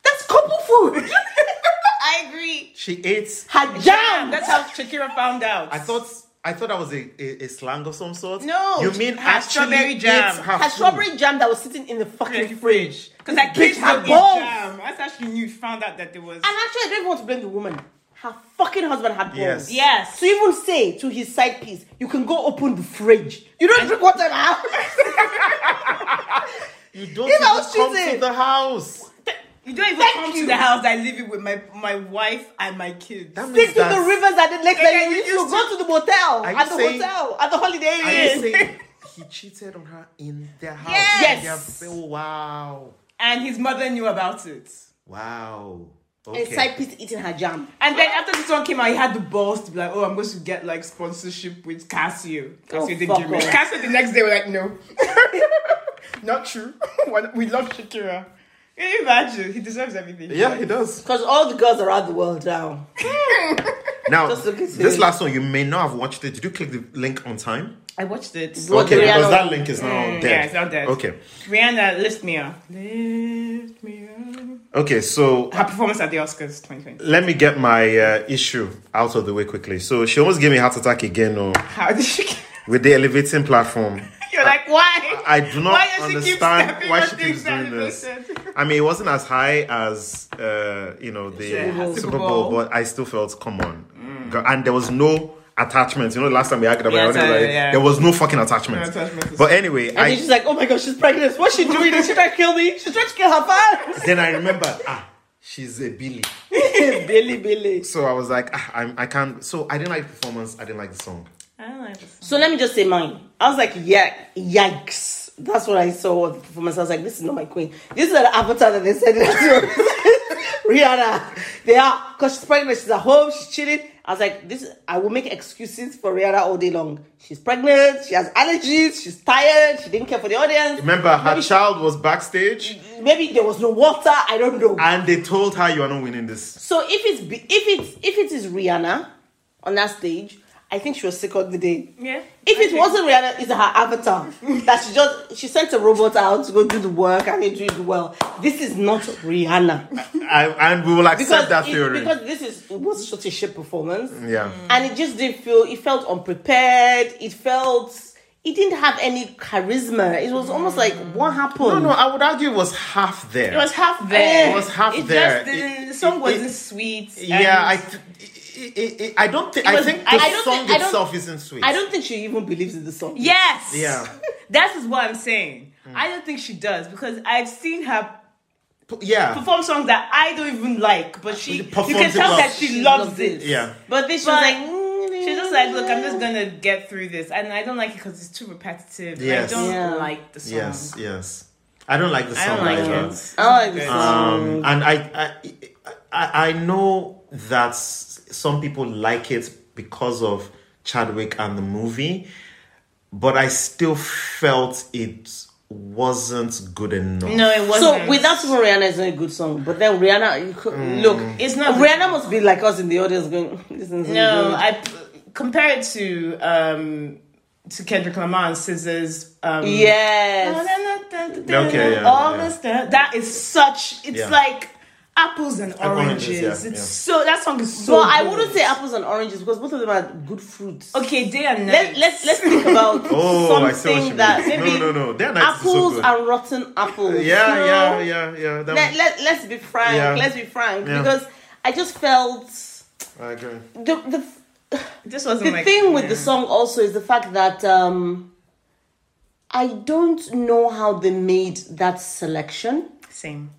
Speaker 2: That's couple food.
Speaker 1: I agree.
Speaker 3: She ate.
Speaker 2: Her
Speaker 1: Jam.
Speaker 2: jam.
Speaker 1: That's how Shakira found out.
Speaker 3: I thought. I thought that was a, a, a slang of some sort.
Speaker 1: No,
Speaker 3: you mean
Speaker 1: her
Speaker 3: actually
Speaker 1: strawberry
Speaker 3: eat
Speaker 1: jam.
Speaker 3: her
Speaker 2: her
Speaker 3: food.
Speaker 2: strawberry jam that was sitting in the fucking
Speaker 1: the
Speaker 2: fridge.
Speaker 1: fridge because I
Speaker 2: Bitch
Speaker 1: kids
Speaker 2: had
Speaker 1: don't eat
Speaker 2: balls.
Speaker 1: jam. That's how she knew. Found out that there was.
Speaker 2: And actually, I don't even want to blame the woman. Her fucking husband had balls.
Speaker 3: Yes.
Speaker 1: Yes.
Speaker 2: So even say to his side piece, you can go open the fridge. You don't drink water now.
Speaker 3: You don't
Speaker 2: If
Speaker 3: even
Speaker 2: I was
Speaker 3: come
Speaker 2: cheating.
Speaker 3: to the house.
Speaker 1: You don't even
Speaker 2: Thank
Speaker 1: come
Speaker 2: you.
Speaker 1: to the house. I live it with my my wife and my kids.
Speaker 3: That
Speaker 2: Stick
Speaker 3: means
Speaker 2: to the
Speaker 3: that.
Speaker 2: rivers and the lakes
Speaker 1: Yeah,
Speaker 2: that you
Speaker 1: you
Speaker 2: used to.
Speaker 1: used to.
Speaker 2: Go to the motel,
Speaker 3: Are you
Speaker 2: at the
Speaker 3: saying-
Speaker 2: hotel, at the holiday
Speaker 3: Are
Speaker 2: inn.
Speaker 3: you saying he cheated on her in their house?
Speaker 2: Yes.
Speaker 3: In their- oh, wow.
Speaker 1: and his mother knew about it.
Speaker 3: Wow.
Speaker 2: And
Speaker 3: Okay.
Speaker 2: side piece eating her jam.
Speaker 1: And then after this one came out, he had the balls to be like, "Oh, I'm going to get like sponsorship with Casio."
Speaker 2: Oh,
Speaker 1: Casio didn't
Speaker 2: fuck
Speaker 1: give me.
Speaker 2: off.
Speaker 1: Casio the next day were like, "No, not true. we love Shakira." Can you imagine? He deserves everything.
Speaker 3: yeah, he does.
Speaker 2: Because all the girls around the world now.
Speaker 3: Now,
Speaker 2: Just look at
Speaker 3: this
Speaker 2: it.
Speaker 3: last one, you may not have watched it. Did you click the link on time?
Speaker 1: I watched it.
Speaker 2: What
Speaker 3: okay,
Speaker 2: the
Speaker 3: because
Speaker 2: Rihanna-
Speaker 3: that link is now dead.
Speaker 1: yeah, it's now dead.
Speaker 3: Okay.
Speaker 1: Rihanna, lift me up. Lift me up.
Speaker 3: Okay, so
Speaker 1: Her performance at the Oscars 2020.
Speaker 3: let me get my uh, issue out of the way quickly. So she almost gave me a heart attack again oh,
Speaker 1: How did she? Get...
Speaker 3: with the elevating platform.
Speaker 1: You're like, why?
Speaker 3: I do not
Speaker 1: Why does she keep
Speaker 3: understand
Speaker 1: stepping
Speaker 3: why
Speaker 1: on
Speaker 3: she
Speaker 1: things
Speaker 3: keeps doing
Speaker 1: that
Speaker 3: this.
Speaker 1: elevated?
Speaker 3: I mean, it wasn't as high as uh, you know the
Speaker 1: Yeah,
Speaker 3: Super,
Speaker 1: Super
Speaker 3: Bowl,
Speaker 1: Bowl.
Speaker 3: but I still felt come on, Girl, and there was no attachment. You know, the last time we argued about
Speaker 1: Yeah,
Speaker 3: it, I was
Speaker 1: yeah,
Speaker 3: like,
Speaker 1: yeah.
Speaker 3: there was no fucking attachment.
Speaker 1: No attachment.
Speaker 3: But anyway,
Speaker 2: And
Speaker 3: I
Speaker 2: then she's like, oh my god, she's pregnant. What's she doing? Is she trying to kill me? She's trying to kill her fans.
Speaker 3: then I remembered ah, she's a Billy.
Speaker 2: Billy, Billy.
Speaker 3: So I was like, ah, I'm, I can't. So I didn't like the performance. I didn't like the song.
Speaker 1: I don't like this.
Speaker 2: So let me just say mine. I was like, yeah, yikes. That's what I saw of the performance. I was like, this is not my queen. This is an avatar that they said it to. Rihanna. They are, because she's pregnant, she's at home, she's chilling. I was like, this, I will make excuses for Rihanna all day long. She's pregnant, she has allergies, she's tired, she didn't care for the audience.
Speaker 3: Remember, her child was backstage,
Speaker 2: Maybe there was no water, I don't know.
Speaker 3: and they told her, "You are not winning this."
Speaker 2: So if it's, be- if it's, if it is Rihanna on that stage, I think she was sick all the day.
Speaker 1: Yeah.
Speaker 2: If
Speaker 1: I
Speaker 2: it
Speaker 1: think-
Speaker 2: wasn't Rihanna, it's her avatar that she just she sent a robot out to go do the work and it did well. This is not Rihanna
Speaker 3: I, and we will accept that
Speaker 2: it-
Speaker 3: theory.
Speaker 2: because this is it was such a shit performance
Speaker 3: yeah.
Speaker 2: and it just didn't feel it felt unprepared. It felt it didn't have any charisma. It was almost like what
Speaker 3: No,
Speaker 2: happened. Eh,
Speaker 3: no, I would argue it was half there.
Speaker 1: It was half there.
Speaker 3: It was half
Speaker 1: it
Speaker 3: there.
Speaker 1: Just didn't,
Speaker 3: It-
Speaker 1: the song
Speaker 3: it-
Speaker 1: wasn't
Speaker 3: it-
Speaker 1: sweet.
Speaker 3: Yeah, I,
Speaker 1: and-
Speaker 3: th- i- i- i- I don't think. I
Speaker 2: was-
Speaker 3: think the
Speaker 2: I- I don't
Speaker 3: song
Speaker 2: think- I don't-
Speaker 3: itself isn't sweet.
Speaker 2: I don't think she even believes in the song.
Speaker 1: Yes.
Speaker 3: Yeah.
Speaker 1: That is what I'm saying. I don't think she does because I've seen her
Speaker 3: P- Yeah,
Speaker 1: perform songs that I don't even like, but she you
Speaker 3: Performs
Speaker 1: can
Speaker 3: it
Speaker 1: tell
Speaker 3: well.
Speaker 1: that she loves it.
Speaker 3: yeah.
Speaker 2: But this she was
Speaker 1: But
Speaker 2: like mm,
Speaker 1: She's just like, look, I'm just gonna get through this, and I don't like it because it's too repetitive. and
Speaker 3: Yes.
Speaker 1: I don't
Speaker 2: Yeah.
Speaker 1: like the song.
Speaker 3: Yes, yes. I don't like the
Speaker 1: I
Speaker 3: song
Speaker 1: don't like
Speaker 3: either.
Speaker 1: it.
Speaker 2: I like this
Speaker 3: Um, and I, I, I, I know that s- some people like it because of Chadwick and the movie, but I still felt it wasn't good enough.
Speaker 1: No, it wasn't.
Speaker 2: So without even Rihanna is not a good song, but then Rihanna, you could, look,
Speaker 3: Mm.
Speaker 1: It's not-
Speaker 2: Rihanna must be like us in the audience going, this is
Speaker 1: No,
Speaker 2: good.
Speaker 1: I p- compare it to um to Kendrick Lamar's Scissors. Um,
Speaker 2: yes,
Speaker 3: Okay, yeah,
Speaker 1: all
Speaker 3: yeah.
Speaker 1: this stuff. That is such. It's
Speaker 3: Yeah.
Speaker 1: like apples and oranges.
Speaker 3: Oranges, yeah,
Speaker 1: it's
Speaker 3: yeah.
Speaker 1: so that song is so.
Speaker 2: but I
Speaker 1: good.
Speaker 2: wouldn't say apples and oranges because both of them are good fruits.
Speaker 1: Okay, day and
Speaker 2: Let,
Speaker 1: night.
Speaker 2: let's let's think about
Speaker 3: Oh, I see what you
Speaker 2: something
Speaker 3: mean.
Speaker 2: that
Speaker 3: No,
Speaker 2: maybe
Speaker 3: no, no. They're nice. It's so
Speaker 2: apples
Speaker 3: good.
Speaker 2: and rotten apples.
Speaker 3: Yeah,
Speaker 2: you know?
Speaker 3: yeah, yeah, yeah. That
Speaker 2: Let, let, let's be frank.
Speaker 3: Yeah.
Speaker 2: Let's be frank
Speaker 3: Yeah.
Speaker 2: because I just felt
Speaker 3: I agree.
Speaker 2: the the
Speaker 1: This wasn't
Speaker 2: the
Speaker 1: like,
Speaker 2: thing with the
Speaker 1: yeah.
Speaker 2: song also is the fact that um I don't know how they made that selection.
Speaker 1: Same.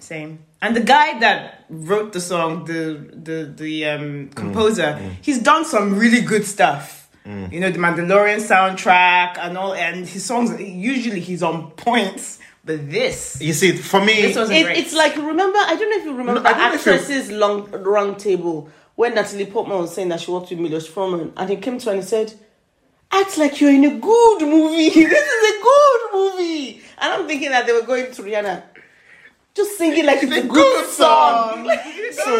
Speaker 1: Same. And the guy that wrote the song, the the the um
Speaker 3: Mm,
Speaker 1: composer, he's done some really good stuff. You know, the Mandalorian soundtrack and all and his songs usually he's on points, but this
Speaker 3: You see, for me,
Speaker 1: This was-
Speaker 2: It,
Speaker 1: Right.
Speaker 2: it's like remember I don't know if you remember
Speaker 3: No, I
Speaker 2: that
Speaker 3: don't know if you-
Speaker 2: actress's long round table when Natalie Portman was saying that she worked with Milos Forman and he came to her and he said, Act like you're in a good movie. this is a good movie. And I'm thinking that they were going to Rihanna. Just singing like it's, a good, song.
Speaker 3: so,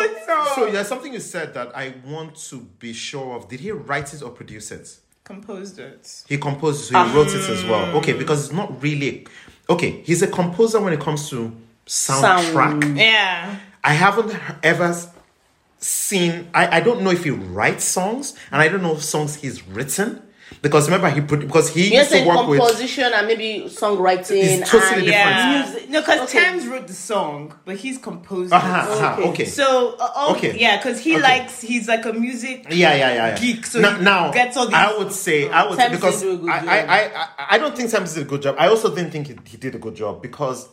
Speaker 3: so there's something you said that I want to be sure of. Did he write it or produce it?
Speaker 1: composed it.
Speaker 3: He composed it, so he wrote it as well. Okay, because it's not really okay. He's a composer when it comes to soundtrack.
Speaker 1: Yeah.
Speaker 3: I haven't he- ever s- seen. I, I don't know if he writes songs, and I don't know if songs he's written because remember he put because he
Speaker 2: You're
Speaker 3: used to
Speaker 2: saying
Speaker 3: work with.
Speaker 2: composition and maybe songwriting.
Speaker 3: It's
Speaker 2: and,
Speaker 3: totally different.
Speaker 1: Yeah.
Speaker 2: Music.
Speaker 1: No, because
Speaker 2: Okay.
Speaker 1: Thames wrote the song, but he's composed it.
Speaker 3: Uh-huh, uh-huh,
Speaker 2: Okay.
Speaker 3: okay.
Speaker 1: So, uh, oh,
Speaker 3: Okay.
Speaker 1: yeah, because he
Speaker 3: Okay.
Speaker 1: likes, he's like a music
Speaker 3: yeah, yeah, yeah, yeah.
Speaker 1: geek, so
Speaker 3: now,
Speaker 1: he
Speaker 3: now,
Speaker 1: gets all these-
Speaker 3: I would say I would say,
Speaker 2: Thames
Speaker 3: because
Speaker 2: did do a good
Speaker 3: I,
Speaker 2: job.
Speaker 3: I, I I I don't think Thames did a good job. I also didn't think he, he did a good job because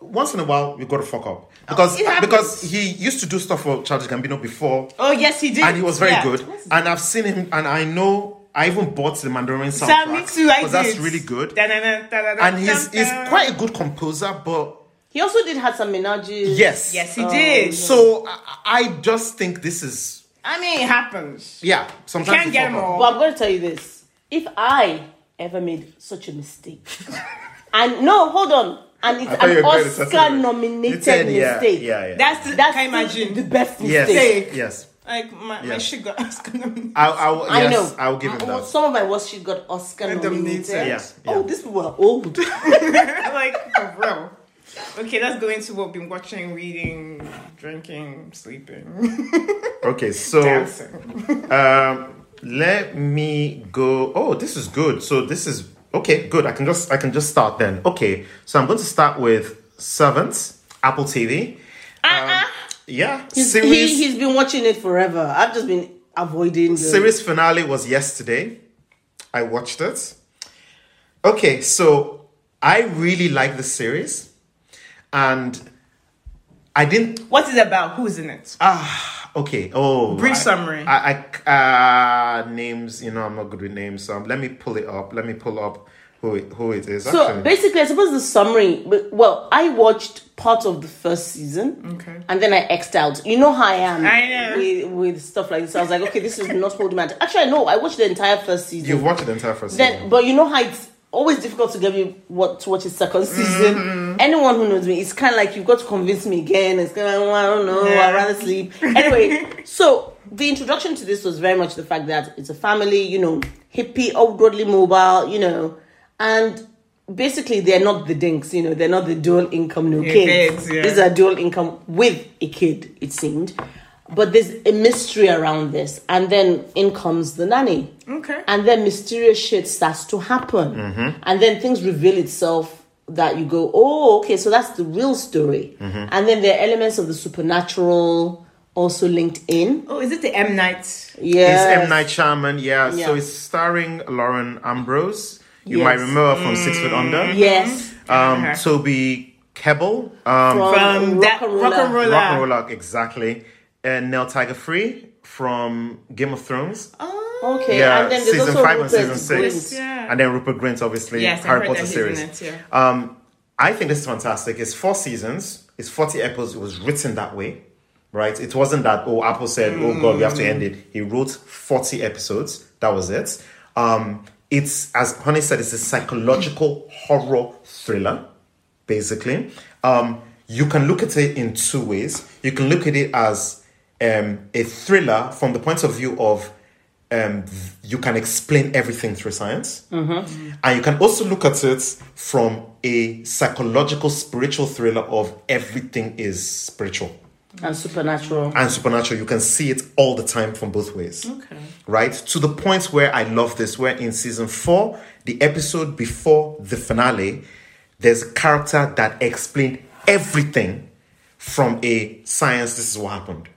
Speaker 3: once in a while you got to fuck up because
Speaker 1: Oh, it happens.
Speaker 3: because he used to do stuff for Charles Gambino before
Speaker 1: Oh, yes, he did.
Speaker 3: and he was very
Speaker 1: Yeah.
Speaker 3: good. And I've seen him, and I know I even bought the Mandarin soundtrack.
Speaker 1: Sam, me too, I did.
Speaker 3: 'cause that's really good.
Speaker 1: Da-na-na, da-da-da,
Speaker 3: And he's he's
Speaker 1: da-da.
Speaker 3: quite a good composer, but
Speaker 2: He also did had some menages.
Speaker 3: yes,
Speaker 1: Yes, he did.
Speaker 3: So I, I just think this is
Speaker 1: I mean, it happens.
Speaker 3: yeah. Sometimes
Speaker 1: Can't
Speaker 3: you
Speaker 1: get
Speaker 3: fuck
Speaker 1: him
Speaker 3: up.
Speaker 1: all.
Speaker 2: But I'm going to tell you this: if I ever made such a mistake, and no, hold on, and
Speaker 3: I
Speaker 2: it's
Speaker 3: thought
Speaker 2: an
Speaker 3: you were going to say something.
Speaker 2: Oscar-nominated
Speaker 3: You said, yeah,
Speaker 2: mistake,
Speaker 3: Yeah, yeah.
Speaker 1: That's the,
Speaker 2: that's
Speaker 1: can you
Speaker 2: still
Speaker 1: imagine.
Speaker 2: the best
Speaker 3: yes,
Speaker 2: mistake.
Speaker 3: yes.
Speaker 1: like, my, my
Speaker 3: Yes.
Speaker 1: sugar is gonna be.
Speaker 3: I, I, will-
Speaker 2: I
Speaker 3: yes,
Speaker 2: know.
Speaker 3: I will give him
Speaker 2: Uh,
Speaker 3: that.
Speaker 2: Some of my worst shit got Oscar
Speaker 1: Nominated.
Speaker 2: nominated.
Speaker 1: Yeah,
Speaker 2: Oh,
Speaker 3: yeah.
Speaker 2: these people are old.
Speaker 1: like, for real. Okay, let's go into what we've been watching, reading, drinking, sleeping,
Speaker 3: Okay, so
Speaker 1: dancing.
Speaker 3: um, let me go. Oh, this is good. So this is okay. Good. I can just I can just start then. Okay, so I'm going to start with Servants, Apple TV.
Speaker 1: Uh-uh.
Speaker 3: Yeah,
Speaker 2: He's-
Speaker 3: series
Speaker 2: he, he's been watching it forever. I've just been avoiding the
Speaker 3: series finale was yesterday. I watched it. Okay, so I really like the series, and I didn't
Speaker 1: What is it about? Who's in it?
Speaker 3: Okay. Oh,
Speaker 1: Brief
Speaker 3: I-
Speaker 1: summary.
Speaker 3: I, I uh, names. You know, I'm not good with names. So let me pull it up. Let me pull up who it, who it is.
Speaker 2: So
Speaker 3: Actually,
Speaker 2: basically, I suppose the summary. but- Well, I watched part of the first season,
Speaker 1: Okay.
Speaker 2: and then I X'd out. You know how I am
Speaker 1: I know.
Speaker 2: With, with stuff like this. I was like, okay, this is not holding my. Actually, no, I watched the entire first season.
Speaker 3: you've watched the entire first
Speaker 2: then,
Speaker 3: season.
Speaker 2: but you know how it's always difficult to get me what to watch a second season.
Speaker 1: Mm-hmm.
Speaker 2: Anyone who knows me, it's kind of like you've got to convince me again. It's kind of like, "Oh, I don't know,
Speaker 1: Yeah.
Speaker 2: I'd rather sleep. Anyway, so the introduction to this was very much the fact that it's a family, you know, hippie, outwardly mobile, you know, and basically they're not the dinks, you know, they're not the dual income no kids.
Speaker 1: kids, yeah.
Speaker 2: These are dual income with a kid, it seemed. But there's a mystery around this, and then in comes the nanny
Speaker 1: Okay.
Speaker 2: and then mysterious shit starts to happen
Speaker 3: Mm-hmm.
Speaker 2: and then things reveal itself that you go oh okay so that's the real story
Speaker 3: Mm-hmm.
Speaker 2: and then there are elements of the supernatural also linked in
Speaker 1: Oh, is it the M Night?
Speaker 3: It's
Speaker 2: yeah
Speaker 3: M Night Shyamalan. Yeah,
Speaker 2: Yeah.
Speaker 3: So it's starring Lauren Ambrose. You might
Speaker 2: Yes. Mm.
Speaker 3: remember her from Six Foot Under.
Speaker 2: yes
Speaker 3: Um,
Speaker 1: Uh-huh.
Speaker 3: Toby Kebbell. Um,
Speaker 2: From-
Speaker 1: From
Speaker 2: Rock
Speaker 1: that rock
Speaker 2: and
Speaker 1: and
Speaker 2: Roller.
Speaker 1: roller.
Speaker 3: Rock and Roller, exactly. And Nell Tiger Free from Game of Thrones.
Speaker 1: Oh,
Speaker 2: okay
Speaker 3: yeah,
Speaker 2: and then there's
Speaker 3: season
Speaker 2: also
Speaker 3: five
Speaker 2: Rupert
Speaker 3: and season six,
Speaker 2: Grint.
Speaker 1: Yeah.
Speaker 3: and then Rupert Grint, obviously,
Speaker 1: yes,
Speaker 3: Harry
Speaker 1: I heard
Speaker 3: Potter
Speaker 1: that he's
Speaker 3: series.
Speaker 1: In it, yeah.
Speaker 3: Um, I think this is fantastic. It's four seasons. It's forty episodes. It was written that way, right? It wasn't that oh Apple said oh god we have to end it. He wrote forty episodes. That was it. Um, it's as Honey said, it's a psychological horror thriller, basically. Um, you can look at it in two ways. You can look at it as um, a thriller from the point of view of um, th- you can explain everything through science. And you can also look at it from a psychological, spiritual thriller of everything is spiritual
Speaker 2: and supernatural
Speaker 3: and supernatural. You can see it all the time from both ways.
Speaker 1: Okay.
Speaker 3: Right? To the point where I love this, where in season four, the episode before the finale, there's a character that explained everything from a science, this is what happened.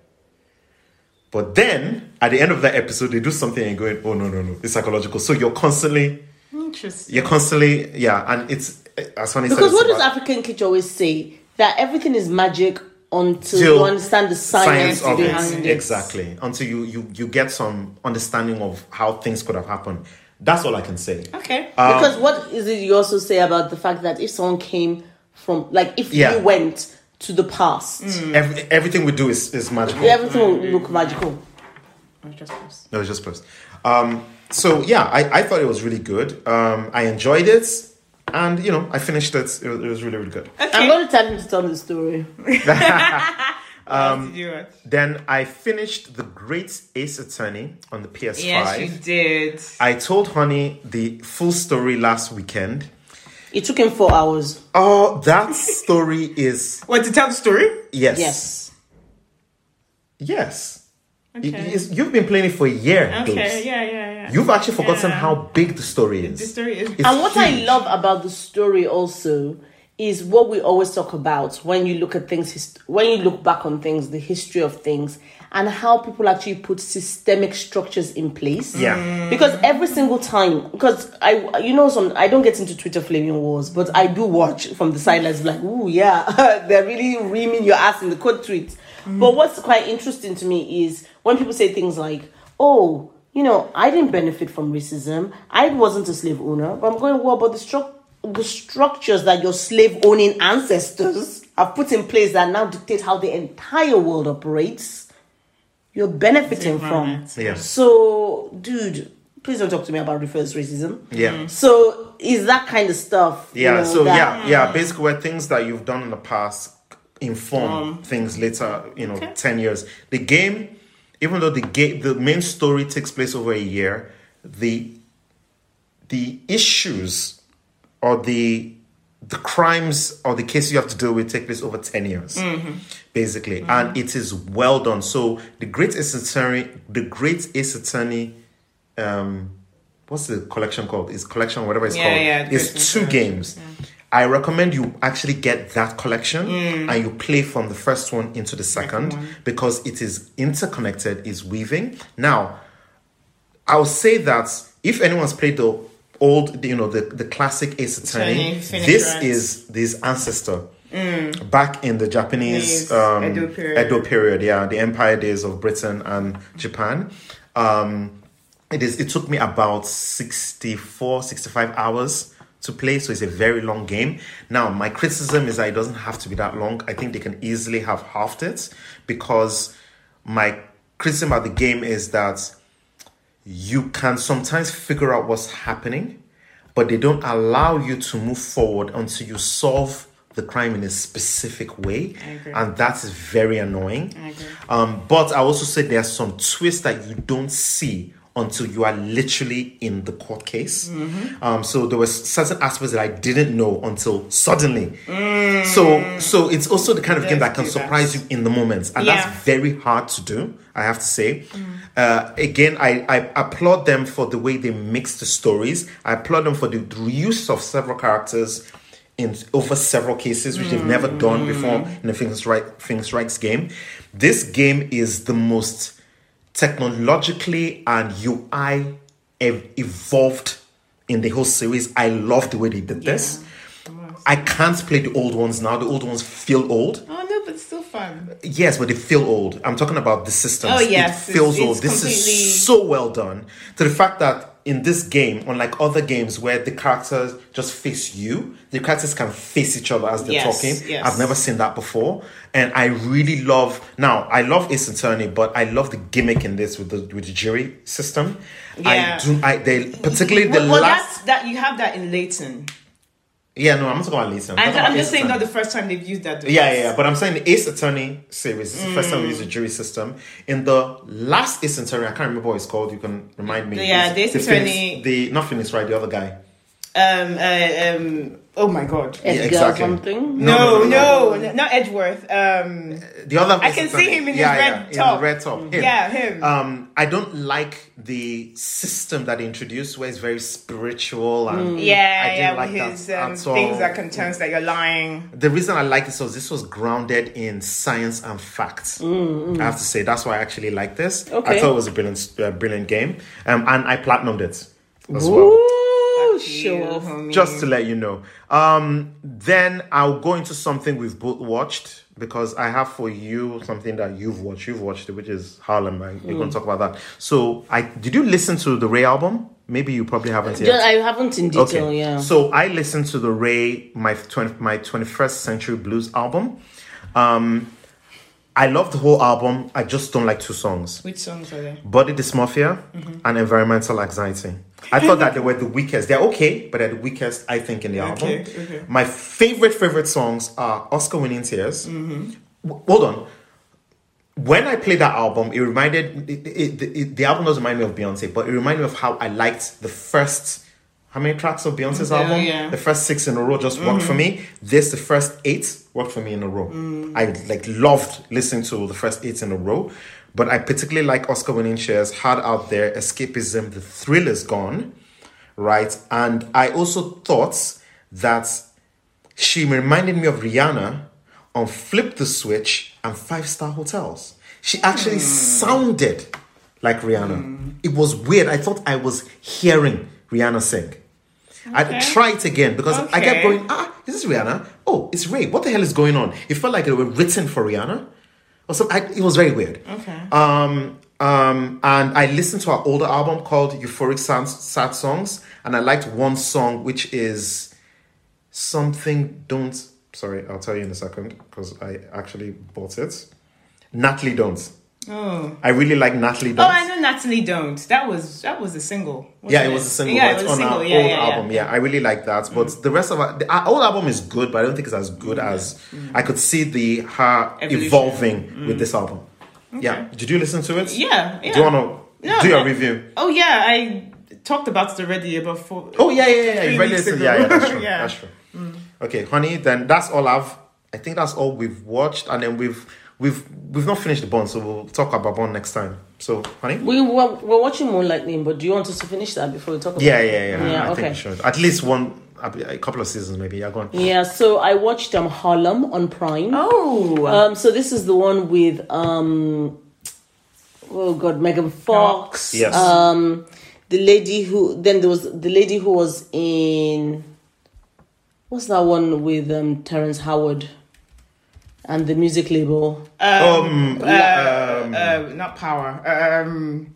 Speaker 3: But then at the end of that episode, they do something and you're going, oh no, no, no, it's psychological. So you're constantly,
Speaker 1: Interesting.
Speaker 3: you're constantly, yeah, and it's as funny
Speaker 2: Because what does African kids always say? That everything is magic until
Speaker 3: Till
Speaker 2: you understand the science,
Speaker 3: science of
Speaker 2: behind
Speaker 3: it.
Speaker 2: it.
Speaker 3: Exactly. Until you, you you get some understanding of how things could have happened. That's all I can say.
Speaker 1: Okay.
Speaker 3: Um,
Speaker 2: because what is it you also say about the fact that if someone came from, like, if
Speaker 3: Yeah.
Speaker 2: you went to the past,
Speaker 1: Mm.
Speaker 3: Every, everything we do is, is magical.
Speaker 2: everything will look magical.
Speaker 1: I was just curious.
Speaker 3: No, it's just post. Um, so yeah, I, I thought it was really good. Um, I enjoyed it, and you know, I finished it. It was, it was really really good.
Speaker 2: I'm going to tell him to tell me the story.
Speaker 1: What did you watch?
Speaker 3: Then I finished The Great Ace Attorney on the PS5.
Speaker 1: Yes, you did.
Speaker 3: I told Honey the full story last weekend.
Speaker 2: It took him four hours.
Speaker 3: Oh, that story is
Speaker 1: What to tell the story?
Speaker 3: yes,
Speaker 2: Yes.
Speaker 3: yes.
Speaker 1: Okay.
Speaker 3: Y- yes, You've been playing it for a year.
Speaker 1: Okay.
Speaker 3: babes.
Speaker 1: Yeah, yeah, yeah.
Speaker 3: You've actually forgotten
Speaker 1: Yeah.
Speaker 3: how big the story is.
Speaker 1: the story is.
Speaker 3: It's
Speaker 2: and what I
Speaker 3: huge.
Speaker 2: love about the story also is what we always talk about when you look at things, hist- when you look back on things, the history of things, and how people actually put systemic structures in place.
Speaker 3: Yeah.
Speaker 1: Mm.
Speaker 2: Because every single time, because I, you know, some I don't get into Twitter flaming wars, but I do watch from the sidelines, like, ooh, yeah, they're really reaming your ass in the code tweets. But what's quite interesting to me is when people say things like, oh, you know, I didn't benefit from racism, I wasn't a slave owner, but I'm going, well, but the structure. The structures that your slave owning ancestors have put in place that now dictate how the entire world operates, you're benefiting from.
Speaker 1: Environment.
Speaker 3: Yeah.
Speaker 2: So, dude, please don't talk to me about reverse racism.
Speaker 3: Yeah.
Speaker 2: So, is that kind of stuff? you
Speaker 3: Yeah,
Speaker 2: know,
Speaker 3: so
Speaker 2: that- Mm.
Speaker 3: yeah, yeah, basically where things that you've done in the past inform things later, you know, 10 years. The game, even though the game the main story takes place over a year, the the issues or the the crimes or the cases you have to deal with take place over 10 years basically
Speaker 1: Mm-hmm.
Speaker 3: and it is well done so the great ace attorney the great ace attorney um what's the collection called it's collection whatever it's
Speaker 1: Yeah,
Speaker 3: called
Speaker 1: yeah, The Great
Speaker 3: it's
Speaker 1: Ace
Speaker 3: two games i recommend you actually get that collection
Speaker 1: Mm.
Speaker 3: and you play from the first one into the second because it is interconnected is weaving now I'll say that if anyone's played the old, you know, the, the classic Ace Attorney,
Speaker 1: Attorney, Phoenix
Speaker 3: this
Speaker 1: Wright.
Speaker 3: is this ancestor back in the
Speaker 1: Yes,
Speaker 3: Japanese um,
Speaker 1: Edo period.
Speaker 3: Edo period, yeah, the empire days of Britain and Japan. Um, it is. It took me about 64, 65 hours to play, so it's a very long game. Now, my criticism is that it doesn't have to be that long. I think they can easily have halved it because my criticism about the game is that you can sometimes figure out what's happening, but they don't allow you to move forward until you solve the crime in a specific way.
Speaker 1: agree.
Speaker 3: And that is very annoying.
Speaker 1: I agree.
Speaker 3: Um, but I also say there's some twists that you don't see until you are literally in the court case.
Speaker 1: Mm-hmm.
Speaker 3: Um, so there were certain aspects that I didn't know until suddenly. So so it's also the kind of game
Speaker 1: Mm. Let's
Speaker 3: that can
Speaker 1: do that.
Speaker 3: surprise you in the moment, and
Speaker 1: Yeah.
Speaker 3: that's very hard to do. I have to say. Uh, again, I, I applaud them for the way they mix the stories. I applaud them for the reuse of several characters in over several cases, which they've never done before in a Things Right Things Rights game. This game is the most technologically and UI ev- evolved in the whole series. I love the way they did this. I can't play the old ones now. The old ones feel old.
Speaker 1: Oh no, but it's still fun.
Speaker 3: Yes, but they feel old. I'm talking about the systems.
Speaker 1: Oh, yes,
Speaker 3: it
Speaker 1: it's-
Speaker 3: feels
Speaker 1: it's
Speaker 3: old. This
Speaker 1: completely-
Speaker 3: is so well done. To the fact that in this game, unlike other games where the characters just face you, the characters can face each other as they're
Speaker 1: Yes,
Speaker 3: talking.
Speaker 1: yes.
Speaker 3: I've never seen that before, and I really love. Now, I love Ace Attorney, but I love the gimmick in this with the with the jury system.
Speaker 1: Yeah.
Speaker 3: I do. I they particularly the
Speaker 1: well, well, that's,
Speaker 3: last.
Speaker 1: that you have that in Leighton.
Speaker 3: Yeah, no, I'm not talking about Lisa.
Speaker 1: I,
Speaker 3: talking about
Speaker 1: I'm
Speaker 3: Ace
Speaker 1: just saying
Speaker 3: Attorney.
Speaker 1: not the first time they've used that. device.
Speaker 3: Yeah, yeah, yeah, but I'm saying the Ace Attorney series is the first time we
Speaker 1: Mm.
Speaker 3: use the jury system. In the last Ace Attorney, I can't remember what it's called. You can remind me.
Speaker 1: Yeah, the Ace
Speaker 3: Phoenix-
Speaker 1: Attorney-
Speaker 3: the not Phoenix, right? The other guy.
Speaker 1: um, uh, um, oh my god.
Speaker 2: Edgar
Speaker 3: exactly.
Speaker 2: or something.
Speaker 1: No,
Speaker 3: No,
Speaker 1: no,
Speaker 3: no,
Speaker 1: not Edgeworth. Um,
Speaker 3: The other
Speaker 1: I can see him in his red
Speaker 3: in
Speaker 1: top.
Speaker 3: red top. Him.
Speaker 1: Yeah, him.
Speaker 3: Um, I don't like the system that they introduced where it's very spiritual
Speaker 1: Mm.
Speaker 3: and Mm, I
Speaker 1: yeah,
Speaker 3: didn't
Speaker 1: yeah,
Speaker 3: like
Speaker 1: with
Speaker 3: that
Speaker 1: his um,
Speaker 3: at all.
Speaker 1: things that concerns that you're lying.
Speaker 3: the reason I like this was this was grounded in science and facts. I have to say that's why I actually like this.
Speaker 2: Mm, Okay.
Speaker 3: I thought it was a brilliant, uh, brilliant game, um, and I platinumed it as well.
Speaker 2: Ooh,
Speaker 1: You,
Speaker 2: show off.
Speaker 1: homie.
Speaker 3: Just to let you know. Um, then I'll go into something we've both watched because I have for you something that you've watched. You've watched it, which is Harlem. and We're
Speaker 2: Mm.
Speaker 3: going to talk about that. So, I did you listen to the Ray album? Maybe you probably haven't yet.
Speaker 2: Don't- I haven't in detail, yeah.
Speaker 3: So I listened to the Ray my twenty my twenty first century blues album. Um, I love the whole album. I just don't like two songs:
Speaker 1: Which songs are there?
Speaker 3: body dysmorphia
Speaker 1: Mm-hmm.
Speaker 3: and environmental anxiety. I thought that they were the weakest. They're okay, but they're the weakest I think in the album.
Speaker 1: Okay, okay.
Speaker 3: My favorite favorite songs are Oscar winning tears.
Speaker 1: Mm-hmm.
Speaker 3: W- hold on. When I played that album, it reminded it, it, it- the album doesn't remind me of Beyonce, but it reminded me of how I liked the first how many tracks of Beyonce's
Speaker 1: Yeah,
Speaker 3: album?
Speaker 1: yeah. Mm-hmm.
Speaker 3: The first six in a row just worked for me. This the first eight worked for me in a row.
Speaker 1: Mm.
Speaker 3: I like loved listening to the first eight in a row, but I particularly like Oscar winning shares, Hard Out There, Escapism, The Thrill Is Gone, right? And I also thought that she reminded me of Rihanna on Flip the Switch and Five Star Hotels. She actually
Speaker 1: Hmm.
Speaker 3: sounded like Rihanna. It was weird. I thought I was hearing Rihanna sing. I
Speaker 1: Okay.
Speaker 3: try it again because I
Speaker 1: Okay.
Speaker 3: kept going, ah, is this Rihanna? Oh, it's Ray. What the hell is going on? It felt like they were written for Rihanna. Or something. I, it was very weird.
Speaker 1: Okay.
Speaker 3: Um, um, and I listened to our older album called Euphoric Sad, Sad Songs, and I liked one song which is something. Don't sorry, I'll tell you in a second because I actually bought it. Natalie Don't.
Speaker 1: Oh.
Speaker 3: I really like Natalie
Speaker 1: Oh,
Speaker 3: Don't.
Speaker 1: I know Natalie Don't. That was that was a single. wasn't
Speaker 3: yeah, it was a single.
Speaker 1: Yeah,
Speaker 3: Yeah,
Speaker 1: it was a
Speaker 3: on
Speaker 1: single.
Speaker 3: our
Speaker 1: Yeah,
Speaker 3: old
Speaker 1: yeah, yeah. Mm.
Speaker 3: album. Yeah, I really like that. But the rest of our, the, our old album is good, but I don't think it's as good as I could see the her
Speaker 1: Evolution. Mm.
Speaker 3: evolving with this album. Yeah, did you listen to it?
Speaker 1: Yeah, yeah.
Speaker 3: Do you wanna
Speaker 1: No,
Speaker 3: do your
Speaker 1: no.
Speaker 3: review?
Speaker 1: Oh yeah, I talked about it already about four.
Speaker 3: Oh yeah, yeah, yeah. yeah.
Speaker 1: Three
Speaker 3: You read
Speaker 1: weeks
Speaker 3: it,
Speaker 1: ago.
Speaker 3: yeah, yeah, that's true.
Speaker 1: Yeah.
Speaker 3: That's true. Okay, honey. Then that's all I've. I think that's all we've watched, and then we've we've we've not finished the bond, so we'll talk about bond next time. So, honey.
Speaker 2: We were, we're watching Moon Lightning, but do you want us to finish that before we talk about
Speaker 3: Yeah,
Speaker 2: it?
Speaker 3: yeah, yeah. I
Speaker 2: Yeah,
Speaker 3: think we
Speaker 2: okay.
Speaker 3: should. At least one, a couple of seasons maybe. Yeah, go on.
Speaker 2: Yeah, so I watched um, Harlem on Prime.
Speaker 1: Oh.
Speaker 2: Um, so this is the one with um, oh god, Megan Fox.
Speaker 3: Yes.
Speaker 2: Um, the lady who then there was the lady who was in what's that one with um Terrence Howard and the music label.
Speaker 3: Um,
Speaker 1: uh, uh, not power. Um,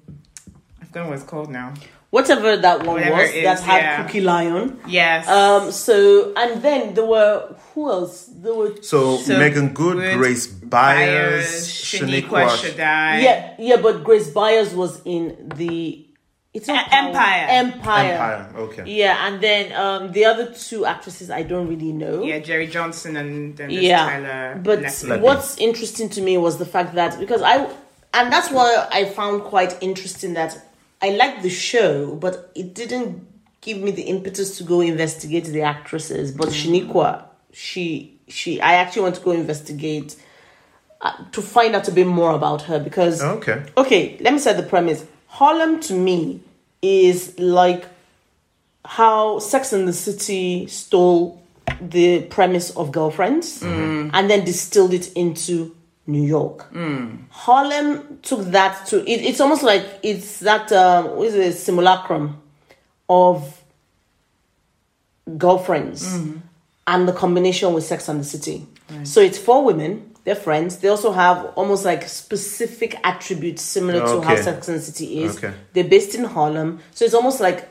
Speaker 1: I've forgotten what it's called now.
Speaker 2: Whatever that one
Speaker 1: Whatever
Speaker 2: was
Speaker 1: it is,
Speaker 2: that had
Speaker 1: yeah.
Speaker 2: Cookie Lion.
Speaker 1: Yes.
Speaker 2: Um, so and then there were who else? There were
Speaker 3: so,
Speaker 1: so
Speaker 3: Megan Good,
Speaker 1: Good,
Speaker 3: Grace
Speaker 1: Byers,
Speaker 3: Byers,
Speaker 1: Shaniqua
Speaker 3: Shaniqua.
Speaker 1: Shaddai.
Speaker 2: yeah, yeah, but Grace Byers was in the it's not
Speaker 1: E-
Speaker 2: Power-
Speaker 1: Empire.
Speaker 2: Empire.
Speaker 3: Empire. Okay.
Speaker 2: Yeah, and then um the other two actresses I don't really know.
Speaker 1: Yeah, Jerry Johnson and then there's
Speaker 2: yeah.
Speaker 1: Tyler.
Speaker 2: But
Speaker 1: Leslie.
Speaker 3: Like-
Speaker 2: what's interesting to me was the fact that because I and that's why I found quite interesting that I liked the show, but it didn't give me the impetus to go investigate the actresses. But Shaniqua, she she I actually want to go investigate uh, to find out a bit more about her because
Speaker 3: Okay.
Speaker 2: Okay, let me set the premise. Harlem to me is like how Sex and the City stole the premise of girlfriends and then distilled it into New York. Harlem took that to it, it's almost like it's that um, what is it simulacrum of girlfriends
Speaker 3: Mm.
Speaker 2: and the combination with Sex and the City. So it's four women, they're friends. They also have almost like specific attributes similar to how
Speaker 3: Okay.
Speaker 2: Sex and the City is.
Speaker 3: Okay.
Speaker 2: They're based in Harlem. So it's almost like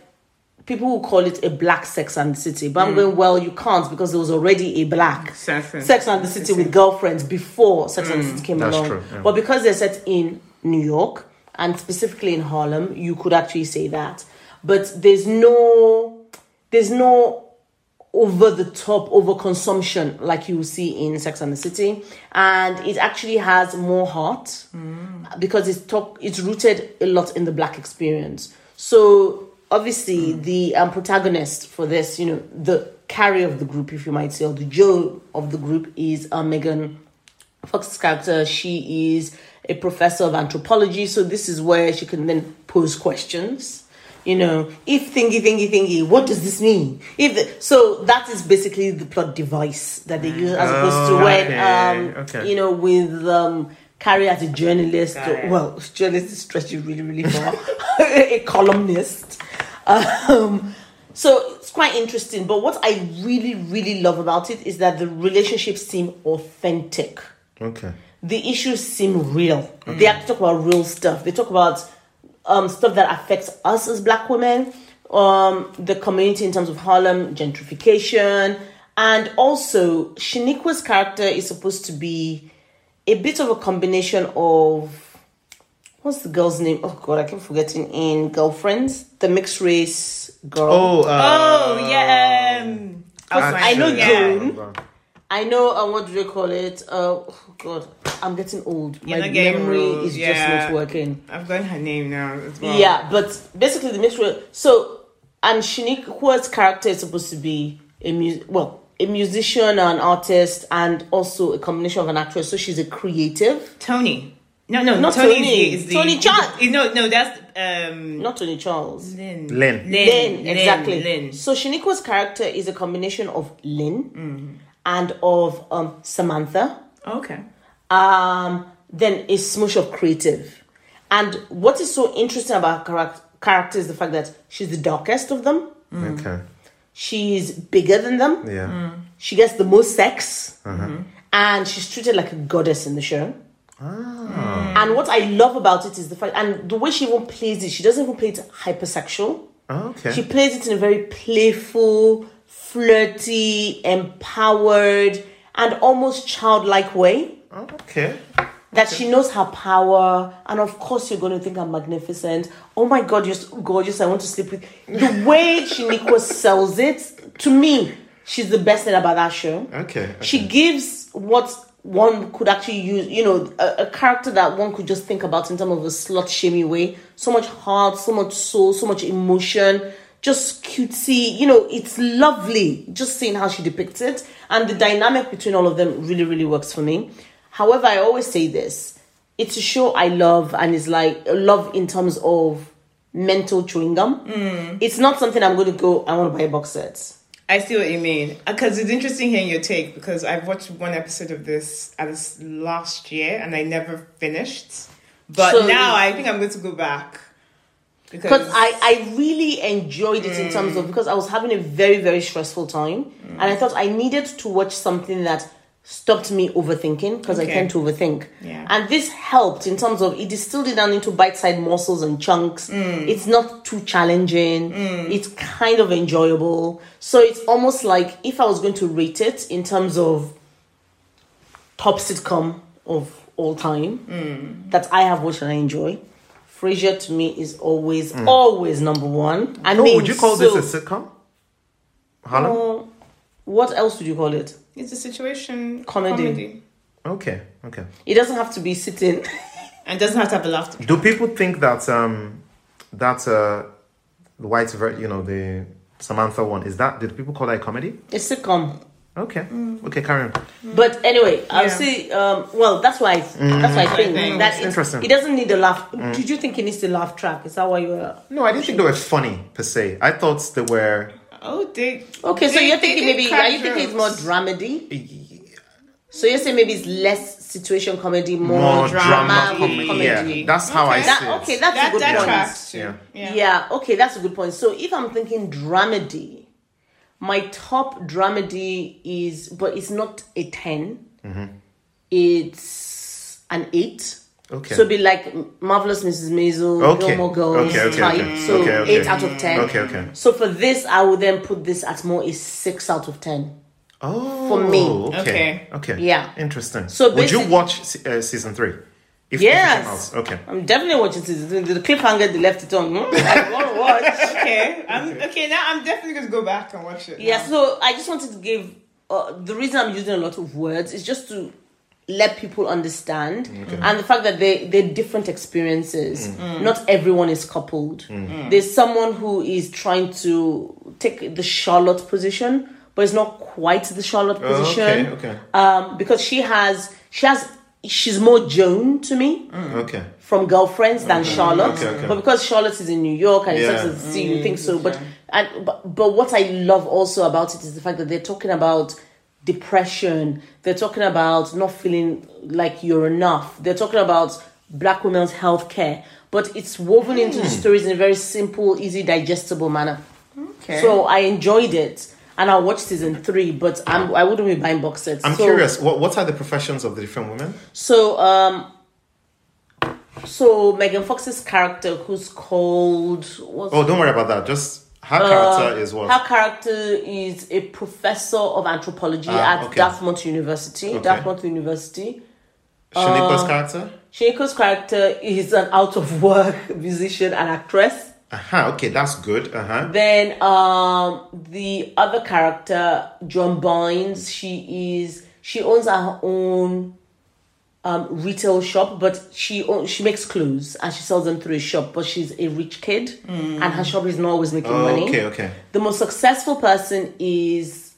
Speaker 2: people will call it a black Sex and the City.
Speaker 3: Mm.
Speaker 2: But I'm going, well, you can't because there was already a black
Speaker 1: Sex and
Speaker 2: Sex and the City with girlfriends before Sex and the City came
Speaker 3: that's
Speaker 2: along.
Speaker 3: true, yeah.
Speaker 2: But because they're set in New York and specifically in Harlem, you could actually say that. But there's no there's no over the top over consumption like you will see in Sex and the City. And it actually has more
Speaker 3: Mm.
Speaker 2: heart because it's talk it's rooted a lot in the black experience. So obviously
Speaker 3: Mm.
Speaker 2: the um, protagonist for this, you know, the carry of the group, if you might say, or the Joe of the group is uh, Megan Fox's character. She is a professor of anthropology, so this is where she can then pose questions. You know, if thingy thingy thingy, what does this mean? If the, so, that is basically the plot device that they use, as opposed
Speaker 3: Oh,
Speaker 2: to when
Speaker 3: okay,
Speaker 2: um,
Speaker 3: okay.
Speaker 2: you know with um, Carrie as a journalist.
Speaker 1: Got
Speaker 2: or-
Speaker 1: it.
Speaker 2: well, journalist is stretching really really far. a columnist. Um, so it's quite interesting. But what I really, really love about it is that the relationships seem authentic.
Speaker 3: Okay.
Speaker 2: The issues seem real. They
Speaker 1: Mm.
Speaker 2: actually talk about real stuff. They talk about um, stuff that affects us as black women, um, the community in terms of Harlem, gentrification. And also, Shaniqua's character is supposed to be a bit of a combination of what's the girl's name? Oh god, I keep forgetting in Girlfriends, the mixed race girl.
Speaker 3: Oh, uh,
Speaker 1: Oh yeah. Um,
Speaker 2: I know
Speaker 1: yeah.
Speaker 2: Joan. I know. Uh, what do they call it? Uh, oh god, I'm getting old.
Speaker 1: You're
Speaker 2: My
Speaker 1: not getting
Speaker 2: memory
Speaker 1: old,
Speaker 2: is
Speaker 1: yeah.
Speaker 2: just not working.
Speaker 1: I've got her name now as well.
Speaker 2: Yeah, but basically the mixed race. So and Shaniqua's character is supposed to be a mu- well. A musician, an artist, and also a combination of an actress. So she's a creative.
Speaker 1: Tony. No, no,
Speaker 2: Not
Speaker 1: Tony,
Speaker 2: Tony.
Speaker 1: Is the, is the
Speaker 2: Tony Chan.
Speaker 1: is- No, no, that's um.
Speaker 2: Not Tony Charles.
Speaker 1: Lynn.
Speaker 3: Lynn.
Speaker 2: Lynn, exactly.
Speaker 1: Lynn.
Speaker 2: So Shaniqua's character is a combination of Lynn
Speaker 1: Mm.
Speaker 2: and of um, Samantha,
Speaker 1: Okay.
Speaker 2: um, then a smush of creative. And what is so interesting about her charac- character is the fact that she's the darkest of them.
Speaker 3: Okay.
Speaker 2: She's bigger than them.
Speaker 3: Yeah.
Speaker 2: She gets the most sex, Mm-hmm. and she's treated like a goddess in the show. And what I love about it is the fact, and the way she even plays it, she doesn't even play it hypersexual.
Speaker 3: Okay.
Speaker 2: She plays it in a very playful, flirty, empowered, and almost childlike way
Speaker 3: okay.
Speaker 2: that she knows her power. And of course, you're going to think I'm magnificent. Oh my God, you're so gorgeous. I want to sleep with the way Shiniqua sells it. To me, she's the best thing about that show.
Speaker 3: Okay.
Speaker 2: She gives what one could actually use, you know, a, a character that one could just think about in terms of a slut shamey way. So much heart, so much soul, so much emotion, just cutesy. You know, it's lovely just seeing how she depicts it. And the dynamic between all of them really, really works for me. However, I always say this it's a show I love and it's like love in terms of mental chewing gum. It's not something I'm going to go, I want to buy a box set.
Speaker 1: I see what you mean. Because it's interesting hearing your take because I've watched one episode of this as last year and I never finished. But
Speaker 2: So-
Speaker 1: now I think I'm going to go back.
Speaker 2: because I, I really enjoyed it
Speaker 1: Mm.
Speaker 2: in terms of because I was having a very very stressful time and I thought I needed to watch something that stopped me overthinking because I
Speaker 1: Okay.
Speaker 2: tend to overthink
Speaker 1: Yeah.
Speaker 2: and this helped in terms of it distilled it down into bite-sized morsels and chunks
Speaker 1: Mm.
Speaker 2: it's not too challenging it's kind of enjoyable so it's almost like if I was going to rate it in terms of top sitcom of all time that I have watched and I enjoy. Frasier to me is always, always number one. I
Speaker 3: Mm. Oh,
Speaker 2: mean,
Speaker 3: would you call
Speaker 2: so,
Speaker 3: this a sitcom? Harlem.
Speaker 2: Oh, what else would you call it?
Speaker 1: It's a situation
Speaker 2: Comedy.
Speaker 3: Okay. Okay.
Speaker 2: It doesn't have to be sitting.
Speaker 1: And doesn't have to have a laughter.
Speaker 3: Do people think that um that uh the white ver- you know the Samantha one is that did people call that a comedy?
Speaker 2: it's sitcom.
Speaker 3: Okay.
Speaker 2: Mm.
Speaker 3: Okay. Carry on.
Speaker 2: But anyway, I'll
Speaker 1: Yeah.
Speaker 2: see. Um, well, that's why. I, that's
Speaker 3: Mm.
Speaker 2: why I think
Speaker 1: think.
Speaker 2: that it,
Speaker 3: Interesting. Mm.
Speaker 2: It doesn't need a laugh. Did you think it needs a laugh track? Is that why you were?
Speaker 3: No, I didn't think they were funny per se. I thought they were.
Speaker 1: Oh, they.
Speaker 2: Okay, so
Speaker 1: they-
Speaker 2: you're
Speaker 1: they
Speaker 2: thinking
Speaker 1: did
Speaker 2: maybe?
Speaker 1: crack
Speaker 2: Are you thinking it's more
Speaker 1: jokes.
Speaker 2: dramedy? So you're saying maybe it's less situation comedy, more, drama,
Speaker 3: more drama,
Speaker 1: drama
Speaker 3: comedy.
Speaker 2: comedy.
Speaker 3: Yeah, that's how I
Speaker 1: Okay.
Speaker 2: That-
Speaker 3: see it.
Speaker 2: okay, that's a
Speaker 1: That,
Speaker 2: good
Speaker 1: that
Speaker 2: point.
Speaker 1: tracks too.
Speaker 3: Yeah.
Speaker 2: Yeah. okay, that's a good point. So if I'm thinking dramedy, my top dramedy is, but it's not a 10,
Speaker 3: Mm-hmm.
Speaker 2: it's an 8.
Speaker 3: Okay.
Speaker 2: So it'd be like Marvelous Mrs. Maisel,
Speaker 3: Okay.
Speaker 2: Gilmore Girls
Speaker 3: Okay, okay,
Speaker 2: type.
Speaker 3: okay.
Speaker 2: So
Speaker 3: Okay, okay.
Speaker 2: 8 out of 10.
Speaker 3: Okay, okay.
Speaker 2: So for this, I would then put this at more a 6 out of 10.
Speaker 3: Oh,
Speaker 2: For me.
Speaker 1: Okay.
Speaker 3: okay, okay,
Speaker 2: Yeah.
Speaker 3: interesting.
Speaker 2: So
Speaker 3: So, would you
Speaker 2: basic-
Speaker 3: watch se- uh, season three? If if it
Speaker 2: Yes.
Speaker 3: came out? Okay.
Speaker 2: I'm definitely watching this. The the cliffhanger, they left it on. Hmm, I want to watch.
Speaker 1: Okay. I'm, okay, now I'm definitely going to go back and watch it.
Speaker 2: Yeah,
Speaker 1: now.
Speaker 2: so I just wanted to give uh, the reason I'm using a lot of words is just to let people understand and the fact that they they're different experiences
Speaker 3: Mm.
Speaker 2: Mm. not everyone is coupled Mm. there's someone who is trying to take the charlotte position but it's not quite the charlotte
Speaker 3: Oh,
Speaker 2: position
Speaker 3: okay, okay,
Speaker 2: um because she has she has she's more joan to me
Speaker 3: okay.
Speaker 2: from girlfriends than Charlotte,
Speaker 3: okay, okay.
Speaker 2: but because Charlotte is in New York and
Speaker 3: Yeah.
Speaker 2: it's such a city, you think so. But and but, but what I love also about it is the fact that they're talking about depression. They're talking about not feeling like you're enough. They're talking about black women's health care, but it's woven
Speaker 3: Hmm.
Speaker 2: into the stories in a very simple, easy, digestible manner.
Speaker 1: Okay.
Speaker 2: So I enjoyed it, and I'll watch season three. But I'm I wouldn't be buying box sets.
Speaker 3: I'm
Speaker 2: So-
Speaker 3: curious. What what are the professions of the different women?
Speaker 2: so, um, so Megan Fox's character, who's called what's
Speaker 3: Oh, don't worry about that. Just her character is what?
Speaker 2: Uh, her character is a professor of anthropology
Speaker 3: Ah,
Speaker 2: at
Speaker 3: okay.
Speaker 2: Dartmouth University.
Speaker 3: Okay.
Speaker 2: Dartmouth University. uh,
Speaker 3: Shanequa's character.
Speaker 2: Shiniko's character is an out of work musician and actress.
Speaker 3: Uh huh. Okay, that's good. Uh huh.
Speaker 2: Then um, the other character, John Bynes, she is she owns her own um, retail shop, but she own, she makes clothes and she sells them through a shop. But she's a rich kid, and her shop is not always making money.
Speaker 3: okay, okay.
Speaker 2: The most successful person is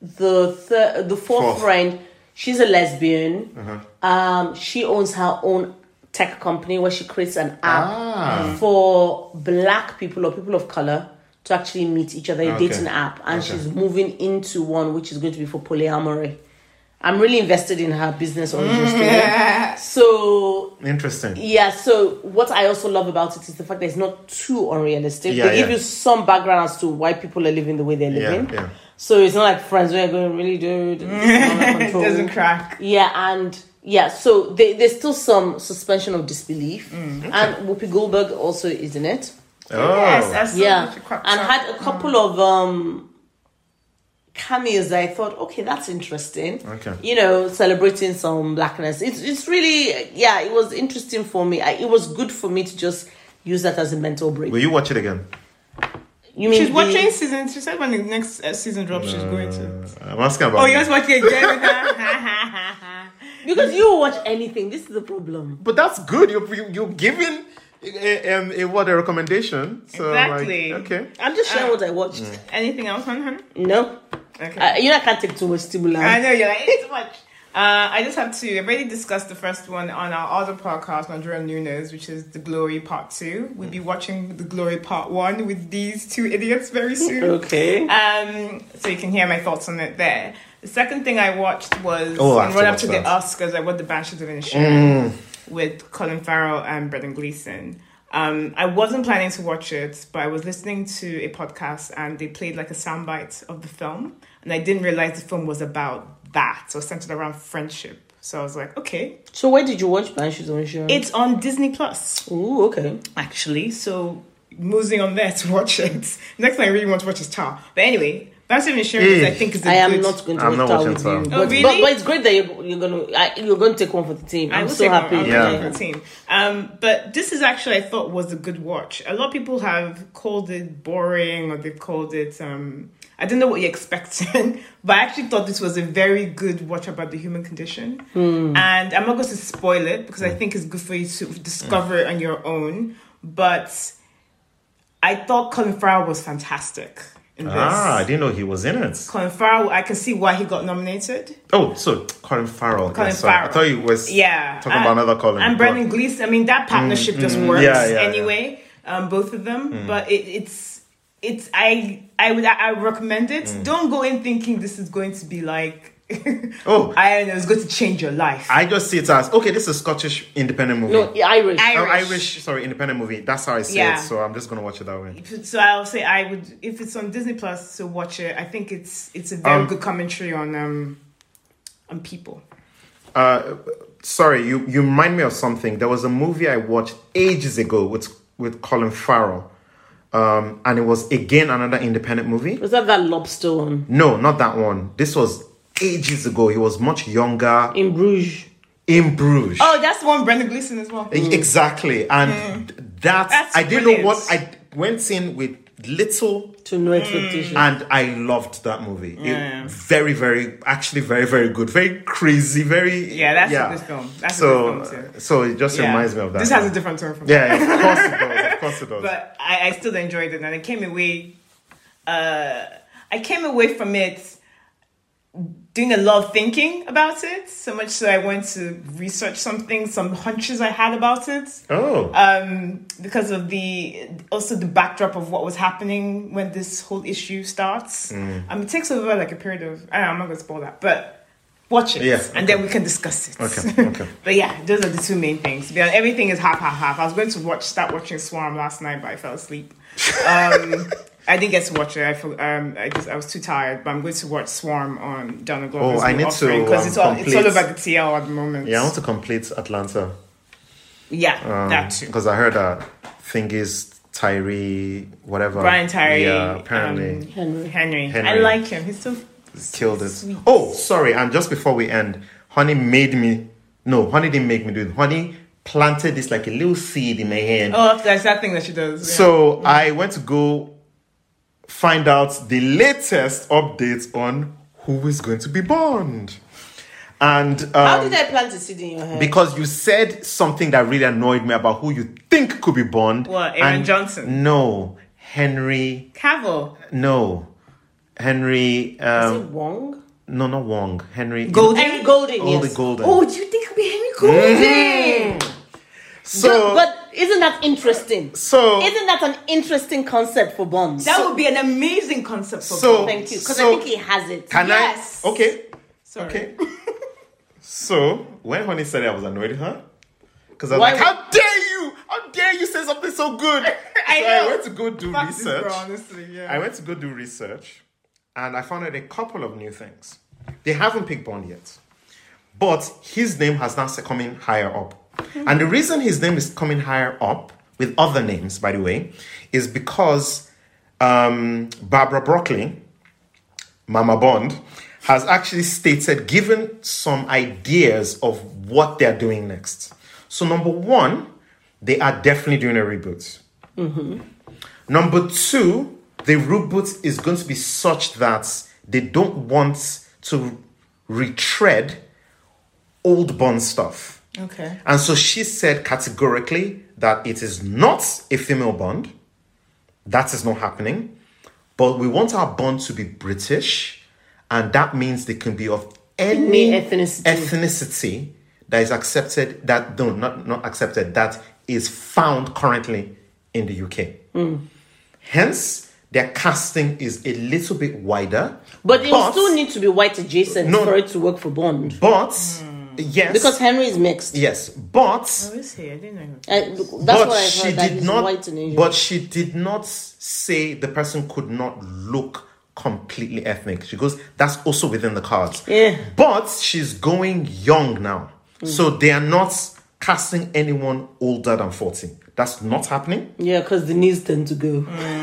Speaker 2: the thir- the fourth,
Speaker 3: Fourth. Uh-huh.
Speaker 2: friend. She's a lesbian. Um, she owns her own tech company where she creates an app
Speaker 3: Ah.
Speaker 2: for black people or people of color to actually meet each other, a
Speaker 3: Okay.
Speaker 2: dating app, and
Speaker 3: Okay.
Speaker 2: she's moving into one which is going to be for polyamory. I'm really invested in her business origin story. So
Speaker 3: Interesting.
Speaker 2: yeah, so what I also love about it is the fact that it's not too unrealistic.
Speaker 3: Yeah,
Speaker 2: they give
Speaker 3: yeah.
Speaker 2: you some background as to why people are living the way they're
Speaker 3: Yeah,
Speaker 2: living.
Speaker 3: yeah.
Speaker 2: So it's not like friends where you're going, really, dude. it's out of
Speaker 1: it
Speaker 2: control."
Speaker 1: doesn't crack.
Speaker 2: Yeah, and yeah, so they, there's still some suspension of disbelief,
Speaker 1: Mm,
Speaker 2: and Whoopi Goldberg also is in it.
Speaker 3: Oh.
Speaker 1: Yes, I saw
Speaker 2: yeah,
Speaker 1: that you cropped
Speaker 2: and
Speaker 1: up. Mm.
Speaker 2: had a couple of um cameos. That I thought, okay, that's interesting.
Speaker 3: Okay.
Speaker 2: you know, celebrating some blackness. It's it's really yeah, it was interesting for me. I, it was good for me to just use that as a mental break.
Speaker 3: Will you watch it again?
Speaker 2: you mean
Speaker 1: She's
Speaker 2: the-
Speaker 1: watching season. She said when the next uh, season drops, she's going to.
Speaker 3: Uh, I'm asking about.
Speaker 1: Oh,
Speaker 3: it.
Speaker 1: you're watching again with her.
Speaker 2: because you will watch anything. This is the problem.
Speaker 3: But that's good. You're you, you're giving a, um, a what a recommendation. So like,
Speaker 1: Exactly.
Speaker 3: okay.
Speaker 2: I'm just
Speaker 1: Ah.
Speaker 2: sharing what I watched.
Speaker 1: Mm. Anything else on her?
Speaker 2: No,
Speaker 1: Okay.
Speaker 2: I, you know I can't take too much stimulus.
Speaker 1: I know you're like it's too much. Uh, I just have to. I already discussed the first one on our other podcast, Nigerian Nunes, which is The Glory Part 2. We'll be watching The Glory Part 1 with these two idiots very soon.
Speaker 2: okay.
Speaker 1: Um, so you can hear my thoughts on it there. The second thing I watched was
Speaker 3: Oh, I have
Speaker 1: in
Speaker 3: to
Speaker 1: run up
Speaker 3: watch
Speaker 1: to
Speaker 3: that. Mm.
Speaker 1: the Oscars. I watched The Banshees of Inisherin with Colin Farrell and Brendan Gleeson. Um, I wasn't planning to watch it, but I was listening to a podcast and they played like a soundbite of the film, and I didn't realize the film was about that. So centered around friendship. So I was like, okay,
Speaker 2: So where did you watch Banshees of Inisherin?
Speaker 3: Mm.
Speaker 1: it's on Disney Plus
Speaker 2: Ooh, okay.
Speaker 1: actually. So moving on there to watch it. Next thing I really want to watch is Tar. But anyway, Banshees of Inisherin,
Speaker 3: Eh.
Speaker 1: I think is a
Speaker 2: I am
Speaker 1: good-
Speaker 2: not going to
Speaker 3: I'm
Speaker 2: watch
Speaker 3: not
Speaker 2: that
Speaker 3: watching
Speaker 2: with you.
Speaker 3: Tar.
Speaker 2: But,
Speaker 1: Oh, really?
Speaker 2: but, but it's great that you're, you're gonna I, you're gonna take one for the team.
Speaker 1: I
Speaker 2: I'm
Speaker 1: will
Speaker 2: so
Speaker 1: take
Speaker 2: happy.
Speaker 1: One,
Speaker 3: Yeah.
Speaker 1: yeah. Team. Um, but this is actually I thought was a good watch. A lot of people have called it boring or they've called it um I don't know what you're expecting, but I actually thought this was a very good watch about the human condition.
Speaker 2: Hmm.
Speaker 1: And I'm not going to spoil it because I
Speaker 3: Hmm.
Speaker 1: think it's good for you to discover it on your own. But I thought Colin Farrell was fantastic in this.
Speaker 3: Ah, I didn't know he was in it.
Speaker 1: Colin Farrell, I can see why he got nominated.
Speaker 3: Oh, so Colin Farrell.
Speaker 1: Colin
Speaker 3: yes, sorry. I
Speaker 1: Farrell.
Speaker 3: thought you was
Speaker 1: Yeah.
Speaker 3: talking about another Colin. Mm,
Speaker 1: And Brendan Gleeson. I mean, that partnership just works
Speaker 3: yeah, yeah, Mm.
Speaker 1: anyway. Um, both of them, but it, it's it's I I would I recommend it.
Speaker 3: Mm.
Speaker 1: Don't go in thinking this is going to be like
Speaker 3: Oh.
Speaker 1: I don't know it's going to change your life.
Speaker 3: I just see it as okay. This is Scottish independent movie.
Speaker 2: No, Irish.
Speaker 1: I-
Speaker 3: Oh,
Speaker 1: Irish.
Speaker 3: Irish, sorry, independent movie. That's how I see
Speaker 1: Yeah.
Speaker 3: it. So I'm just gonna watch it that way.
Speaker 1: so I'll say I would if it's on Disney Plus so watch it. I think it's it's a very
Speaker 3: Um,
Speaker 1: good commentary on um on people.
Speaker 3: Uh, sorry, you you remind me of something. There was a movie I watched ages ago with with Colin Farrell, um, and it was again another independent movie.
Speaker 2: Was that that lobster one
Speaker 3: No, not that one. This was ages ago. He was much younger
Speaker 2: in Bruges?
Speaker 3: in Bruges.
Speaker 1: Oh, that's the one Brendan Gleeson as well.
Speaker 3: E- Exactly, and th- that
Speaker 1: Mm. That's
Speaker 3: I didn't know
Speaker 1: brilliant.
Speaker 3: what I went in with little
Speaker 2: to
Speaker 1: Hmm.
Speaker 2: no expectation.
Speaker 3: and I loved that movie. It- very, very, actually, very, very good. Very crazy. Very
Speaker 1: Yeah, that's a good film. That's a
Speaker 3: so,
Speaker 1: good film too.
Speaker 3: So it just
Speaker 1: Yeah.
Speaker 3: reminds me of that.
Speaker 1: This has a
Speaker 3: film.
Speaker 1: different tone from
Speaker 3: yeah, yeah, of course it does. Of course it does.
Speaker 1: but I, I still enjoyed it and I came away uh I came away from it doing a lot of thinking about it so much so I went to research something some hunches I had about it
Speaker 3: oh,
Speaker 1: um because of the also the backdrop of what was happening when this whole issue starts
Speaker 3: Mm.
Speaker 1: um it takes over like a period of I I'm not gonna spoil that but watch it
Speaker 3: Yeah,
Speaker 1: and then we can discuss it
Speaker 3: okay, okay.
Speaker 1: but yeah, those are the two main things. But everything is half, half, half. I was going to watch, start watching Swarm last night, but I fell asleep. Um, I didn't get to watch it. I feel, um, I just I was too tired. But I'm going to watch Swarm on Donald Glover's
Speaker 3: Oh, I need to,
Speaker 1: because
Speaker 3: um,
Speaker 1: it's all it's all
Speaker 3: complete-
Speaker 1: about the TL at the moment.
Speaker 3: Yeah, Um, I want to complete Atlanta.
Speaker 1: yeah, that too.
Speaker 3: Because I heard that Thingy's Tyree, whatever.
Speaker 1: Brian Tyree,
Speaker 3: Yeah, apparently.
Speaker 1: um,
Speaker 2: Henry.
Speaker 1: Henry. I
Speaker 3: Henry.
Speaker 1: like him. He's so
Speaker 3: killed it.
Speaker 1: Sweet.
Speaker 3: Oh, sorry. And just before we end, Honey made me. No, Honey didn't make me do it. Honey planted this like a little seed in my head.
Speaker 1: oh, that's that thing that she does. yeah.
Speaker 3: So I went to go find out the latest updates on who is going to be Bond. And um,
Speaker 2: How did I plant a seed in your head?
Speaker 3: because you said something that really annoyed me about who you think could be Bond.
Speaker 1: What, Aaron
Speaker 3: and-
Speaker 1: Johnson?
Speaker 3: No, Henry.
Speaker 1: Cavill,
Speaker 3: No, Henry.
Speaker 2: Is
Speaker 3: Um,
Speaker 2: it Wong?
Speaker 3: no, not Wong. Henry.
Speaker 1: Golden.
Speaker 2: Henry Golding.
Speaker 3: All the
Speaker 2: yes.
Speaker 3: golden.
Speaker 2: Oh, do you think it'll be Henry Golding?
Speaker 3: so,
Speaker 2: but isn't that interesting?
Speaker 3: so,
Speaker 2: Isn't that an interesting concept for Bonds?
Speaker 1: that would be an amazing concept for.
Speaker 3: So-
Speaker 1: Bond.
Speaker 2: Thank you, because
Speaker 3: So-
Speaker 2: I think he has it.
Speaker 3: can
Speaker 1: yes.
Speaker 3: I? Okay,
Speaker 1: Sorry.
Speaker 3: okay. so when Honey said it, I was annoyed with her because I was
Speaker 2: Why
Speaker 3: like,
Speaker 2: would-
Speaker 3: "How dare you? How dare you say something so good?"
Speaker 1: I
Speaker 3: so I
Speaker 1: know.
Speaker 3: went to go do
Speaker 1: Fuck this
Speaker 3: research.
Speaker 1: girl, honestly, yeah.
Speaker 3: I went to go do research, and I found out a couple of new things. They haven't picked Bond yet, but his name has now come in higher up. And the reason his name is coming higher up with other names, by the way, is because um, Barbara Broccoli, Mama Bond, has actually stated, given some ideas of what they're doing next. So, number one, they are definitely doing a reboot. Number two, the reboot is going to be such that they don't want to retread old Bond stuff.
Speaker 1: Okay.
Speaker 3: And so she said categorically that it is not a female Bond. That is not happening. But we want our Bond to be British. And that means they can be of any,
Speaker 2: Any ethnicity.
Speaker 3: ethnicity that is accepted, that, no, not, not accepted, that is found currently in the UK.
Speaker 2: Mm.
Speaker 3: Hence, their casting is a little bit wider.
Speaker 2: But it will still need to be white adjacent
Speaker 3: No.
Speaker 2: for it to work for Bond.
Speaker 3: But, yes.
Speaker 2: Mm. Because Henry is mixed.
Speaker 3: yes. But.
Speaker 1: Who is he? I didn't know. him.
Speaker 2: I- that's
Speaker 3: but
Speaker 2: what I heard
Speaker 3: she
Speaker 2: that
Speaker 3: did
Speaker 2: he's
Speaker 3: not.
Speaker 2: white and Asian.
Speaker 3: But she did not say the person could not look completely ethnic. She goes, that's also within the cards.
Speaker 2: Yeah.
Speaker 3: But she's going young now, so they are not casting anyone older than forty. That's not happening.
Speaker 2: yeah, because the knees tend to go.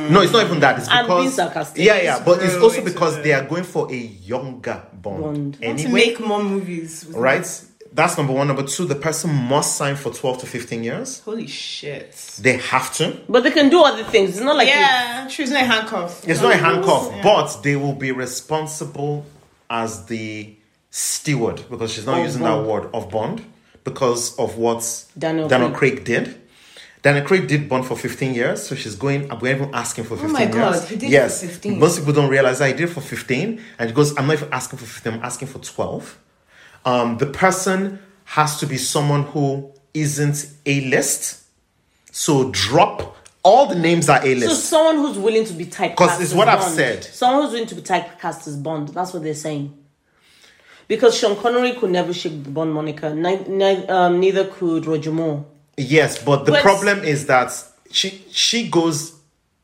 Speaker 3: No, it's not even that. It's
Speaker 2: I'm being
Speaker 3: because
Speaker 2: sarcastic.
Speaker 3: yeah, yeah. But it's
Speaker 1: Throw
Speaker 3: also
Speaker 1: it to
Speaker 3: because
Speaker 1: the-
Speaker 3: they are going for a younger bond.
Speaker 2: Bond.
Speaker 1: Want
Speaker 3: Anyway,
Speaker 1: to make more movies. with-
Speaker 3: right? That's number one. Number two, the person must sign for twelve to fifteen years.
Speaker 1: Holy shit.
Speaker 3: They have to.
Speaker 2: But they can do other things. It's not like
Speaker 1: yeah, she was not handcuffed.
Speaker 3: It's not a handcuff, but they will be responsible as the steward because she's not
Speaker 2: Of
Speaker 3: using
Speaker 2: Bond.
Speaker 3: that word of Bond because of what
Speaker 2: Daniel
Speaker 3: Craig. did. Daniel Craig did Bond for 15 years, so she's going, we're even asking for 15
Speaker 1: my
Speaker 3: years.
Speaker 1: God, he did
Speaker 3: yes.
Speaker 1: for 15.
Speaker 3: Most people don't realize that he did for 15, and he goes, I'm not even asking for 15, I'm asking for 12. Um, the person has to be someone who isn't A list, so drop all the names are A list.
Speaker 2: So someone who's willing to be typecast.
Speaker 3: 'Cause it's
Speaker 2: as
Speaker 3: what I've
Speaker 2: Bond.
Speaker 3: said.
Speaker 2: Someone who's willing to be typecast as Bond. That's what they're saying. Because Sean Connery could never shake the Bond moniker. Ni- ni- um, neither could Roger Moore.
Speaker 3: Yes, but the
Speaker 2: But-
Speaker 3: problem is that she she goes.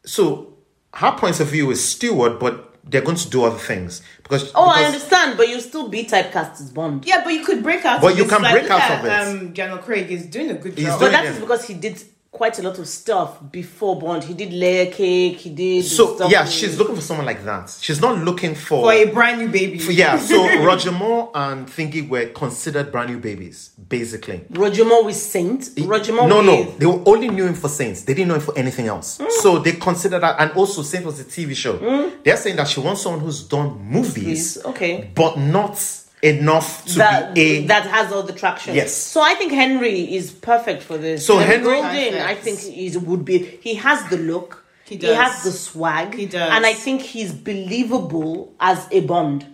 Speaker 3: So her point of view is steward, but they're going to do other things because.
Speaker 2: Oh, I
Speaker 3: because-
Speaker 2: understand, but you'll still be typecast as Bond.
Speaker 1: Yeah, but you could break out.
Speaker 3: But
Speaker 1: of
Speaker 3: you
Speaker 1: this.
Speaker 3: can
Speaker 1: Like,
Speaker 3: break
Speaker 1: look
Speaker 3: out
Speaker 1: at,
Speaker 3: of it.
Speaker 1: Um, General Craig is doing a good
Speaker 3: He's
Speaker 1: job.
Speaker 2: But
Speaker 3: doing-
Speaker 2: that
Speaker 3: yeah.
Speaker 2: is because he did quite a lot of stuff before Bond. He did layer cake. He did
Speaker 3: So
Speaker 2: stuff
Speaker 3: yeah,
Speaker 2: with-
Speaker 3: she's looking for someone like that. She's not looking for,
Speaker 1: for a brand new baby.
Speaker 3: yeah. So Roger Moore and Thingy were considered brand new babies, basically.
Speaker 2: Roger Moore with Saint. Roger Moore Hmm.
Speaker 3: no,
Speaker 2: with
Speaker 3: no, they were- only knew him for Saints. They didn't know him for anything else. So they considered that, and also Saints was a TV show. They're saying that she wants someone who's done movies,
Speaker 2: Hmm. Movies, okay.
Speaker 3: but not enough to
Speaker 2: that
Speaker 3: be a.
Speaker 2: that has all the traction.
Speaker 3: Yes.
Speaker 2: So I think Henry is perfect for this.
Speaker 3: So
Speaker 2: And
Speaker 3: Henry-
Speaker 2: Golden, I
Speaker 1: Perfect.
Speaker 2: think is would be. He has the look.
Speaker 1: He
Speaker 2: He
Speaker 1: does.
Speaker 2: has the swag.
Speaker 1: He does.
Speaker 2: And I think he's believable as a Bond.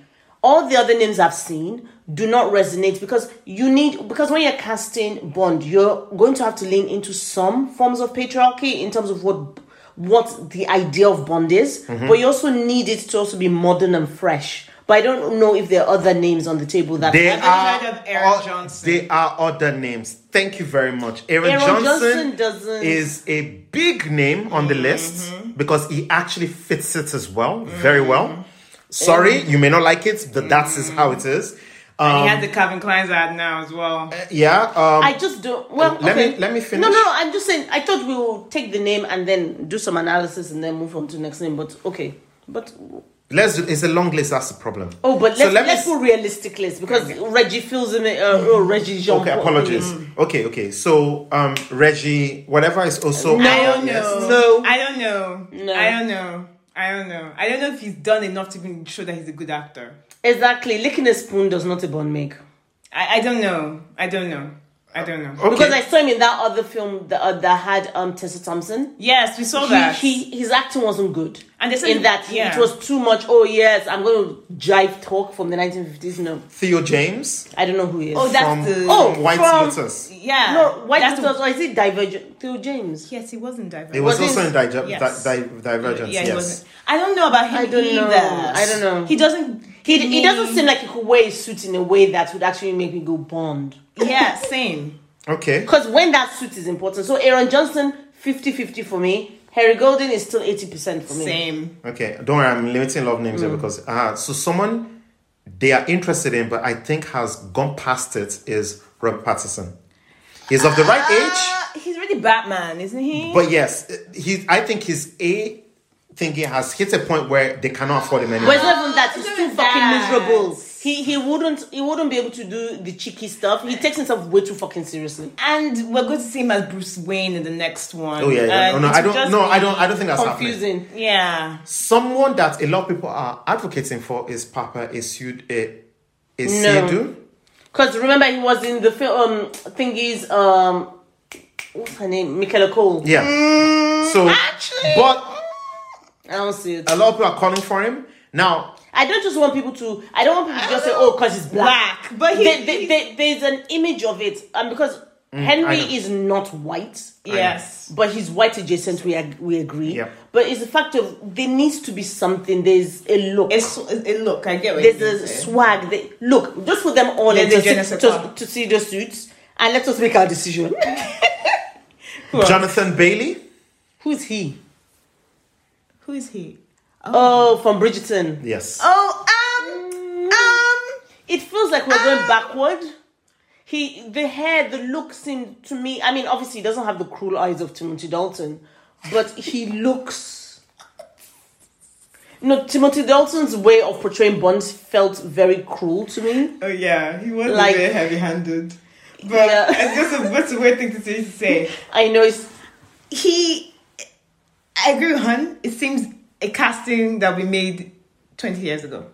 Speaker 2: All the other names I've seen do not resonate because you need because when you're casting Bond, you're going to have to lean into some forms of patriarchy in terms of what what the idea of Bond is,
Speaker 3: Mm-hmm.
Speaker 2: but you also need it to also be modern and fresh. But I don't know if there are other names on the table that
Speaker 3: They
Speaker 1: Have you
Speaker 3: are,
Speaker 1: heard of Aaron
Speaker 3: oth-
Speaker 1: Johnson?
Speaker 3: they are other names. Thank you very much. Aaron,
Speaker 2: Aaron
Speaker 3: Johnson,
Speaker 2: Johnson doesn't-
Speaker 3: is a big name on the list because he actually fits it as well, very well. Sorry, you may not like it, but that's is how it is.
Speaker 1: he
Speaker 3: Um,
Speaker 1: had the Calvin Klein's ad now as well.
Speaker 3: yeah. Um,
Speaker 2: I just don't. Well,
Speaker 3: Let
Speaker 2: okay.
Speaker 3: me- let me
Speaker 2: No,
Speaker 3: finish.
Speaker 2: no, I'm just saying. I thought we will take the name and then do some analysis and then move on to next name. But okay, but
Speaker 3: Let's do, it's a long list. That's the problem.
Speaker 2: oh, but let's
Speaker 3: So let me
Speaker 2: let's
Speaker 3: s- Mm-hmm.
Speaker 2: go realistic list because Reggie fills in. it, Uh, oh, Reggie Jean.
Speaker 3: Okay, apologies. Okay, okay. So, um, Reggie, whatever is also uh,
Speaker 2: No,
Speaker 1: I don't know.
Speaker 3: Yes.
Speaker 2: No.
Speaker 1: I don't know.
Speaker 2: No.
Speaker 1: I don't know. I don't know. I don't know if he's done enough to even show that he's a good actor.
Speaker 2: Mm-hmm. Exactly. Licking a spoon does not a bond make.
Speaker 1: I, I don't know. I don't know. I don't know.
Speaker 3: Okay.
Speaker 2: Because I saw him in that other film that, uh, that had um Tessa Thompson.
Speaker 1: Yes, we saw
Speaker 2: He,
Speaker 1: that.
Speaker 2: he his acting wasn't good,
Speaker 1: And they said-
Speaker 2: in that he-
Speaker 1: yeah.
Speaker 2: it was too much. Oh yes, I'm going to jive talk from the 1950s. No,
Speaker 3: Theo James
Speaker 2: I don't know who he is.
Speaker 1: oh, that's
Speaker 3: from
Speaker 1: the.
Speaker 2: Oh,
Speaker 3: White
Speaker 2: from-
Speaker 3: Lotus.
Speaker 1: yeah.
Speaker 2: no, why
Speaker 1: That's
Speaker 2: does
Speaker 1: the-
Speaker 2: or is it Divergent? Theo James.
Speaker 1: Yes, he wasn't divergent.
Speaker 3: It was,
Speaker 2: Was
Speaker 3: also
Speaker 2: it-
Speaker 3: in Dig-
Speaker 1: Yes.
Speaker 3: Di- Di- Divergence.
Speaker 1: Yeah, he
Speaker 3: yes.
Speaker 1: wasn't. I don't know about him
Speaker 2: I don't
Speaker 1: either.
Speaker 2: know. I don't know.
Speaker 1: He doesn't.
Speaker 2: He, he doesn't seem like he could wear a suit in a way that would actually make me go Bond.
Speaker 1: Yeah, same.
Speaker 3: Okay.
Speaker 2: Because when that suit is important. So Aaron Johnson, 50 50 for me. Harry Golden is still 80% for me.
Speaker 1: Same.
Speaker 3: Okay. Don't worry, I'm limiting love names here
Speaker 2: Mm.
Speaker 3: because uh, so someone they are interested in, but I think has gone past it is Robert Patterson. He's of the right
Speaker 2: Ah.
Speaker 3: age.
Speaker 1: Uh, he's really Batman, isn't he?
Speaker 3: But yes, he. I think his A thinking has hit a point where they cannot afford him
Speaker 2: But
Speaker 3: anymore.
Speaker 2: it's not even that. He's
Speaker 1: Look
Speaker 2: too
Speaker 1: at that.
Speaker 2: fucking miserable. He he wouldn't he wouldn't be able to do the cheeky stuff. He takes himself way too fucking seriously.
Speaker 1: and we're going to see him as Bruce Wayne in the next one.
Speaker 3: Oh yeah,
Speaker 2: uh,
Speaker 3: yeah.
Speaker 1: And
Speaker 3: no,
Speaker 1: it
Speaker 3: no, I
Speaker 1: will
Speaker 3: don't.
Speaker 1: just
Speaker 3: No, I
Speaker 1: be-
Speaker 3: don't. I don't think that's happening.
Speaker 2: Confusing.
Speaker 1: Yeah.
Speaker 3: Someone that a lot of people are advocating for is Papa uh, Isud
Speaker 2: No.
Speaker 3: Isidu.
Speaker 2: Because remember he was in the film um, thingies um what's her name? Michaela Cole.
Speaker 3: Yeah.
Speaker 2: Mm.
Speaker 3: so,
Speaker 2: Ah,
Speaker 3: but
Speaker 2: I don't see it.
Speaker 3: a lot of people are calling for him now.
Speaker 2: I don't just want people to. I don't want people to just say, "Oh, because he's black."
Speaker 1: Black, but he-
Speaker 2: There- there-
Speaker 1: he- Mm,
Speaker 2: there- there's an image of it, and because Henry
Speaker 3: know.
Speaker 2: is not white,
Speaker 1: Yes.
Speaker 2: but he's white adjacent. We ag- we agree.
Speaker 3: Yep.
Speaker 2: But it's the fact of there needs to be something. There's a look.
Speaker 1: It's, it, it- look, I get what
Speaker 2: there's
Speaker 1: you're
Speaker 2: a
Speaker 1: saying.
Speaker 2: swag. They, look, just put them all
Speaker 1: There's
Speaker 2: in
Speaker 1: a
Speaker 2: to,
Speaker 1: je ne
Speaker 2: see,
Speaker 1: sais
Speaker 2: to,
Speaker 1: quoi.
Speaker 2: to see the suits, and let us make our decision.
Speaker 3: Jonathan Bailey.
Speaker 2: Who's he?
Speaker 1: Who is he?
Speaker 2: Oh, from Bridgerton.
Speaker 3: Yes.
Speaker 1: Oh, um, um.
Speaker 2: It feels like we're going backward. He, the hair, the look seemed to me. I mean, obviously, he doesn't have the cruel eyes of Timothy Dalton, but he looks. No, Timothy Dalton's way of portraying Bond felt very cruel to me.
Speaker 1: Oh yeah, he was
Speaker 2: Like-
Speaker 1: very heavy-handed. But
Speaker 2: Yeah.
Speaker 1: it's just a, that's a weird thing to say. To say
Speaker 2: I know it's
Speaker 1: he, I agree with Han. It seems a casting that we made twenty years ago.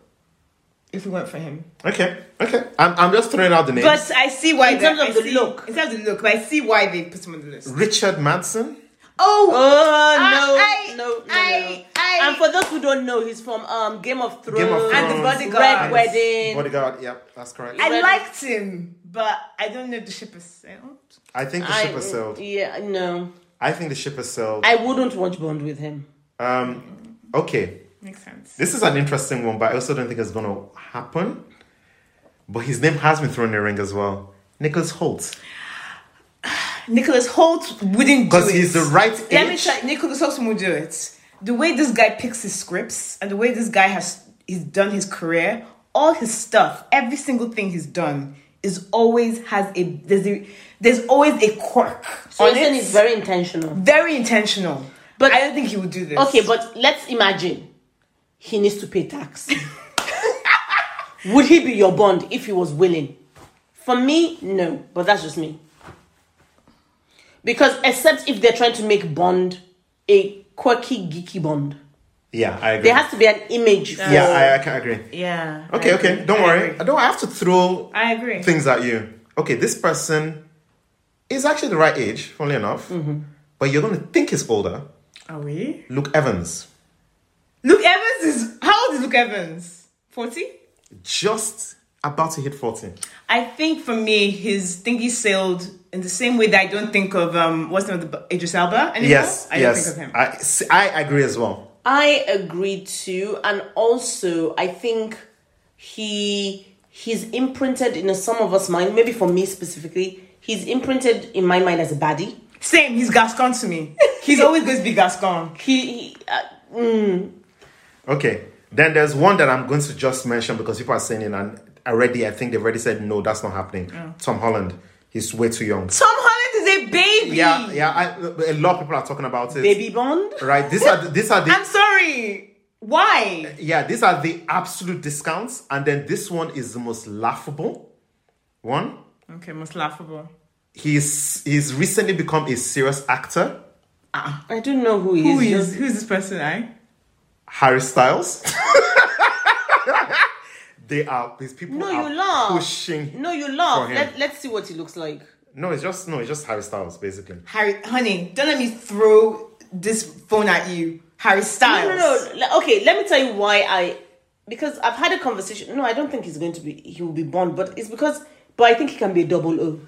Speaker 1: If we went for him,
Speaker 3: Okay. Okay. I'm, I'm just throwing out the names.
Speaker 1: but I see why.
Speaker 2: In
Speaker 1: they-
Speaker 2: terms of
Speaker 1: I
Speaker 2: the
Speaker 1: see-
Speaker 2: look.
Speaker 1: in terms of the look, but I see why they put him on the list.
Speaker 3: Richard Madsen.
Speaker 1: Oh,
Speaker 2: Oh
Speaker 1: I-
Speaker 2: no,
Speaker 1: I-
Speaker 2: no, no,
Speaker 1: I-
Speaker 2: no.
Speaker 1: I-
Speaker 2: and for those who don't know, he's from um Game of Thrones,
Speaker 3: Game of
Speaker 1: And the
Speaker 3: Thrones.
Speaker 1: Bodyguard.
Speaker 2: Red Wedding.
Speaker 3: Bodyguard. Yep, that's correct.
Speaker 1: I
Speaker 2: Red-
Speaker 1: liked him, but I don't know if the ship has sailed.
Speaker 3: I think the
Speaker 2: I-
Speaker 3: ship has sailed.
Speaker 2: yeah, no,
Speaker 3: I think the ship has sailed.
Speaker 2: I wouldn't watch Bond with him.
Speaker 3: Um, okay,
Speaker 1: Makes sense.
Speaker 3: this is an interesting one, but I also don't think it's gonna happen. But his name has been thrown in the ring as well. Nicholas Holt,
Speaker 1: Nicholas Holt wouldn't do it.
Speaker 3: because he's the right
Speaker 1: Let me
Speaker 3: age.
Speaker 1: try. Nicholas Holt will do it. The way this guy picks his scripts and the way this guy has he's done his career, all his stuff, every single thing he's done is always has a there's a there's always a quirk
Speaker 2: So
Speaker 1: on
Speaker 2: Jason
Speaker 1: it.
Speaker 2: is very intentional.
Speaker 1: very intentional.
Speaker 2: But-
Speaker 1: But I don't think he would do this.
Speaker 2: Okay, but let's imagine he needs to pay tax. Would he be your bond if he was willing? For me, no, but that's just me. Because except if they're trying to make bond a quirky, geeky bond,
Speaker 3: Yeah, I agree.
Speaker 2: there has to be an image. For,
Speaker 3: yeah, I, I can agree.
Speaker 1: yeah.
Speaker 3: Okay,
Speaker 1: I
Speaker 3: okay.
Speaker 1: agree.
Speaker 3: Don't
Speaker 1: I
Speaker 3: worry.
Speaker 1: agree.
Speaker 3: I don't have to throw
Speaker 1: I agree.
Speaker 3: things at you. Okay, this person is actually the right age, funnily enough,
Speaker 1: Mm-hmm.
Speaker 3: but you're going to think he's older.
Speaker 1: Are we?
Speaker 3: Luke Evans,
Speaker 1: Luke Evans is how old is Luke Evans? Forty.
Speaker 3: just about to hit 40.
Speaker 1: I think for me, his thingy sailed in the same way that I don't think of um what's the name of the Idris Elba anymore.
Speaker 3: Yes,
Speaker 1: I
Speaker 3: yes.
Speaker 1: don't think of him.
Speaker 3: I, s- I agree as well.
Speaker 2: I agree too, and also I think he he's imprinted in a, some of us mind. Maybe for me specifically, he's imprinted in my mind as a baddie.
Speaker 1: Same, he's Gascon to me. He's always going to be Gascon.
Speaker 2: He, he uh, mm,
Speaker 3: Okay, then there's one that I'm going to just mention because people are saying it and already, I think they've already said, no, that's not happening.
Speaker 1: Oh.
Speaker 3: Tom Holland, he's way too young.
Speaker 1: Tom Holland is a baby.
Speaker 3: Yeah, yeah. I, a lot of people are talking about it.
Speaker 2: baby bond.
Speaker 3: Right? These are the, these are the
Speaker 1: I'm sorry. Why?
Speaker 3: yeah, these are the absolute discounts, and then this one is the most laughable one.
Speaker 1: Okay, most laughable.
Speaker 3: He's he's recently become a serious actor,
Speaker 2: I don't know who he
Speaker 1: Who
Speaker 2: is.
Speaker 1: is who is this person? I
Speaker 3: Harry Styles. they are these people
Speaker 2: No,
Speaker 3: are
Speaker 2: you laugh.
Speaker 3: pushing.
Speaker 2: No, you laugh.
Speaker 3: For him.
Speaker 2: Let, let's see what he looks like.
Speaker 3: No, it's just no, it's just Harry Styles basically.
Speaker 1: Harry, honey, don't let me throw this phone at you, Harry
Speaker 2: No,
Speaker 1: Styles.
Speaker 2: no, no. Le- Okay, let me tell you why I. Because I've had a conversation. No, I don't think he's going to be. He will be born, but it's because. But I think he can be a double O.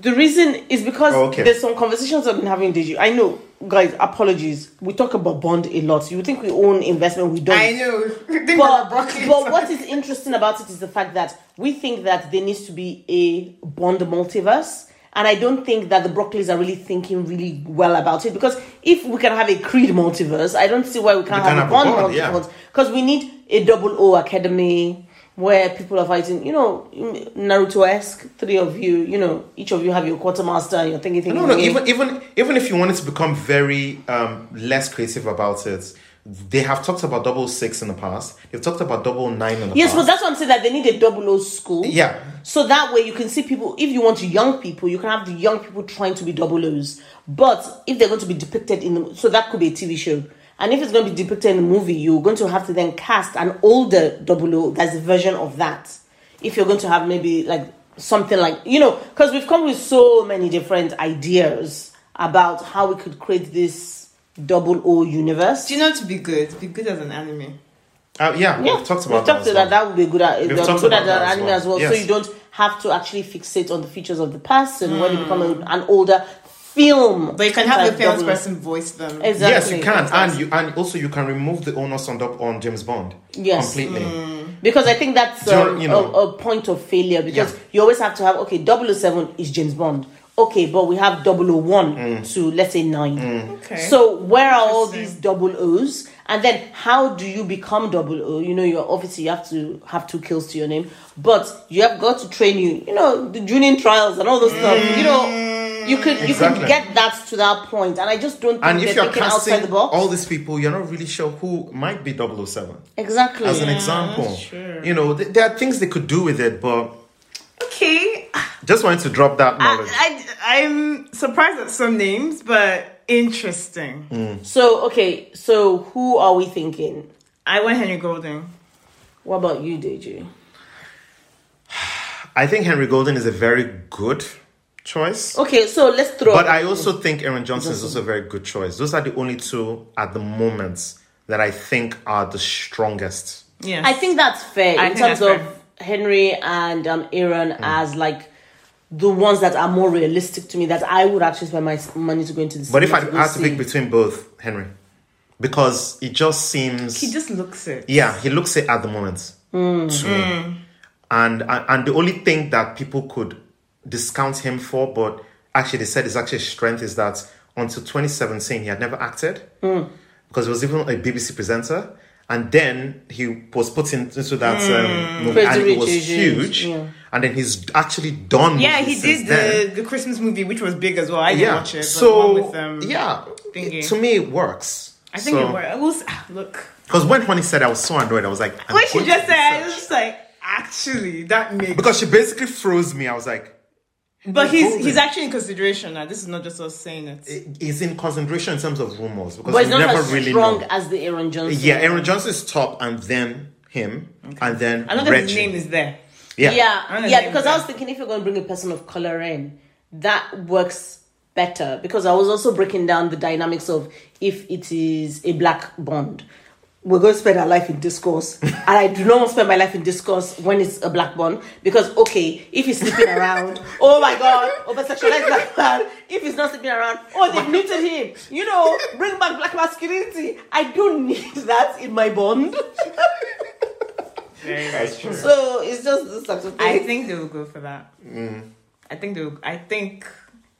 Speaker 2: The reason is because
Speaker 3: Oh, okay.
Speaker 2: there's some conversations I've been having. Did you? I know, guys. Apologies. We talk about bond a lot. You think we own investment? We don't.
Speaker 1: I know. Think
Speaker 2: but,
Speaker 1: about Brooklyn.
Speaker 2: but what is interesting about it is the fact that we think that there needs to be a Bond multiverse. And I don't think that the Broccoli's are really thinking really well about it because if we can have a Creed multiverse, I don't see why we can't
Speaker 3: We
Speaker 2: have,
Speaker 3: can
Speaker 2: a Bond,
Speaker 3: yeah.
Speaker 2: multiverse. Because we need a double O academy where people are fighting, you know, Naruto esque, three of you, you know, each of you have your quartermaster and you're thinking, thinking,
Speaker 3: No, no.
Speaker 2: thinking.
Speaker 3: Even even even if you wanted to become very um, less creative about it, they have talked about double six in the past. They've talked about double nine in the
Speaker 2: Yes,
Speaker 3: past.
Speaker 2: but that's what I'm saying that they need a double O school.
Speaker 3: Yeah.
Speaker 2: So that way you can see people, if you want young people, you can have the young people trying to be double O's. But if they're going to be depicted in, the, so that could be a TV show. And if it's going to be depicted in a movie, you're going to have to then cast an older double O that's a version of that. If you're going to have maybe like something like, you know, because we've come with so many different ideas about how we could create this double O universe.
Speaker 1: Do you know to be good? Be good as an anime.
Speaker 3: Uh, yeah,
Speaker 2: Yeah,
Speaker 3: we've talked about
Speaker 2: we've
Speaker 3: that.
Speaker 2: talked
Speaker 3: as
Speaker 2: to that.
Speaker 3: well.
Speaker 2: That would be good at
Speaker 3: We've
Speaker 2: uh,
Speaker 3: talked
Speaker 2: good
Speaker 3: about
Speaker 2: at
Speaker 3: that
Speaker 2: the
Speaker 3: as
Speaker 2: anime
Speaker 3: well.
Speaker 2: as well. So
Speaker 3: Yes.
Speaker 2: you don't have to actually fixate on the features of the person when you become Mm. a, an older film.
Speaker 1: But you can have
Speaker 2: type
Speaker 1: a famous
Speaker 2: double-
Speaker 1: person voice them.
Speaker 2: Exactly.
Speaker 3: yes, you can, and
Speaker 2: exactly.
Speaker 3: you and also you can remove the onus on dub- on James Bond.
Speaker 2: Yes. Mm.
Speaker 3: completely.
Speaker 2: because I think that's
Speaker 3: Dur-
Speaker 2: um,
Speaker 3: you know.
Speaker 2: a, a point of failure because
Speaker 3: Yeah.
Speaker 2: you always have to have okay 007 is James Bond. Okay, but we have 001
Speaker 3: Mm.
Speaker 2: to let's say 9.
Speaker 1: Okay.
Speaker 2: So where are all these
Speaker 1: Interesting.
Speaker 2: double O's? And then how do you become double O? You know, you're obviously you have to have two kills to your name, but you have got to train you. You know, the junior trials and all those stuff. You know, you could you could
Speaker 3: Mm. Exactly.
Speaker 2: get that to that point, and I just don't think
Speaker 3: And
Speaker 2: they're
Speaker 3: if you're
Speaker 2: thinking outside
Speaker 3: casting
Speaker 2: the box.
Speaker 3: all these people, you're not really sure who might be 007.
Speaker 2: exactly.
Speaker 3: As an example,
Speaker 1: that's true.
Speaker 3: you know, th- there are things they could do with it, but
Speaker 1: okay.
Speaker 3: just wanted to drop that knowledge.
Speaker 1: I, I, am surprised at some names, but interesting.
Speaker 3: Mm.
Speaker 2: so okay, so who are we thinking?
Speaker 1: I went Henry Golding.
Speaker 2: What about you, DJ?
Speaker 3: I think Henry Golden is a very good choice.
Speaker 2: Okay, so let's throw.
Speaker 3: But I also think Aaron Johnson is also a very good choice. Those are the only two at the moment that I think are the strongest.
Speaker 1: Yes.
Speaker 2: I think that's fair
Speaker 1: I
Speaker 2: in
Speaker 1: think
Speaker 2: terms
Speaker 1: that's
Speaker 2: of Henry and um, Aaron
Speaker 3: Mm.
Speaker 2: as like the ones that are more realistic to me that I would actually spend my s- money to go into the
Speaker 3: But if I
Speaker 2: cinema go
Speaker 3: had to pick
Speaker 2: see.
Speaker 3: between both, Henry, because it just seems
Speaker 1: he just looks it.
Speaker 3: yeah, he looks it at the moment
Speaker 1: Mm.
Speaker 3: to me. And and and the only thing that people could discount him for, but actually they said is actually his strength is that until 2017 he had never acted
Speaker 1: Mm.
Speaker 3: because he was even a BBC presenter. And then he was put in- into that um, movie,
Speaker 1: Mm.
Speaker 2: Crazy
Speaker 3: and it
Speaker 2: Rich
Speaker 3: was
Speaker 2: Asians,
Speaker 3: huge.
Speaker 2: yeah.
Speaker 3: and then he's actually done.
Speaker 1: Yeah, he
Speaker 3: movies since
Speaker 1: did
Speaker 3: then.
Speaker 1: the, the Christmas movie, which was big as well. I didn't
Speaker 3: yeah.
Speaker 1: watch it. But
Speaker 3: so
Speaker 1: the one with, um,
Speaker 3: yeah,
Speaker 1: thingy.
Speaker 3: it- to me it works.
Speaker 1: I think it worked. We'll s- ah, look.
Speaker 3: Because when Honey said I was so annoyed, I was like, I'm
Speaker 1: What she
Speaker 3: going to
Speaker 1: just said, I
Speaker 3: research.
Speaker 1: was just like, actually, that makes.
Speaker 3: because she basically froze me. I was like,
Speaker 1: but he's
Speaker 3: golden.
Speaker 1: he's actually in consideration now. This is not just us saying it.
Speaker 3: is in concentration in terms of rumors because
Speaker 2: But it's
Speaker 3: you
Speaker 2: not
Speaker 3: never
Speaker 2: as
Speaker 3: really
Speaker 2: strong
Speaker 3: know.
Speaker 2: as the Aaron Johnson.
Speaker 3: Yeah, Aaron Johnson's top, and then him, and then
Speaker 1: I know that his
Speaker 3: Reggie.
Speaker 1: name is there.
Speaker 3: Yeah.
Speaker 1: I
Speaker 2: Yeah,
Speaker 1: don't
Speaker 2: yeah,
Speaker 1: think
Speaker 2: because
Speaker 1: that-
Speaker 2: I was thinking if you're going to bring a person of color in, that works better because I was also breaking down the dynamics of if it is a black bond. We're going to spend our life in discourse, and I do not want to spend my life in discourse when it's a black bond because okay, if he's sleeping around, oh my god, oversexualized black man. If he's not sleeping around, oh they've muted him. You know, bring back black masculinity. I don't need that in my bond.
Speaker 1: That's true.
Speaker 2: So it's just this type of thing.
Speaker 1: I think they will go for that. I think they will. I think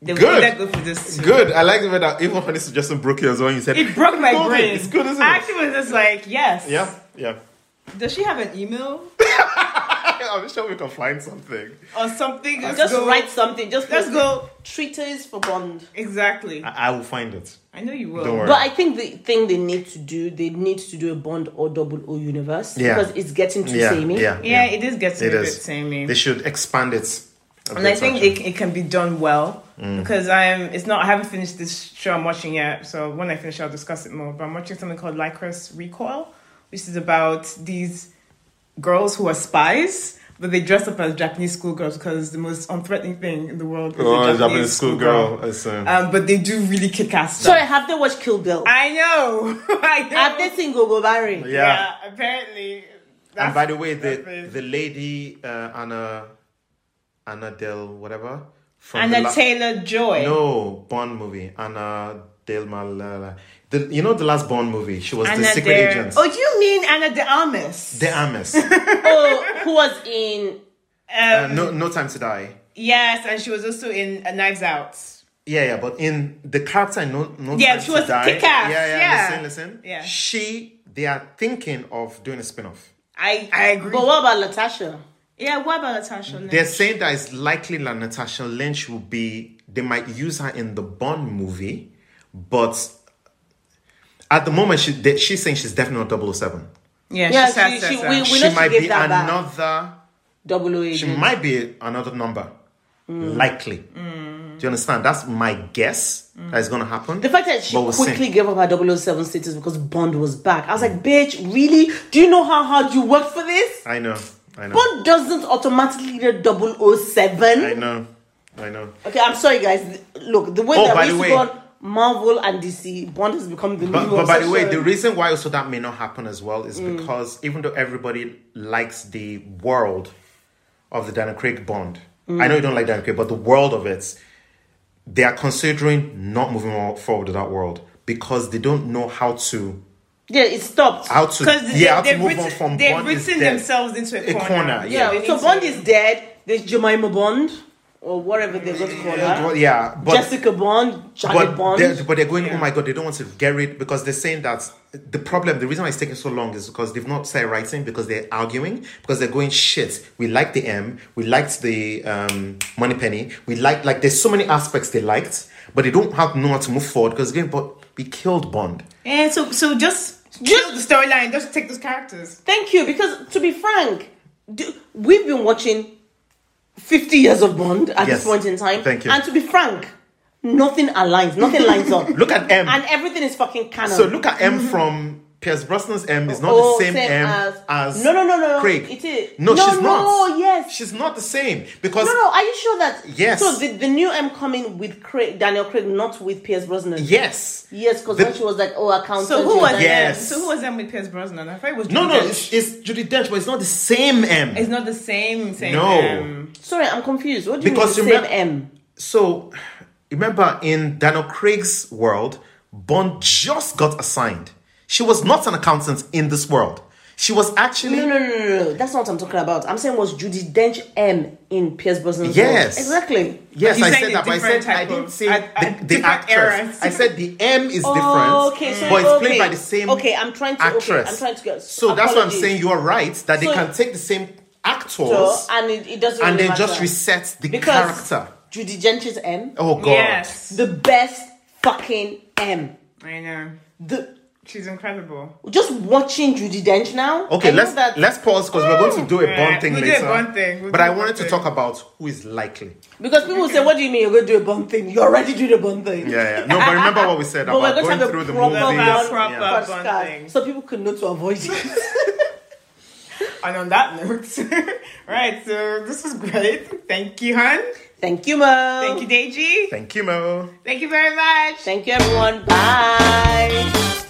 Speaker 1: they will
Speaker 3: Mm. Good.
Speaker 1: either go for this. Too.
Speaker 3: Good. I like the way that even Honey suggestion broke yours when you said
Speaker 1: It broke my
Speaker 3: Golden.
Speaker 1: brain.
Speaker 3: It's good, isn't
Speaker 1: I
Speaker 3: it?
Speaker 1: actually was just like, yes.
Speaker 3: Yeah, yeah.
Speaker 1: Does she have an email
Speaker 3: I'm sure we can find something.
Speaker 1: or something?
Speaker 2: just
Speaker 1: go-
Speaker 2: write something. Just
Speaker 1: Let's
Speaker 2: put
Speaker 1: go.
Speaker 2: treatise for Bond.
Speaker 1: Exactly.
Speaker 3: I, I will find it.
Speaker 1: I know you will.
Speaker 3: Don't worry.
Speaker 2: But I think the thing they need to do, they need to do a Bond or Double O universe
Speaker 3: Yeah.
Speaker 2: because it's getting too
Speaker 3: yeah,
Speaker 2: samey.
Speaker 3: yeah,
Speaker 1: Yeah, it is getting
Speaker 3: It
Speaker 1: a bit
Speaker 3: is.
Speaker 1: samey.
Speaker 3: They should expand it. a
Speaker 1: and
Speaker 3: bit, Mm.
Speaker 1: I think
Speaker 3: actually.
Speaker 1: it, it can be done well because I'm. It's not. I haven't finished this show I'm watching yet. So when I finish, I'll discuss it more. But I'm watching something called Lycra's Recoil, which is about these girls who are spies, but they dress up as Japanese schoolgirls because the most unthreatening thing in the world is
Speaker 3: Oh,
Speaker 1: a Japanese,
Speaker 3: Japanese,
Speaker 1: schoolgirl.
Speaker 3: schoolgirl. It's, um,
Speaker 1: Um, but they do really kick ass stuff.
Speaker 2: Sorry, have they watched Kill Bill?
Speaker 1: I know. I know.
Speaker 2: have they seen Gogo Barry?
Speaker 3: yeah.
Speaker 1: yeah. apparently.
Speaker 3: And by the way,
Speaker 1: that's
Speaker 3: the
Speaker 1: it.
Speaker 3: the lady uh, Anna Anna Del whatever from the
Speaker 1: Anna
Speaker 3: la-
Speaker 1: Taylor Joy.
Speaker 3: no Bond movie Anna Del Malala. The, you know the last Bond movie. She was the
Speaker 1: Anna
Speaker 3: secret
Speaker 1: de-
Speaker 3: agent.
Speaker 1: Oh, Um, you mean Anna de Armas?
Speaker 3: De Ames.
Speaker 2: Oh, who was in?
Speaker 3: Uh, no, no time to die.
Speaker 1: Yes, and she was also in uh, Knives Out.
Speaker 3: Yeah, yeah, but in the character, in no, no
Speaker 1: Yeah,
Speaker 3: time
Speaker 1: she
Speaker 3: to
Speaker 1: was
Speaker 3: die.
Speaker 1: kick-ass,
Speaker 3: Yeah, yeah,
Speaker 1: yeah.
Speaker 3: Listen, listen.
Speaker 1: Yeah.
Speaker 3: She, they are thinking of doing a spin off.
Speaker 1: I I agree.
Speaker 2: But what about Latasha?
Speaker 1: yeah, what about Natasha? Lynch?
Speaker 3: They're saying that it's likely that Natasha Lynch will be. They might use her in the Bond movie, but at the moment, she they, she's saying she's definitely not 007.
Speaker 1: yeah,
Speaker 2: Yeah,
Speaker 1: she, says
Speaker 2: she-
Speaker 1: that,
Speaker 2: she-
Speaker 1: that.
Speaker 2: we- we-
Speaker 3: She
Speaker 2: know she
Speaker 3: might
Speaker 2: gave
Speaker 3: be
Speaker 2: that back. Mm.
Speaker 3: another.
Speaker 2: Double O
Speaker 3: She
Speaker 2: agent.
Speaker 3: might be another number.
Speaker 2: Mm.
Speaker 3: Likely. Do you understand? That's my guess that is going to happen.
Speaker 2: The fact that she
Speaker 3: But we'll see.
Speaker 2: quickly gave up her 007 status because Bond was back. I was like, bitch, really? Do you know how hard you worked for this?
Speaker 3: I know. I know.
Speaker 2: Bond doesn't automatically get 007.
Speaker 3: I know. I know.
Speaker 2: Okay, I'm sorry, guys. Look, the way
Speaker 3: Oh,
Speaker 2: that
Speaker 3: by
Speaker 2: we
Speaker 3: the
Speaker 2: used to
Speaker 3: way-
Speaker 2: go on Marvel and DC, Bond has become the
Speaker 3: But,
Speaker 2: new.
Speaker 3: but by the way, the
Speaker 2: obsession. Mm.
Speaker 3: reason why also that may not happen as well is because even though everybody likes the world of the Daniel Craig Bond, I
Speaker 2: Mm.
Speaker 3: know you don't like Daniel Craig, but the world of it, they are considering not moving on- forward to that world because they don't know how to
Speaker 2: yeah, it stopped.
Speaker 3: how to
Speaker 1: because they,
Speaker 3: yeah how to
Speaker 1: they've
Speaker 3: move
Speaker 1: written,
Speaker 3: on from
Speaker 1: they've
Speaker 3: Bond is
Speaker 1: written
Speaker 3: dead.
Speaker 1: themselves into a
Speaker 3: A
Speaker 1: corner.
Speaker 3: corner, yeah.
Speaker 1: they
Speaker 2: yeah,
Speaker 1: need
Speaker 2: so
Speaker 1: to-
Speaker 2: Bond is dead. There's Jemima Bond or whatever they're going to call her.
Speaker 3: Well, yeah, but
Speaker 2: Jessica Bond, Charlie
Speaker 3: but
Speaker 2: Bond.
Speaker 3: They're, but they're going,
Speaker 1: Yeah.
Speaker 3: oh my god, they don't want to get rid because they're saying that the problem, the reason why it's taking so long is because they've not started writing because they're arguing because they're going shit. We liked the M, we liked the um, Money Penny, we liked like there's so many aspects they liked, but they don't have know how to move forward because again, but we killed Bond.
Speaker 1: Yeah, so so just just the storyline. Just take those characters.
Speaker 2: Thank you, because to be frank, do, we've been watching 50 years of Bond at
Speaker 3: Yes.
Speaker 2: this point in time.
Speaker 3: Thank you.
Speaker 2: And to be frank, nothing aligns, nothing lines up.
Speaker 3: Look at M.
Speaker 2: and everything is fucking canon.
Speaker 3: so look at M from. Pierce Brosnan's M is not
Speaker 2: Oh,
Speaker 3: the same,
Speaker 2: same
Speaker 3: M
Speaker 2: as-
Speaker 3: as,
Speaker 2: No, no, no, no, no.
Speaker 3: Craig.
Speaker 2: It is-
Speaker 3: no,
Speaker 2: No,
Speaker 3: she's not.
Speaker 2: no, yes.
Speaker 3: she's not the same because
Speaker 2: No, no. Are you sure that?
Speaker 3: Yes.
Speaker 2: So the, the new M coming with Craig, Daniel Craig, not with Pierce Brosnan.
Speaker 3: yes,
Speaker 2: Yes, because
Speaker 3: The-
Speaker 2: when she was like, "Oh, accountant."
Speaker 1: So
Speaker 2: you
Speaker 1: who was
Speaker 2: know,
Speaker 3: Yes.
Speaker 1: them? So who was them with Pierce Brosnan? I thought it was
Speaker 3: No, no,
Speaker 1: Judy Dench.
Speaker 3: it's, it's Judy Dench, but it's not the same M.
Speaker 1: It's not the same. Same.
Speaker 3: No.
Speaker 1: um,
Speaker 2: Sorry, I'm confused. What do you
Speaker 3: Because
Speaker 2: mean
Speaker 3: you
Speaker 2: the same
Speaker 3: remem-
Speaker 2: M?
Speaker 3: so, remember in Daniel Craig's world, Bond just got assigned. She was not an accountant in this world. She was actually
Speaker 2: No, no, no, no, no. That's not what I'm talking about. I'm saying was Judy Dench M in Pierce Brosnan's
Speaker 3: Yes.
Speaker 2: role. exactly.
Speaker 3: yes,
Speaker 1: But
Speaker 3: I
Speaker 1: you said
Speaker 3: said
Speaker 1: a
Speaker 3: that, but I
Speaker 1: different
Speaker 3: said I
Speaker 1: type
Speaker 3: didn't
Speaker 1: of-
Speaker 3: say
Speaker 1: a- a
Speaker 3: the, the
Speaker 1: different
Speaker 3: actress.
Speaker 1: eras.
Speaker 3: I said the M is
Speaker 2: Oh,
Speaker 3: different,
Speaker 2: okay, so
Speaker 3: but it's
Speaker 2: okay.
Speaker 3: played by the same
Speaker 2: Okay, I'm trying to.
Speaker 3: actress.
Speaker 2: Okay, I'm trying to get.
Speaker 3: So that's what I'm
Speaker 2: apologies.
Speaker 3: saying. You are right that they
Speaker 2: So-
Speaker 3: can take the same actors,
Speaker 2: and it, it doesn't.
Speaker 3: and
Speaker 2: really
Speaker 3: then just
Speaker 2: matter.
Speaker 3: reset the
Speaker 2: because
Speaker 3: character.
Speaker 2: Judy Dench's M,
Speaker 3: Oh god.
Speaker 1: Yes.
Speaker 2: the best fucking M.
Speaker 1: I know.
Speaker 2: The
Speaker 1: She's incredible.
Speaker 2: just watching Judy Dench now.
Speaker 3: Okay,
Speaker 2: I know
Speaker 3: let's
Speaker 2: that
Speaker 3: let's pause because we're going to do a
Speaker 1: Yeah,
Speaker 3: bond thing
Speaker 1: we'll do a
Speaker 3: later.
Speaker 1: Bond thing, we'll
Speaker 3: but
Speaker 1: do
Speaker 3: I
Speaker 1: a
Speaker 3: wanted
Speaker 1: Bond
Speaker 3: to
Speaker 1: thing.
Speaker 3: talk about who is likely.
Speaker 2: because people say, "What do you mean you're going to do a bond thing? You already do the bond thing."
Speaker 3: Yeah, yeah. No, but remember what we said
Speaker 2: But
Speaker 3: about
Speaker 2: we're going
Speaker 3: going
Speaker 2: to
Speaker 3: through
Speaker 2: have
Speaker 3: the
Speaker 2: a
Speaker 3: movie.
Speaker 2: proper round
Speaker 1: Proper
Speaker 3: Yeah.
Speaker 1: bond
Speaker 2: podcast,
Speaker 1: thing.
Speaker 2: so people could know to avoid it.
Speaker 1: And on that note, right, so this was great. Thank you, hun.
Speaker 2: Thank you, Mo.
Speaker 1: Thank you, Deji.
Speaker 3: Thank you, Mo.
Speaker 1: Thank you very much.
Speaker 2: Thank you, everyone. Bye.